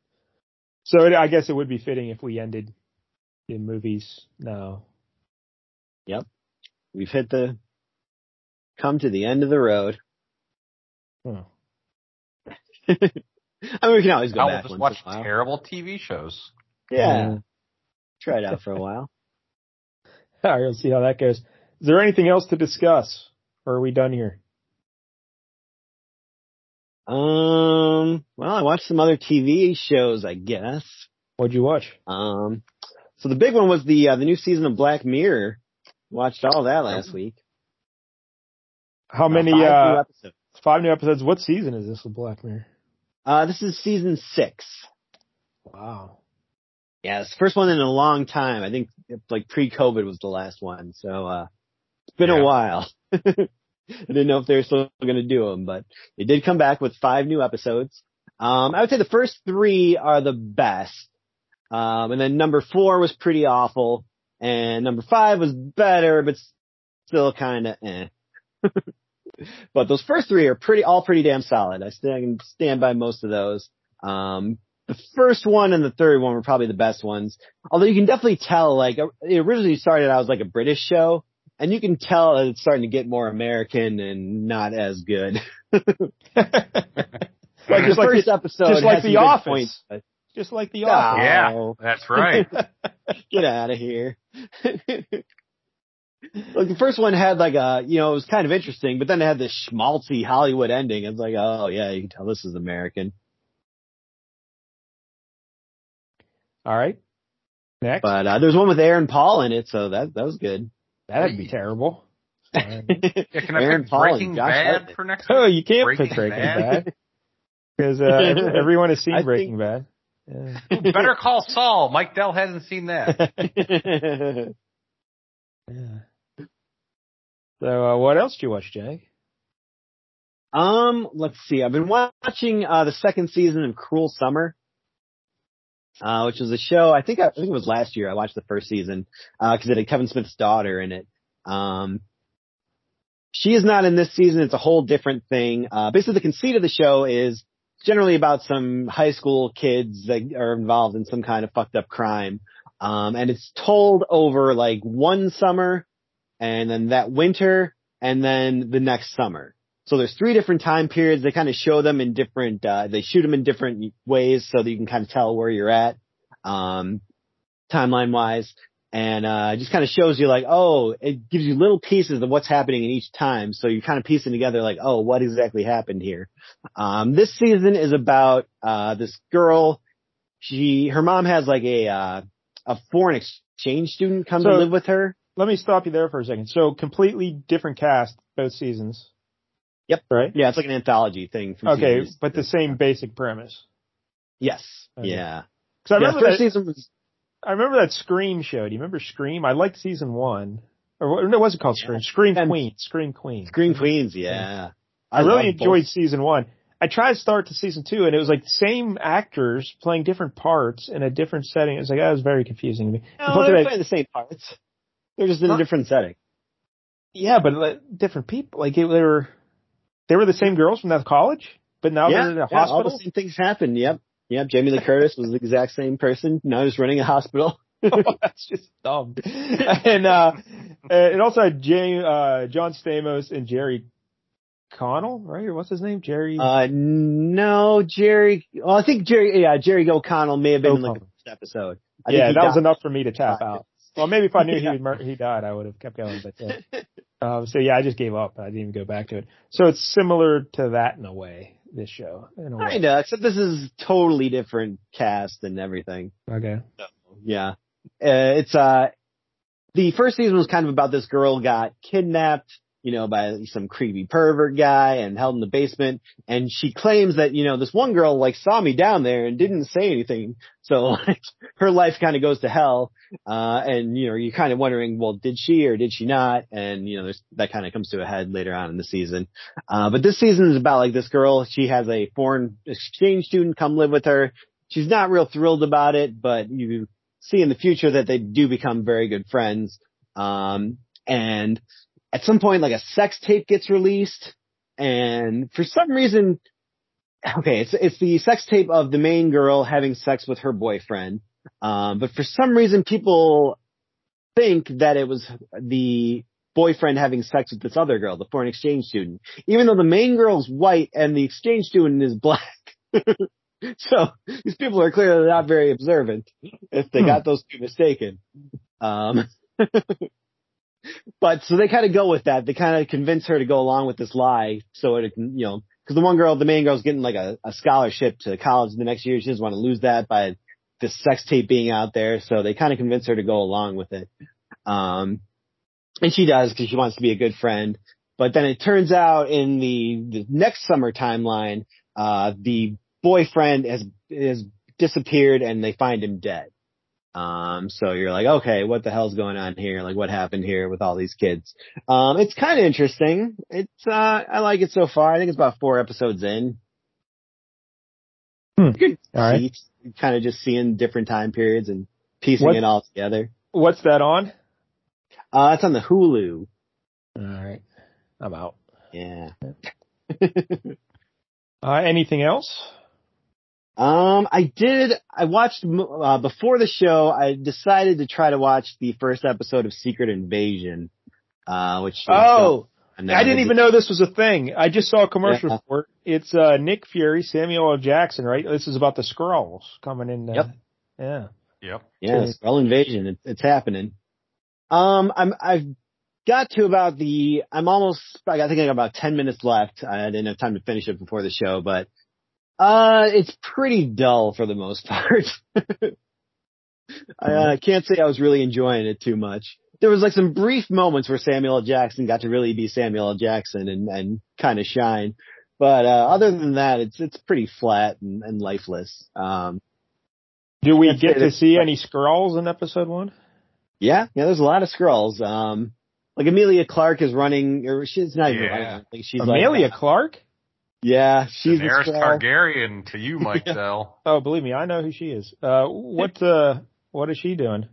So it, I guess it would be fitting if we ended in movies. No, We've hit the come to the end of the road. (laughs) Huh. I mean, we can always go I will back just once watch in a while. terrible TV shows. Yeah, try it out for a while. (laughs) all right, we'll see how that goes. Is there anything else to discuss, or are we done here? Um, well, I watched some other TV shows, I guess. What'd you watch? Um, so the big one was the uh, the new season of Black Mirror. Watched all that last week. How many? Uh, five new Uh, episodes. five new episodes. What season is this of Black Mirror? Uh, this is season six. Wow. Yeah, it's the first one in a long time. I think like pre-COVID was the last one. So, uh, it's been Yeah. a while. (laughs) I didn't know if they were still going to do them, but they did come back with five new episodes. Um, I would say the first three are the best. Um, and then number four was pretty awful and number five was better, but still kind of eh. (laughs) but those first three are pretty, all pretty damn solid. I stand, stand by most of those. Um, the first one and the third one were probably the best ones. Although you can definitely tell, like, uh, it originally started out as like a British show, and you can tell that it's starting to get more American and not as good. (laughs) (laughs) like the just like first the- episode, just like has some The good Office. points, but- just like the No. office. Yeah, Oh. that's (laughs) right. Get out of here. Like the first one had like a, you know, it was kind of interesting, but then it had this schmaltzy Hollywood ending. It's like, oh yeah, you can tell this is American. All right. Next. But uh, there's one with Aaron Paul in it, so that that was good. (laughs) That'd be (laughs) terrible. Yeah, can I Aaron pick Paul and Breaking Josh Bad Hartnett. for next? (laughs) oh, week? you can't Breaking pick Breaking Bad? Bad because (laughs) uh, ev- everyone has seen I think- Breaking Bad. Yeah. Better Call Saul. Mike Dell hasn't seen that. (laughs) I Yeah. So uh, what else did you watch, Jay? um, let's see. I've been watching uh the second season of Cruel Summer. Uh, which was a show, I think, I, think it was last year I watched the first season, uh, cause it had Kevin Smith's daughter in it. Um, she is not in this season. It's a whole different thing. Uh, basically the conceit of the show is generally about some high school kids that are involved in some kind of fucked up crime. Um, and it's told over like one summer and then that winter and then the next summer. So there's three different time periods. They kind of show them in different, uh, they shoot them in different ways so that you can kind of tell where you're at, um, timeline wise. And, uh, it just kind of shows you like, oh, it gives you little pieces of what's happening in each time. So you're kind of piecing together like, oh, what exactly happened here? Um, this season is about, uh, this girl. She, her mom has like a, uh, a foreign exchange student come to So- live with her. Let me stop you there for a second. So completely different cast both seasons. Yep. Right. Yeah, it's like an anthology thing. From Okay, seasons. but the same basic premise. Yes. Okay. Yeah. 'Cause I yeah, remember first that, season was I remember that Scream show. Do you remember Scream? I liked season one. Or what, no, was it called Scream? Scream And- Queen. Scream Queen. Screen Queens. Yeah. I, love really both. enjoyed season one. I tried to start to season two and it was like same actors playing different parts in a different setting. It was like, that was very confusing to me. And No, plus they're it- playing the same parts. They're just in a different setting. yeah, but like, different people. Like it, they were, they were the same girls from that college, but now yeah. Oh, they're in a yeah, all hospital. the same things happen. Yep. Yep. Jamie Lee Curtis was the exact same person. Now he's running (laughs) a hospital. That's just dumb. and uh, it also had Jay, uh, John Stamos and Jerry Connell, right? Or what's his name? Jerry. Uh, no, Jerry. Well, I think Jerry. Yeah, Jerry O'Connell may have been in like the O'Connell. first episode. I think yeah, he that was died. Uh, enough for me to tap out. Well, maybe if I knew he Yeah. would mur- he died, I would have kept going. But yeah. (laughs) um, so yeah, I just gave up. I didn't even go back to it. So it's similar to that in a way. This show, in a way. Kinda, except this is totally different cast and everything. Okay. Yeah. Uh, it's, uh, the first season was kind of about this girl got kidnapped, you know, by some creepy pervert guy and held in the basement. And she claims that, you know, this one girl like saw me down there and didn't say anything. So (laughs) like her life kind of goes to hell. Uh, and you know, you're kind of wondering, well, did she or did she not? And you know, there's, that kind of comes to a head later on in the season. Uh, but this season is about like this girl. She has a foreign exchange student come live with her. She's not real thrilled about it, but you see in the future that they do become very good friends. Um, and at some point, like a sex tape gets released and for some reason, okay, it's, it's the sex tape of the main girl having sex with her boyfriend. Um, but for some reason people think that it was the boyfriend having sex with this other girl, the foreign exchange student, even though the main girl's white and the exchange student is black. (laughs) so these people are clearly not very observant if they got those two mistaken. Um, but so they kind of go with that. They kind of convince her to go along with this lie. So it, can, you know, cause the one girl, the main girl's getting like a, a scholarship to college the next year. She doesn't want to lose that by this sex tape being out there. So they kind of convince her to go along with it. Um, and she does cause she wants to be a good friend. But then it turns out in the, the next summer timeline, uh, the boyfriend has, has disappeared and they find him dead. Um, so you're like, okay, what the hell's going on here? Like, what happened here with all these kids? Um, it's kind of interesting. It's, uh, I like it so far. I think it's about four episodes in. Hmm. All right. Kind of just seeing different time periods and piecing What- it all together. What's that on? Uh, it's on the Hulu. All right. I'm out. Yeah. Uh, anything else? Um, I did, I watched, m- uh, before the show, I decided to try to watch the first episode of Secret Invasion, uh, which. Oh, and I didn't even know this was a thing. I just saw a commercial Yeah. for it, it's uh, Nick Fury, Samuel L. Jackson, right? This is about the Skrulls coming in. Uh, Yep. Yeah. Yep. Yeah, True. Skrull invasion. It, it's happening. Um, I'm I've got to about the I'm almost I got- I think I got about ten minutes left. I didn't have time to finish it before the show, but uh, it's pretty dull for the most (laughs) part. I uh, can't say I was really enjoying it too much. There was like some brief moments where Samuel L. Jackson got to really be Samuel L. Jackson and and kind of shine, but uh, other than that, it's it's pretty flat and, and lifeless. Um, Do we That's get it. to see any Skrulls in episode one? Yeah, yeah, there's a lot of scrolls. Um, like Amelia Clark is running, or she's not even Yeah. running. Like she's Amelia Like, Clark? yeah, she's a Daenerys Skrull. Targaryen to you, (laughs) Mike Dell. Oh, believe me, I know who she is. Uh, what uh, what is she doing?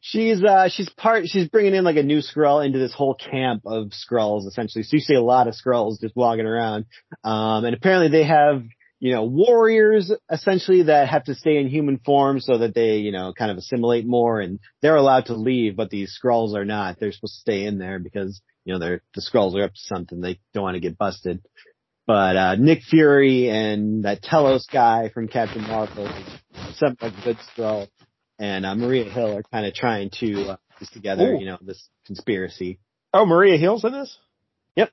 She's uh, she's part. She's bringing in like a new scroll into this whole camp of scrolls, essentially. So you see a lot of scrolls just walking around. Um, and apparently they have you know warriors essentially that have to stay in human form so that they you know kind of assimilate more, and they're allowed to leave, but these scrolls are not. They're supposed to stay in there because you know they're the scrolls are up to something. They don't want to get busted. But uh, Nick Fury and that Telos guy from Captain Marvel, some like good scroll and uh, Maria Hill are kind of trying to uh, piece together, Ooh. you know, this conspiracy. Oh, Maria Hill's in this. Yep.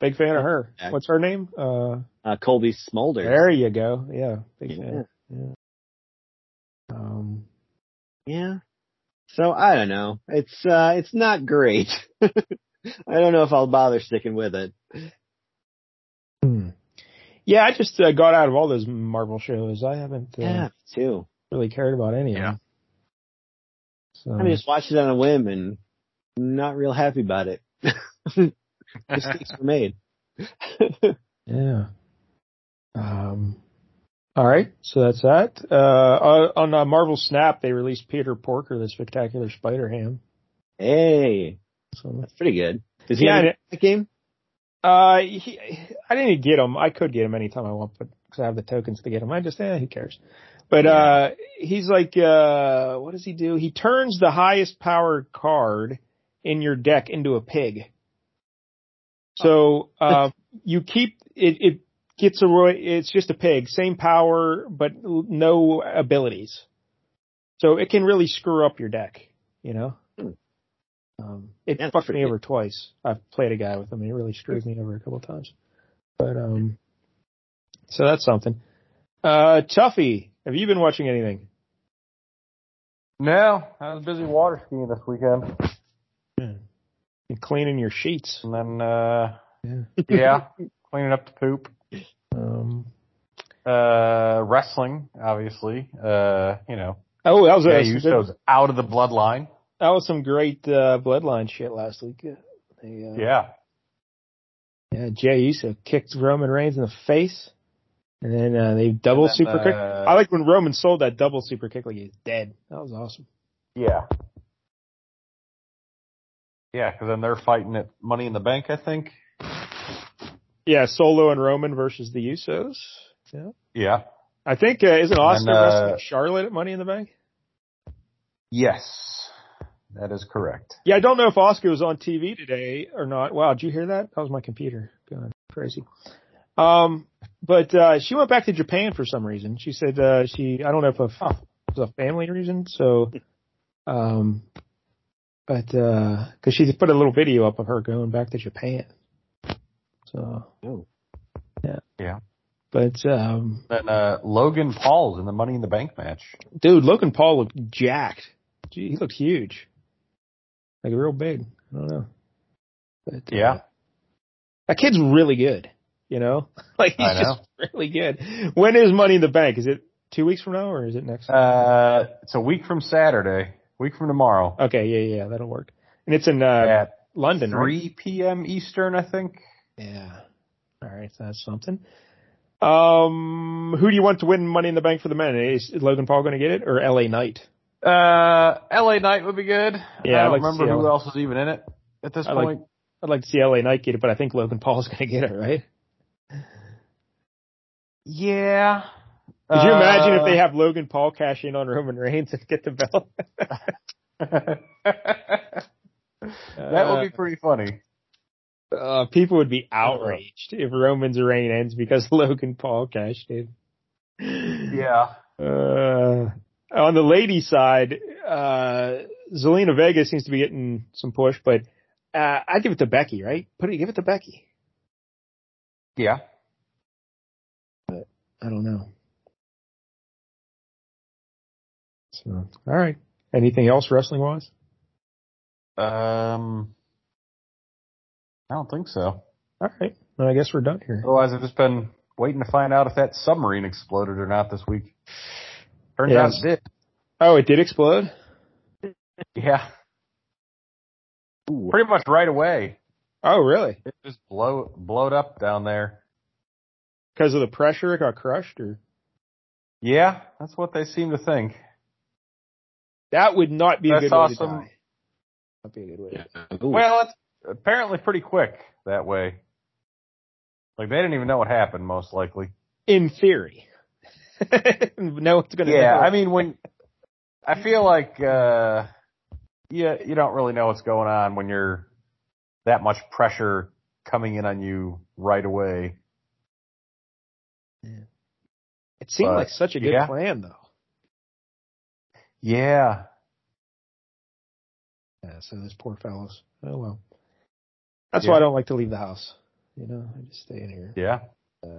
Big fan of her. Yeah. What's her name? Uh, Uh, Colby Smulders. there you go. Yeah, big Yeah. fan. Yeah. Um, yeah. So I don't know. It's uh, it's not great. (laughs) I don't know if I'll bother sticking with it. hmm. Yeah, I just uh, got out of all those Marvel shows. I haven't uh, Yeah, me too. really cared about any Yeah. of them. So, I mean, just watched it on a whim and I'm not real happy about it. (laughs) Mistakes were made. Yeah. Um, all right. So that's that. Uh, on on, uh, Marvel Snap, they released Peter Porker, the spectacular Spider Ham. hey, So, that's pretty good. Does he Yeah, have I a that game? uh, he, I didn't get him. I could get him anytime I want, but because I have the tokens to get him, I just, eh, who cares? But, uh, he's like, uh, what does he do? He turns the highest powered card in your deck into a pig. So, uh, you keep, it, it gets a, roy- it's just a pig, same power, but l- no abilities. So it can really screw up your deck, you know? Hmm. Um, it Yeah, that's fucked pretty me over twice. I've played a guy with him and it really screwed me over a couple times. But, um, so that's something. Uh, Tuffy, have you been watching anything? No, I was busy water skiing this weekend. Been cleaning your sheets. And then, uh, Yeah. (laughs) yeah, cleaning up the poop. Um, Uh, wrestling, obviously. Uh, you know, oh, that was, yeah, that, was Usos out of the bloodline. that was some great, uh, bloodline shit last week. Uh, They, uh, Yeah. Yeah, Jay Uso kicked Roman Reigns in the face, and then uh, they double And then, super kick. uh, I like when Roman sold that double super kick like he was dead. That was awesome. Yeah. Yeah, because then they're fighting at Money in the Bank, I think. Yeah, Solo and Roman versus the Usos. Yeah, Yeah. I think uh, isn't Austin And, uh, wrestling Charlotte at Money in the Bank? Yes, that is correct. Yeah, I don't know if Oscar was on TV today or not. Wow, did you hear that? That was my computer going crazy. Um, but uh, she went back to Japan for some reason. She said uh, she I don't know if a, f- it was a family reason. So, um, but because she put a little video up of her going back to Japan. So Oh. yeah, Yeah. But um, Then uh, Logan Paul's in the Money in the Bank match. dude, Logan Paul looked jacked. Gee, he looked huge, like real big. I don't know. But, uh, Yeah, That kid's really good, you know? (laughs) Like he's I know. just really good. When is Money in the Bank? Is it two weeks from now or is it next? Uh, it's a week from Saturday, week from tomorrow okay, yeah, yeah, that'll work. And it's in uh, at London, right? 3 p.m. Eastern, I think. Yeah. All right, that's something. Um, who do you want to win Money in the Bank for the men? Is Logan Paul going to get it or L.A. Knight? Uh, L.A. Night would be good. Yeah, I I'd don't like to remember see who LA. else is even in it at this I like- point. I'd like to see L.A. Knight get it, but I think Logan Paul's (laughs) going to get it, right? yeah. Could you imagine if Uh, they have Logan Paul cash in on Roman Reigns and get the belt? (laughs) Uh, (laughs) that would be pretty funny. Uh, people would be outraged if Roman's reign ends because (laughs) Logan Paul cashed in. Yeah. Uh, on the lady side, uh, Zelina Vega seems to be getting some push, but uh, I give it to Becky, right? Put it, give it to Becky. Yeah. I don't know. So, all right. Anything else wrestling wise? Um, I don't think so. All right. Then I guess we're done here. Otherwise, I've just been waiting to find out if that submarine exploded or not this week. Turns out Yes. it did. Oh, it did explode. Yeah. Pretty much right away. Oh, really? It just blow blowed up down there. Because of the pressure, it got crushed, or Yeah, that's what they seem to think. that would not be a That's good way to awesome. die. That'd be a good way. to- Well, it's apparently pretty quick that way. Like they didn't even know what happened, most likely. In theory, (laughs) no one's gonna. Yeah, know. I mean when I feel like uh yeah, you don't really know what's going on when you're that much pressure coming in on you right away. it seemed but- like such a good yeah. plan, though. Yeah. Yeah, so those poor fellows. Oh well. That's Yeah. why I don't like to leave the house. You know, I just stay in here. Uh, Yeah.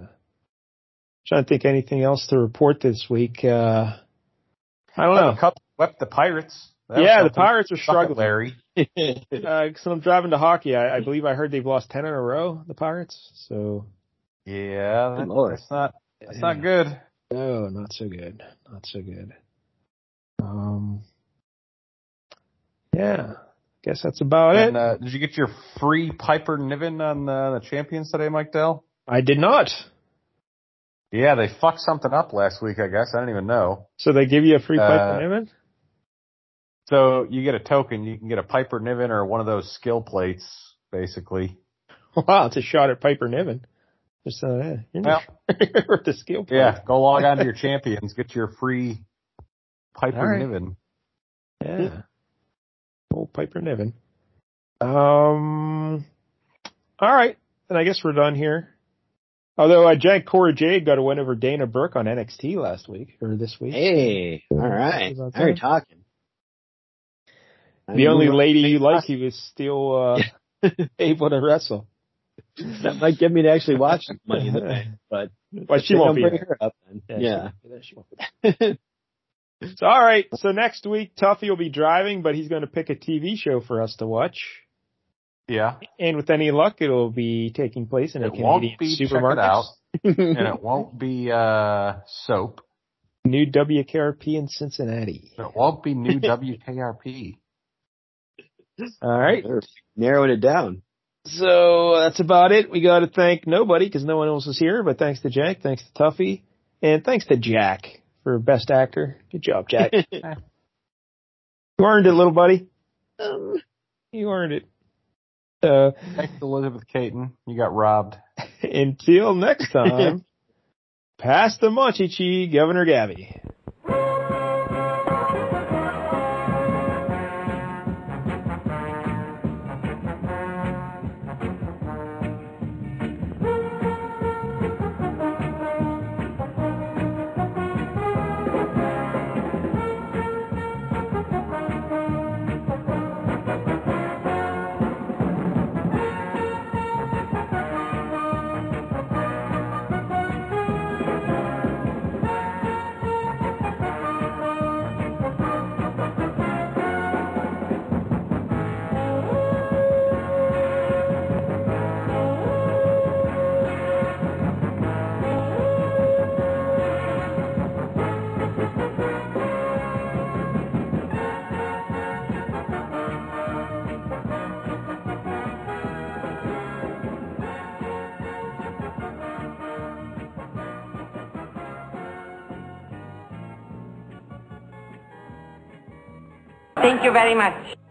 Trying to think anything else to report this week. Uh, I don't The know. Cubs swept the Pirates. That was Yeah, the something. Pirates are Suck it, struggling. Larry. Uh, so I'm driving to hockey. I, I believe I heard they've lost ten in a row. The Pirates. So Yeah, Good that- lord. that's not that's not good. No, not so good. Not so good. Um, yeah, guess that's about And, it. uh, did you get your free Piper Niven on the, the champions today, Mike Dell? I did not. Yeah, they fucked something up last week. I guess I don't even know. So they give you a free pipe Uh, for Newman? So you get a token. You can get a Piper Niven or one of those skill plates, basically. (laughs) Wow, it's a shot at Piper Niven. Just uh, yeah, you're Well, not- (laughs) with the skill play. yeah, go log on to your champions, get your free Piper All right. Niven. yeah. Old Piper Niven. Um. All right, then I guess we're done here. Although uh, Jack Cora Jade got a win over Dana Brooke on NXT last week or this week. Hey, all right. About Now you're that. talking. I The mean, only lady you like, he was still uh, (laughs) able to wrestle. that might get me to actually watch (laughs) Money in the Bank, but But she won't be bring there. her up. Then. Yeah, she won't be there. She won't be there. (laughs) so, all right. So next week, Tuffy will be driving, but he's going to pick a TV show for us to watch. Yeah, And with any luck, it'll be taking place in a it Canadian won't be check it supermarket. out, and it won't be uh soap. New WKRP in Cincinnati. It won't (laughs) be new WKRP. All right. They're narrowing it down. So that's about it. We got to thank nobody because no one else is here. But thanks to Jack, thanks to Tuffy, and thanks to Jack for best actor. Good job, Jack. you earned it, little buddy. You earned it. So Thanks, to Elizabeth Caton. You got robbed. until next time, pass the munchie, Governor Gabby. Thank you very much.